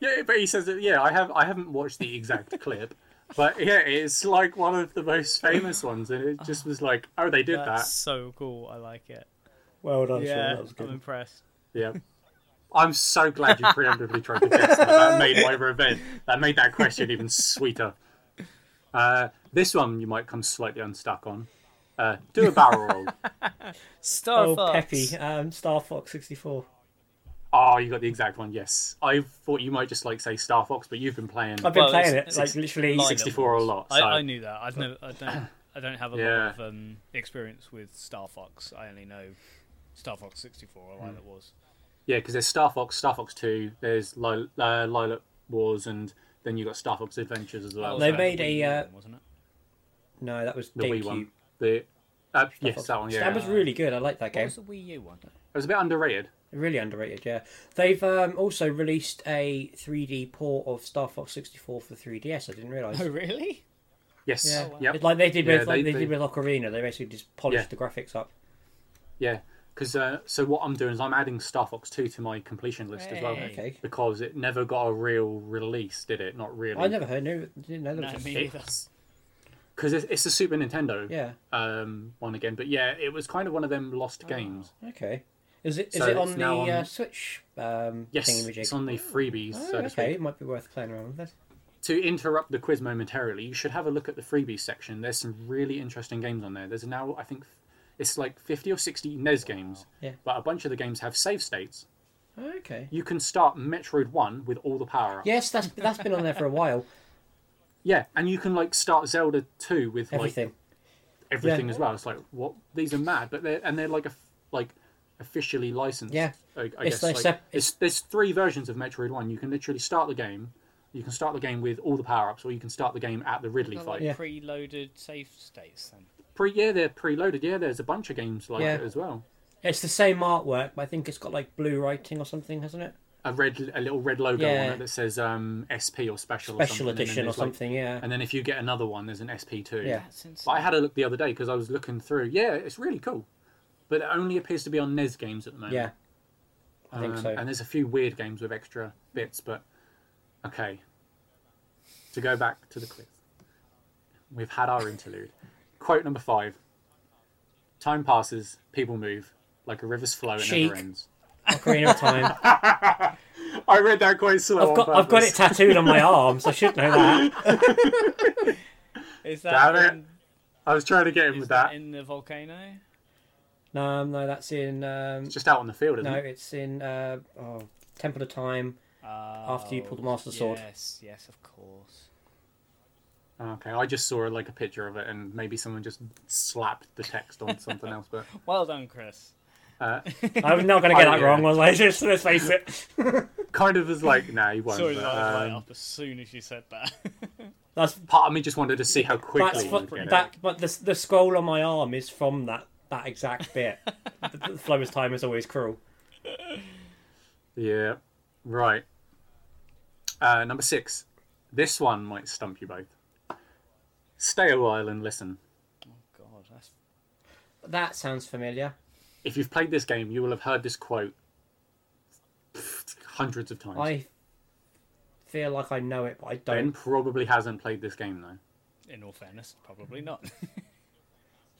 S3: Yeah, but he says that, yeah, I, have, I haven't watched the exact clip. But yeah, it's like one of the most famous ones. And it just was like, oh, they did
S1: That's so cool. I like it.
S2: Well done, Sean.
S1: yeah,
S2: That was
S1: I'm
S2: good.
S1: impressed.
S2: Oh,
S3: that. Yeah. I'm so glad you preemptively tried to guess that. That made my revenge. That made that question even sweeter. Uh, this one you might come slightly unstuck on. Uh, do a barrel roll.
S1: Star
S2: Oh,
S1: Fox.
S2: Peppy. Um, Star Fox 64.
S3: Oh, you got the exact one. Yes, I thought you might just like say Star Fox, but you've been playing.
S2: I've been
S1: Well,
S2: playing it,
S1: it's-
S2: like, literally.
S1: Line
S2: six-
S3: 64 a lot,
S1: I,
S3: so-
S1: I knew that. I've never, I don't. I don't have a
S3: Yeah.
S1: lot of um, experience with Star Fox. I only know Star Fox 64. or
S2: Hmm.
S1: like that was.
S3: Yeah, because there's Star Fox, Star Fox Two. There's Lil- uh, Lilac Wars, and then you got Star Fox Adventures as well.
S1: That was
S2: They
S1: like
S2: made
S1: the
S2: a,
S1: Wii
S2: uh,
S1: one, wasn't it?
S2: No, that was
S3: the Wii
S2: GameCube.
S3: one. The uh, yes,
S2: Fox.
S3: that one. Yeah,
S2: That was really good. I like that
S1: What
S2: game.
S1: was the Wii U one?
S3: it was a bit underrated.
S2: Really underrated, yeah. They've um, also released a 3D port of Star Fox 64 for 3DS. I didn't realise.
S1: Oh really?
S3: Yes.
S2: Yeah.
S1: Oh,
S3: Yeah. Yep.
S2: It's like they did
S3: Yeah,
S2: with like
S3: they-
S2: they, did
S3: they-
S2: with Ocarina. They basically just polished
S3: Yeah.
S2: the graphics up.
S3: Yeah. Because uh, so what I'm doing is I'm adding Star Fox Two to my completion list as well.
S1: Hey.
S2: Okay.
S3: Because it never got a real release, did it? Not really.
S2: I never heard. Knew, didn't know
S1: No,
S2: that was. a-
S1: me neither.
S3: Because it's, it's a Super Nintendo
S2: Yeah.
S3: um, one again, but yeah, it was kind of one of them lost
S2: Oh.
S3: games.
S2: Okay. Is it is
S3: So
S2: it
S3: it's
S2: on the
S3: now on-
S2: uh, Switch um,
S3: Yes,
S2: thingamajig?
S3: it's on the freebies.
S2: Oh,
S3: so to
S2: okay,
S3: speak.
S2: it might be worth playing around with. it.
S3: To interrupt the quiz momentarily, you should have a look at the freebies section. There's some really interesting games on there. There's now, I think, it's like 50 or 60 NES games,
S2: Yeah.
S3: but a bunch of the games have save states.
S2: Okay.
S3: You can start Metroid 1 with all the power ups.
S2: Yes, that's that's been on there for a while.
S3: Yeah, and you can like start Zelda 2 with like
S2: Everything.
S3: everything
S2: Yeah.
S3: as well. It's like what these are mad, but they're and they're like a like officially licensed.
S2: Yeah.
S3: I, I
S2: It's
S3: guess
S2: like
S3: like,
S2: sep-
S3: it's, there's three versions of Metroid One. You can literally start the game. You can start the game with all the power ups, or you can start the game at the Ridley
S1: Not
S3: fight.
S1: like
S2: Yeah.
S1: preloaded save states then.
S3: Pre yeah, they're preloaded. Yeah, there's a bunch of games like
S2: Yeah.
S3: it as well.
S2: It's the same artwork, but I think it's got like blue writing or something, hasn't it?
S3: A red, a little red logo on
S2: Yeah.
S3: it that says um, SP or special, or
S2: Special
S3: something, and then
S2: edition or
S3: there's, like-
S2: something. Yeah.
S3: And then if you get another one, there's an SP two.
S2: Yeah.
S1: That's
S3: But
S1: insane.
S3: I had a look the other day because I was looking through. Yeah, it's really cool, but it only appears to be on NES games at the moment.
S2: Yeah. I think
S3: Um,
S2: so.
S3: And there's a few weird games with extra bits, but okay. To go back to the quiz, we've had our interlude. Quote number five Time passes, people move like a river's flow. It
S2: Chic.
S3: never ends.
S2: Ocarina of Time.
S3: I read that quite slow.
S2: I've
S3: on
S2: got I've got it
S3: purpose.
S2: tattooed on my arm, so I should know that.
S1: Is
S3: Damn
S1: that
S3: it.
S1: in,
S3: I was trying to get in
S1: is
S3: with
S1: that
S3: that.
S1: in the volcano?
S2: No, um, no, that's in. Um,
S3: It's just out on the field, isn't
S2: no,
S3: it?
S2: it's in uh, oh, Temple of Time.
S1: After
S2: you pull the Master Sword.
S1: Yes, yes, of course.
S3: Oh, Okay, I just saw like a picture of it, and maybe someone just slapped the text on something else. But
S1: Well done, Chris.
S3: uh,
S2: I'm not going to get
S3: Oh,
S2: that
S3: yeah.
S2: wrong, was I? Just let's face it.
S3: kind of was like, no, you won't.
S1: Sorry
S3: but,
S1: that I was
S3: um,
S1: right up as soon as you said that.
S2: That's
S3: part of me just wanted to see how quickly
S2: that's
S3: you
S2: fu-
S3: would get
S2: that. But the the scroll on my arm is from that that exact bit. the, the flow of time is always cruel.
S3: it. Yeah, right. Uh, number six. This one might stump you both. Stay a while and listen.
S1: God, that's
S2: That sounds familiar.
S3: If you've played this game, you will have heard this quote hundreds of times.
S2: I feel like I know it, but I
S3: Ben
S2: don't.
S3: probably hasn't played this game though.
S1: in all fairness, probably not.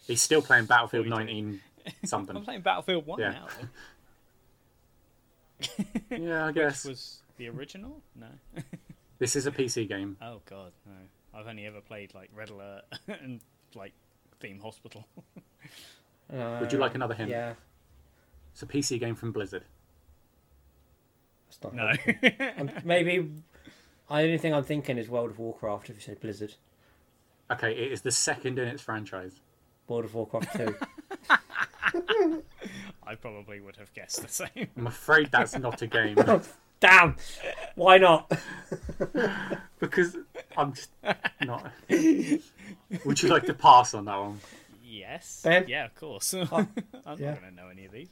S3: He's still playing Battlefield 19
S1: I'm
S3: something.
S1: playing Battlefield One
S3: Yeah.
S1: now. though.
S3: yeah, I guess.
S1: Was the original? No.
S3: This is a PC game.
S1: Oh God, no. I've only ever played like Red Alert and like Theme Hospital.
S2: Uh,
S3: Would you like another hint?
S2: Yeah,
S3: It's a PC game from Blizzard.
S2: that's not
S3: Oh.
S1: No.
S2: helpful. Um, Maybe I only thing I'm thinking is World of Warcraft. If you said Blizzard,
S3: Okay, it is the second in its franchise.
S2: World of Warcraft Two.
S1: I probably would have guessed the same.
S3: I'm afraid that's not a game
S2: Damn, why not?
S3: because I'm just not. Would you like to pass on that one?
S1: Yes.
S2: Ben? Oh,
S1: Yeah, of course. I'm
S2: yeah.
S1: not gonna know any of these.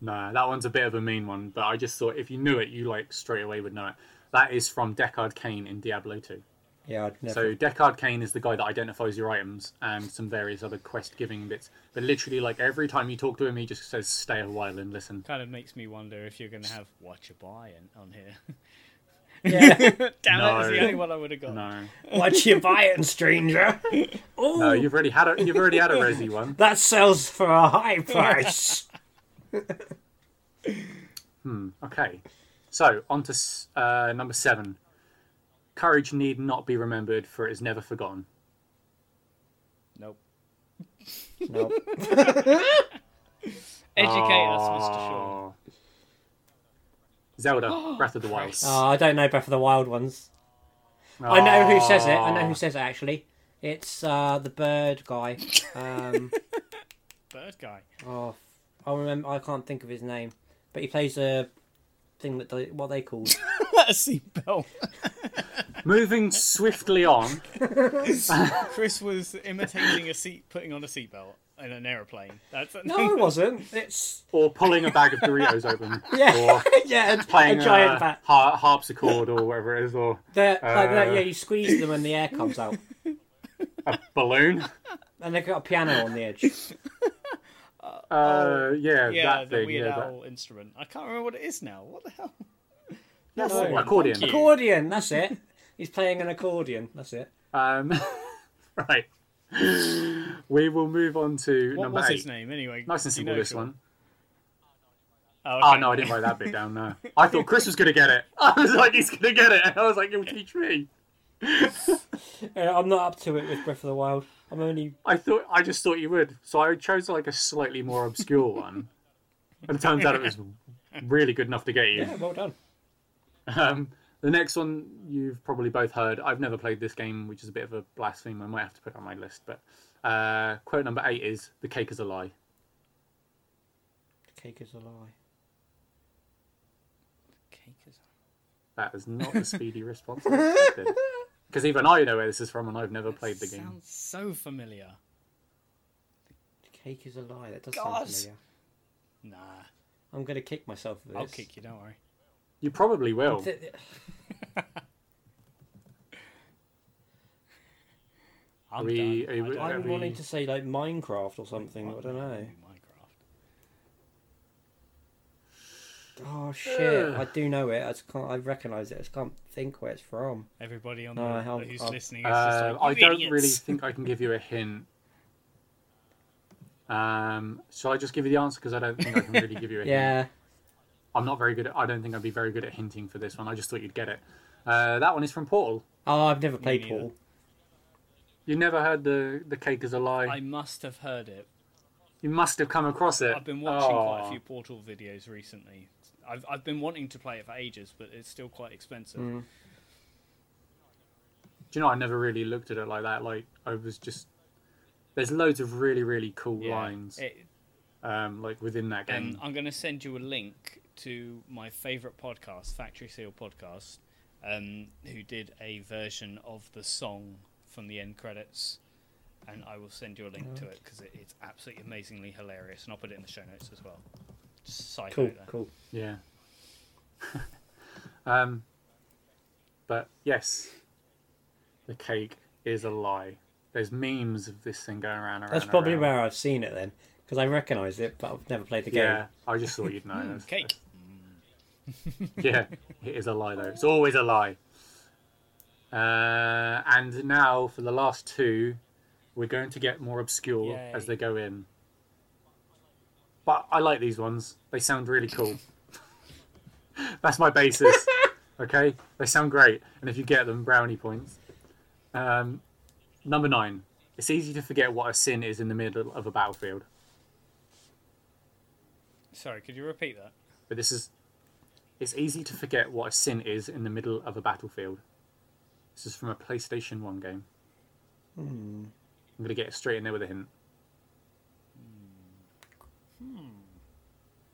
S3: No, that one's a bit of a mean one, but I just thought if you knew it, you like straight away would know it. That is from Deckard Cain in Diablo 2.
S2: Yeah, I'd never.
S3: So Deckard Cain is the guy that identifies your items and some various other quest-giving bits. But literally, like every time you talk to him, he just says, "Stay a while and listen."
S1: Kind of makes me wonder if you're gonna have what you buying on here.
S2: yeah,
S1: Damn it, it's
S3: No.
S1: the only one I would have got.
S3: No,
S2: what you buying, stranger? Oh,
S3: no, you've already had a you've already had a Resi one.
S2: that sells for a high price.
S3: Okay, so on to s- uh, number seven. Courage need not be remembered, for it is never forgotten.
S1: Nope.
S2: no,
S1: Educate us, Mr. Shaw.
S3: Oh. Zelda, Breath of the Wild.
S2: oh, I don't know Breath of the Wild ones. I know
S3: Oh.
S2: who says it. I know who says it actually. It's uh, the bird guy. Um,
S1: Bird guy.
S2: oh, I remember. I can't think of his name, but he plays a thing that they, what they called.
S1: Let us see Bell.
S3: Moving swiftly on.
S1: Chris was imitating a seat, putting on a seatbelt in an aeroplane. That's
S2: No, it wasn't. It's
S3: or pulling a bag of Doritos open,
S2: yeah,
S3: or
S2: yeah, a,
S3: playing
S2: a giant
S3: uh,
S2: bat.
S3: har- harpsichord or whatever it is, or
S2: They're, like, they're-
S3: uh,
S2: yeah, you squeeze them and the air comes out,
S3: a balloon.
S2: and they've got a piano on the edge.
S3: Uh, yeah,
S1: Yeah,
S3: that
S1: the
S3: thing.
S1: Weird
S3: Yeah, that-
S1: Owl instrument. I can't remember what it is now. What the hell?
S2: That's
S1: No.
S2: it.
S3: accordion.
S1: Thank you.
S2: Accordion. That's it. He's playing an accordion. That's it.
S3: Um, right. We will move on to
S1: What
S3: number
S1: was
S3: eight.
S1: his name anyway?
S3: Nice and
S1: Do you
S3: simple.
S1: know,
S3: This
S1: Sean?
S3: one.
S1: Oh,
S3: Oh
S1: okay.
S3: no, I didn't write that bit down. No, I thought Chris was gonna get it. I was like, he's gonna get it. I was like, you'll teach me.
S2: Uh, I'm not up to it with Breath of the Wild. I'm only
S3: I thought, I just thought you would. So I chose like a slightly more obscure one, and it turns out it was really good enough to get you.
S2: yeah. Well done.
S3: Um, the next one you've probably both heard. I've never played this game, which is a bit of a blasphemy. I might have to put it on my list. But uh, quote number eight is: "The cake is a lie."
S2: Cake is a lie.
S1: Cakers.
S3: That is not the speedy response I expected. Because even I know where this is from, and I've never played the game.
S1: Sounds so familiar.
S2: Cake is a lie. That does
S1: God.
S2: sound familiar.
S1: Nah,
S2: I'm gonna kick myself for this.
S1: I'll kick you. Don't worry.
S3: You probably will.
S2: Th- th-
S1: I'm
S3: we-
S1: done.
S3: are
S1: I
S3: we-
S1: don't
S3: are
S2: I'm
S1: know.
S3: we-
S2: wanting to say like Minecraft or something. but I don't know.
S1: Minecraft.
S2: Oh shit! I do know it. I just can't. I recognise it. I just can't think where it's from.
S1: Everybody on
S2: No, I
S1: the
S2: help-
S1: who's
S2: I'll-
S1: listening is
S3: Uh,
S1: just like,
S3: I
S1: "You
S3: don't
S1: idiots."
S3: really think I can give you a hint. Um, shall I just give you the answer because I don't think I can really give you a hint.
S2: Yeah.
S3: I'm not very good. At, I don't think I'd be very good at hinting for this one. I just thought you'd get it. Uh, that one is from Portal.
S2: Oh, I've never played
S1: neither.
S2: Paul.
S3: You never heard the the cake is a lie.
S1: I must have heard it.
S3: You must have come across it.
S1: I've been watching quite
S3: Oh.
S1: a few Portal videos recently. I've I've been wanting to play it for ages, but it's still quite expensive.
S2: Mm.
S3: Do you know? I never really looked at it like that. Like I was just. There's loads of really really cool
S1: Yeah.
S3: lines.
S1: It-
S3: um, like within that game.
S1: Um, I'm going to send you a link to my favourite podcast, Factory Seal Podcast, um, who did a version of the song from the end credits. And I will send you a link to it because it, it's absolutely amazingly hilarious. And I'll put it in the show notes as well. Just psycho
S2: Cool,
S1: there.
S2: cool.
S3: Yeah. um, but yes, the cake is a lie. There's memes of this thing going around. around
S2: That's probably
S3: around.
S2: where I've seen it then, because I recognise it, but I've never played the game.
S3: Yeah, I just thought you'd know. That's-
S1: Cake.
S3: yeah, it is a lie though. It's always a lie. Uh, and now for the last two, we're going to get more obscure as
S1: Yay.
S3: they go in. But I like these ones. They sound really cool. That's my basis. okay, they sound great, and if you get them, brownie points. Um, number nine. It's easy to forget what a sin is in the middle of a battlefield.
S1: Sorry, could you repeat that?
S3: But this is it's easy to forget what a sin is in the middle of a battlefield. This is from a PlayStation 1 game. I'm going to get straight in there with a hint.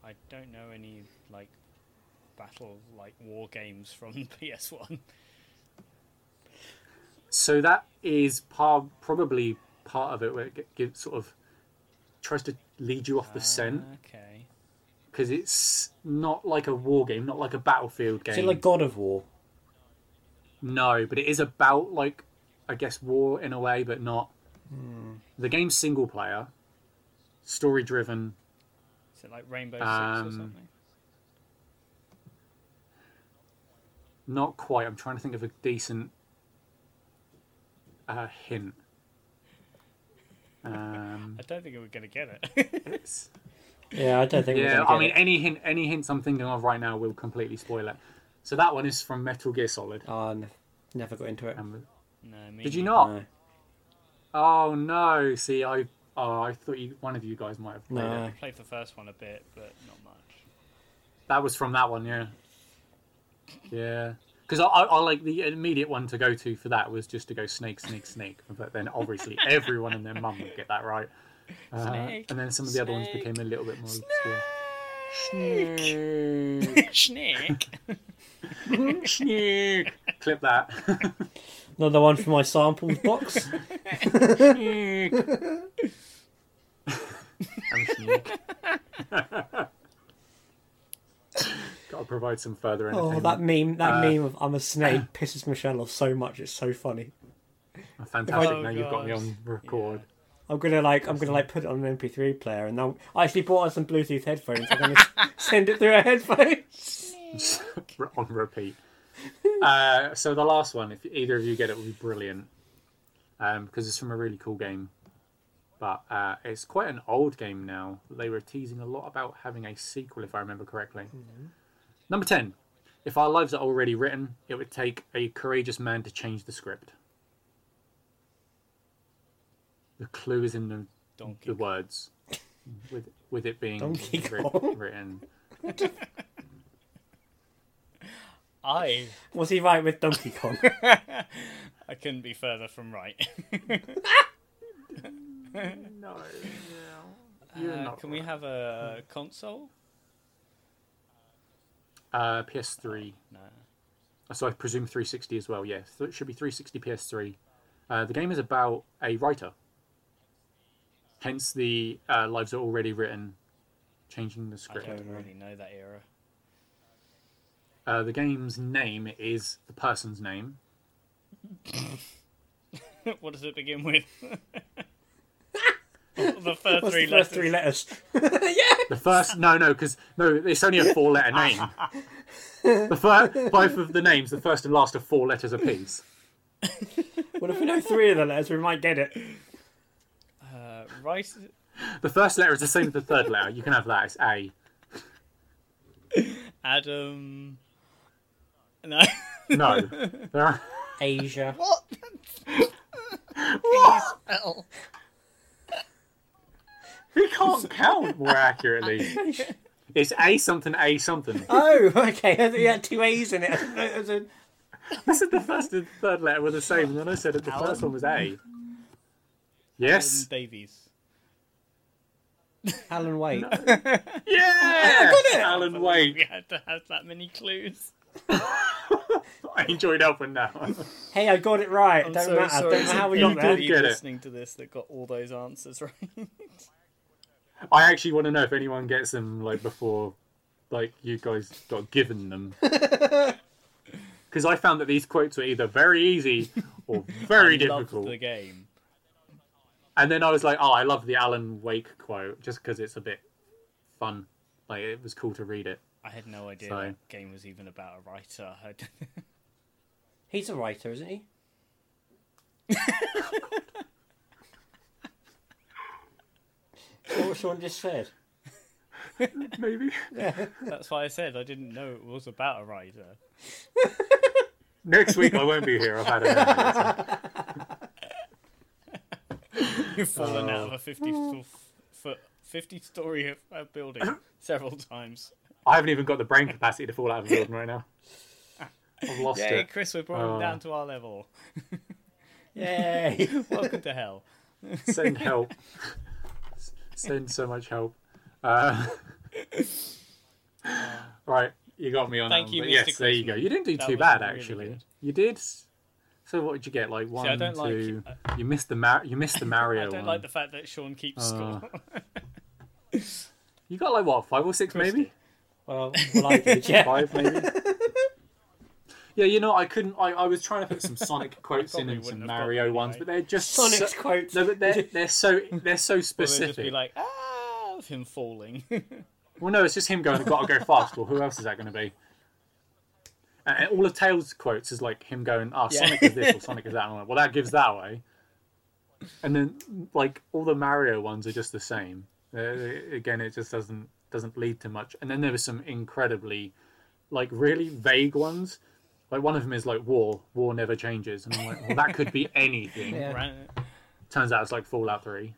S1: I don't know any like battle like war games from PS1.
S3: So that is par- probably part of it where it g- gives sort of tries to lead you off the scent
S1: Ah,
S2: Uh.
S1: Okay.
S3: because it's not like a war game, not like a battlefield game.
S2: Is it like God of War?
S3: No, but it is about like I guess war in a way, but not. The game's single player, story driven,
S1: Is it like Rainbow Six or
S3: Um,
S1: something?
S3: Not quite. I'm trying to think of a decent uh, hint. Um,
S1: I don't think we're going to get it.
S3: it's-
S2: Yeah, I don't think. we're
S3: yeah,
S2: gonna
S3: I
S2: get
S3: mean,
S2: it.
S3: any hint, any hints I'm thinking of right now will completely spoil it. So that one is from Metal Gear Solid.
S2: Oh, n- never got into it.
S3: Um,
S1: no, me
S3: Did you
S1: neither.
S3: not?
S2: No.
S3: Oh no! See, I oh, I thought you, one of you guys might have played
S2: No.
S3: it.
S1: I played the first one a bit, but not much.
S3: That was from that one, yeah. Yeah. Because I, I, I like the immediate one to go to for that was just to go snake, snake, snake. But then obviously everyone and their mum would get that right. Uh,
S1: Snake,
S3: and then some of the other ones
S1: snake,
S3: became a little bit more obscure.
S1: Snake.
S3: Snake. Clip that.
S2: Another one for my samples box.
S3: snake. I'm snake. Gotta provide some further
S2: Oh,
S3: entertainment.
S2: that meme, that
S3: Uh,
S2: meme of I'm a snake pisses Michelle off so much. It's so funny.
S3: Fantastic.
S1: Oh,
S3: now you've got me
S1: God.
S3: on record.
S2: I'm gonna like, I'm gonna like put it on an MP3 player, and now I actually bought her some Bluetooth headphones. I'm gonna s- send it through her headphones.
S3: re- on repeat. uh, so the last one, if either of you get it, will be brilliant because it's from a really cool game. But uh, it's quite an old game now. They were teasing a lot about having a sequel, if I remember correctly.
S2: Mm-hmm.
S3: Number ten. If our lives are already written, it would take a courageous man to change the script. The clue is in the,
S1: Donkey.
S3: the words, with with it being
S2: Donkey
S3: writ-
S2: Kong.
S3: written.
S1: I
S2: Was he right with Donkey Kong?
S1: I couldn't be further from right.
S3: No, you're
S1: Uh,
S3: not
S1: can we
S3: right.
S1: have a console?
S3: Uh, PS3.
S1: No.
S3: So I presume 360 as well. Yes, so it should be 360 PS3. Uh, the game is about a writer. Hence, the uh, lives are already written, changing the
S1: I
S3: script.
S1: don't really know that era.
S3: Uh, the game's name is the person's name.
S1: what does it begin with? the first
S2: What's
S1: three
S2: the first
S1: letters.
S2: three letters?
S3: The first, no, no, because no, it's only a four-letter name. The first, both of the names, the first and last, are four letters apiece.
S2: Well, if we know three of the letters, we might get it.
S1: Uh, right,
S3: The first letter is the same as the third letter. You can have that. It's A.
S1: Adam. No.
S3: No. There are-
S2: Asia.
S1: what?
S3: What?
S1: Hell.
S3: He can't count more accurately. It's A something, A something.
S2: Oh, okay. I thought you had two A's in it. I didn't know it was a-
S3: I said the first and third letter were the same, and then I said that the first one was A.
S1: Adam
S3: Yes.
S1: Davies.
S2: Alan Wake.
S3: Yeah. Alan
S1: We
S3: Wake.
S1: had to have that many clues.
S3: I enjoyed helping now.
S2: Hey, I got it right.
S1: I'm
S2: don't
S1: so
S2: matter.
S1: sorry
S2: don't
S1: to
S2: know how we
S3: You
S2: got
S3: did
S2: there.
S1: anybody
S3: get it.
S1: listening to this that got all those answers right.
S3: I actually want to know if anyone gets them like before, like you guys got given them. Because I found that these quotes were either very easy or very
S1: I loved
S3: difficult.
S1: the game.
S3: And then I was like, oh, I love the Alan Wake quote just because it's a bit fun. Like it was cool to read it.
S1: I had no idea
S3: So-
S1: that game was even about a writer. I had-
S2: He's a writer, isn't he? So what Sean just said.
S3: Maybe.
S1: That's why I said I didn't know it was about a writer.
S3: Next week I won't be here. I've had enough.
S1: You've fallen out of a 50
S3: Oh.
S1: sto- foot, 50 story of a building several times.
S3: I haven't even got the brain capacity to fall out of a building right now. I've lost
S1: Yay,
S3: it.
S1: Chris, we're brought
S3: Oh.
S1: down to our level.
S2: Yay!
S1: Welcome to hell.
S3: Send help. Send so much help. Uh, right, you got me on.
S1: Thank
S3: that
S1: you,
S3: one, but
S1: Mr.
S3: Yes, there you go.
S1: Chrisman.
S3: You didn't do
S1: That
S3: too
S1: was
S3: bad,
S1: really
S3: actually.
S1: good.
S3: You did. So what did you get? Like one,
S1: I don't like-
S3: two. You missed the Mar- You missed the Mario
S1: I don't
S3: one.
S1: like the fact that Sean
S3: Oh.
S1: keeps score.
S3: You got like what five or six,
S1: Christy.
S3: maybe.
S2: Well, well, I did, yeah.
S3: five maybe. yeah, you know, I couldn't. I, I was trying to put some Sonic quotes in
S1: probably
S3: and some
S1: wouldn't have got
S3: Mario
S1: them
S3: ones,
S1: anyway.
S3: but they're just
S2: Sonic's
S3: so,
S2: quotes.
S3: No, but they're they're so they're so
S1: Or they'll just
S3: specific.
S1: be like, ah, of him falling.
S3: well, no, it's just him going. I've got to go fast. Well, who else is that going to be? And and all of Tails' quotes is like him going, "Ah,
S1: Yeah.
S3: Sonic is this or Sonic is that." And I'm like, well, that gives that away. And then, like all the Mario ones are just the same. Uh, again, it just doesn't doesn't lead to much. And then there were some incredibly, like really vague ones. Like one of them is like war, war never changes, and I'm like, well, that could be anything.
S2: Yeah.
S1: Ran-
S3: Turns out it's like Fallout Three.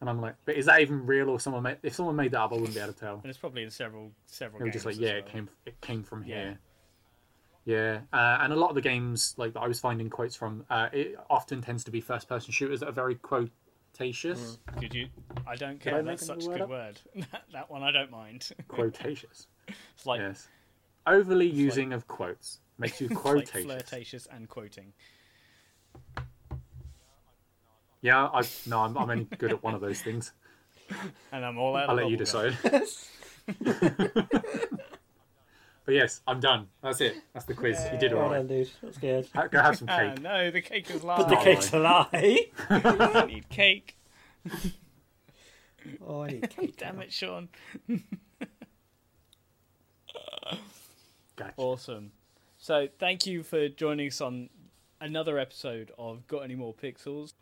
S3: And I'm like, but is that even real? Or someone made? If someone made that up, I wouldn't be able to tell.
S1: And it's probably in several several
S3: They were
S1: games.
S3: just like,
S1: as
S3: yeah,
S1: well.
S3: it came, it came from here. Yeah, Uh, and a lot of the games like that I was finding quotes from, uh, it often tends to be first-person shooters that are very quotacious.
S1: Could you? I don't
S3: I
S1: care.
S3: make
S1: That's such a
S3: another
S1: good
S3: word
S1: word. that one I don't mind.
S3: Quotacious.
S1: It's like,
S3: Yes. Overly using of quotes makes you
S1: it's like
S3: quotacious.
S1: flirtatious and quoting.
S3: yeah, I no, I'm, I'm only good at one of those things.
S1: And I'm all out.
S3: I'll
S1: of
S3: let you
S1: bubblegum.
S3: decide. but yes, I'm done. That's it. That's the quiz. You did
S2: Well
S3: all
S2: done,
S3: right.
S2: dude. That's good.
S3: Go have some
S1: Ah,
S3: cake.
S1: no, the cake is
S2: But
S1: live.
S2: the
S3: Oh,
S2: cake's a lie.
S1: I need cake.
S2: Oh, I need cake.
S1: Damn it, Sean.
S3: Gotcha.
S1: Awesome. So thank you for joining us on another episode of Got Any More Pixels.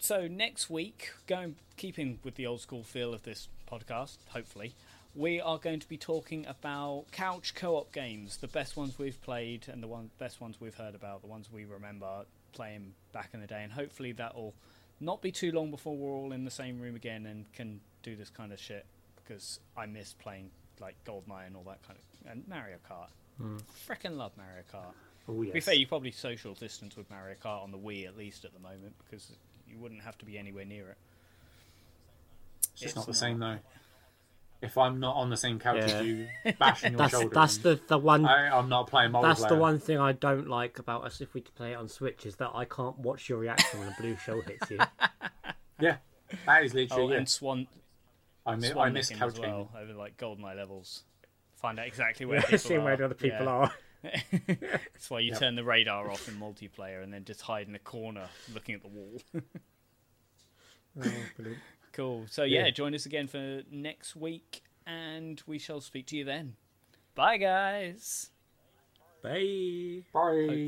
S1: So next week, going keeping with the old school feel of this podcast, hopefully, we are going to be talking about couch co-op games, the best ones we've played and the one best ones we've heard about, the ones we remember playing back in the day, and hopefully that'll not be too long before we're all in the same room again and can do this kind of shit because I miss playing like Goldeneye and all that kind of and Mario Kart. Frickin' love Mario Kart.
S3: Oh,
S1: To be
S3: yes.
S1: fair, you probably social distance with Mario Kart on the Wii at least at the moment because you wouldn't have to be anywhere near it.
S3: It's just not the same though. If I'm not on the same couch as you, bashing your
S2: That's
S3: shoulder,
S2: that's
S3: in,
S2: the, the one
S3: I, I'm not playing multiplayer.
S2: that's the one thing I don't like about us if we play it on Switch is that I can't watch your reaction when a blue shell hits you.
S3: Yeah, that is literally.
S1: Oh,
S3: yeah.
S1: and Swan,
S3: I, mi-
S1: Swan
S3: I miss
S1: Licking as
S3: couching.
S1: well over like Goldeneye levels. Find out exactly where people
S2: Seeing
S1: are.
S2: where the other people
S1: Yeah.
S2: are.
S1: That's why you turn the radar off in multiplayer and then just hide in a corner looking at the wall.
S2: Oh,
S1: cool. So yeah,
S3: Yeah.
S1: join us again for next week, and we shall speak to you then. Bye, guys.
S2: Bye.
S3: Bye.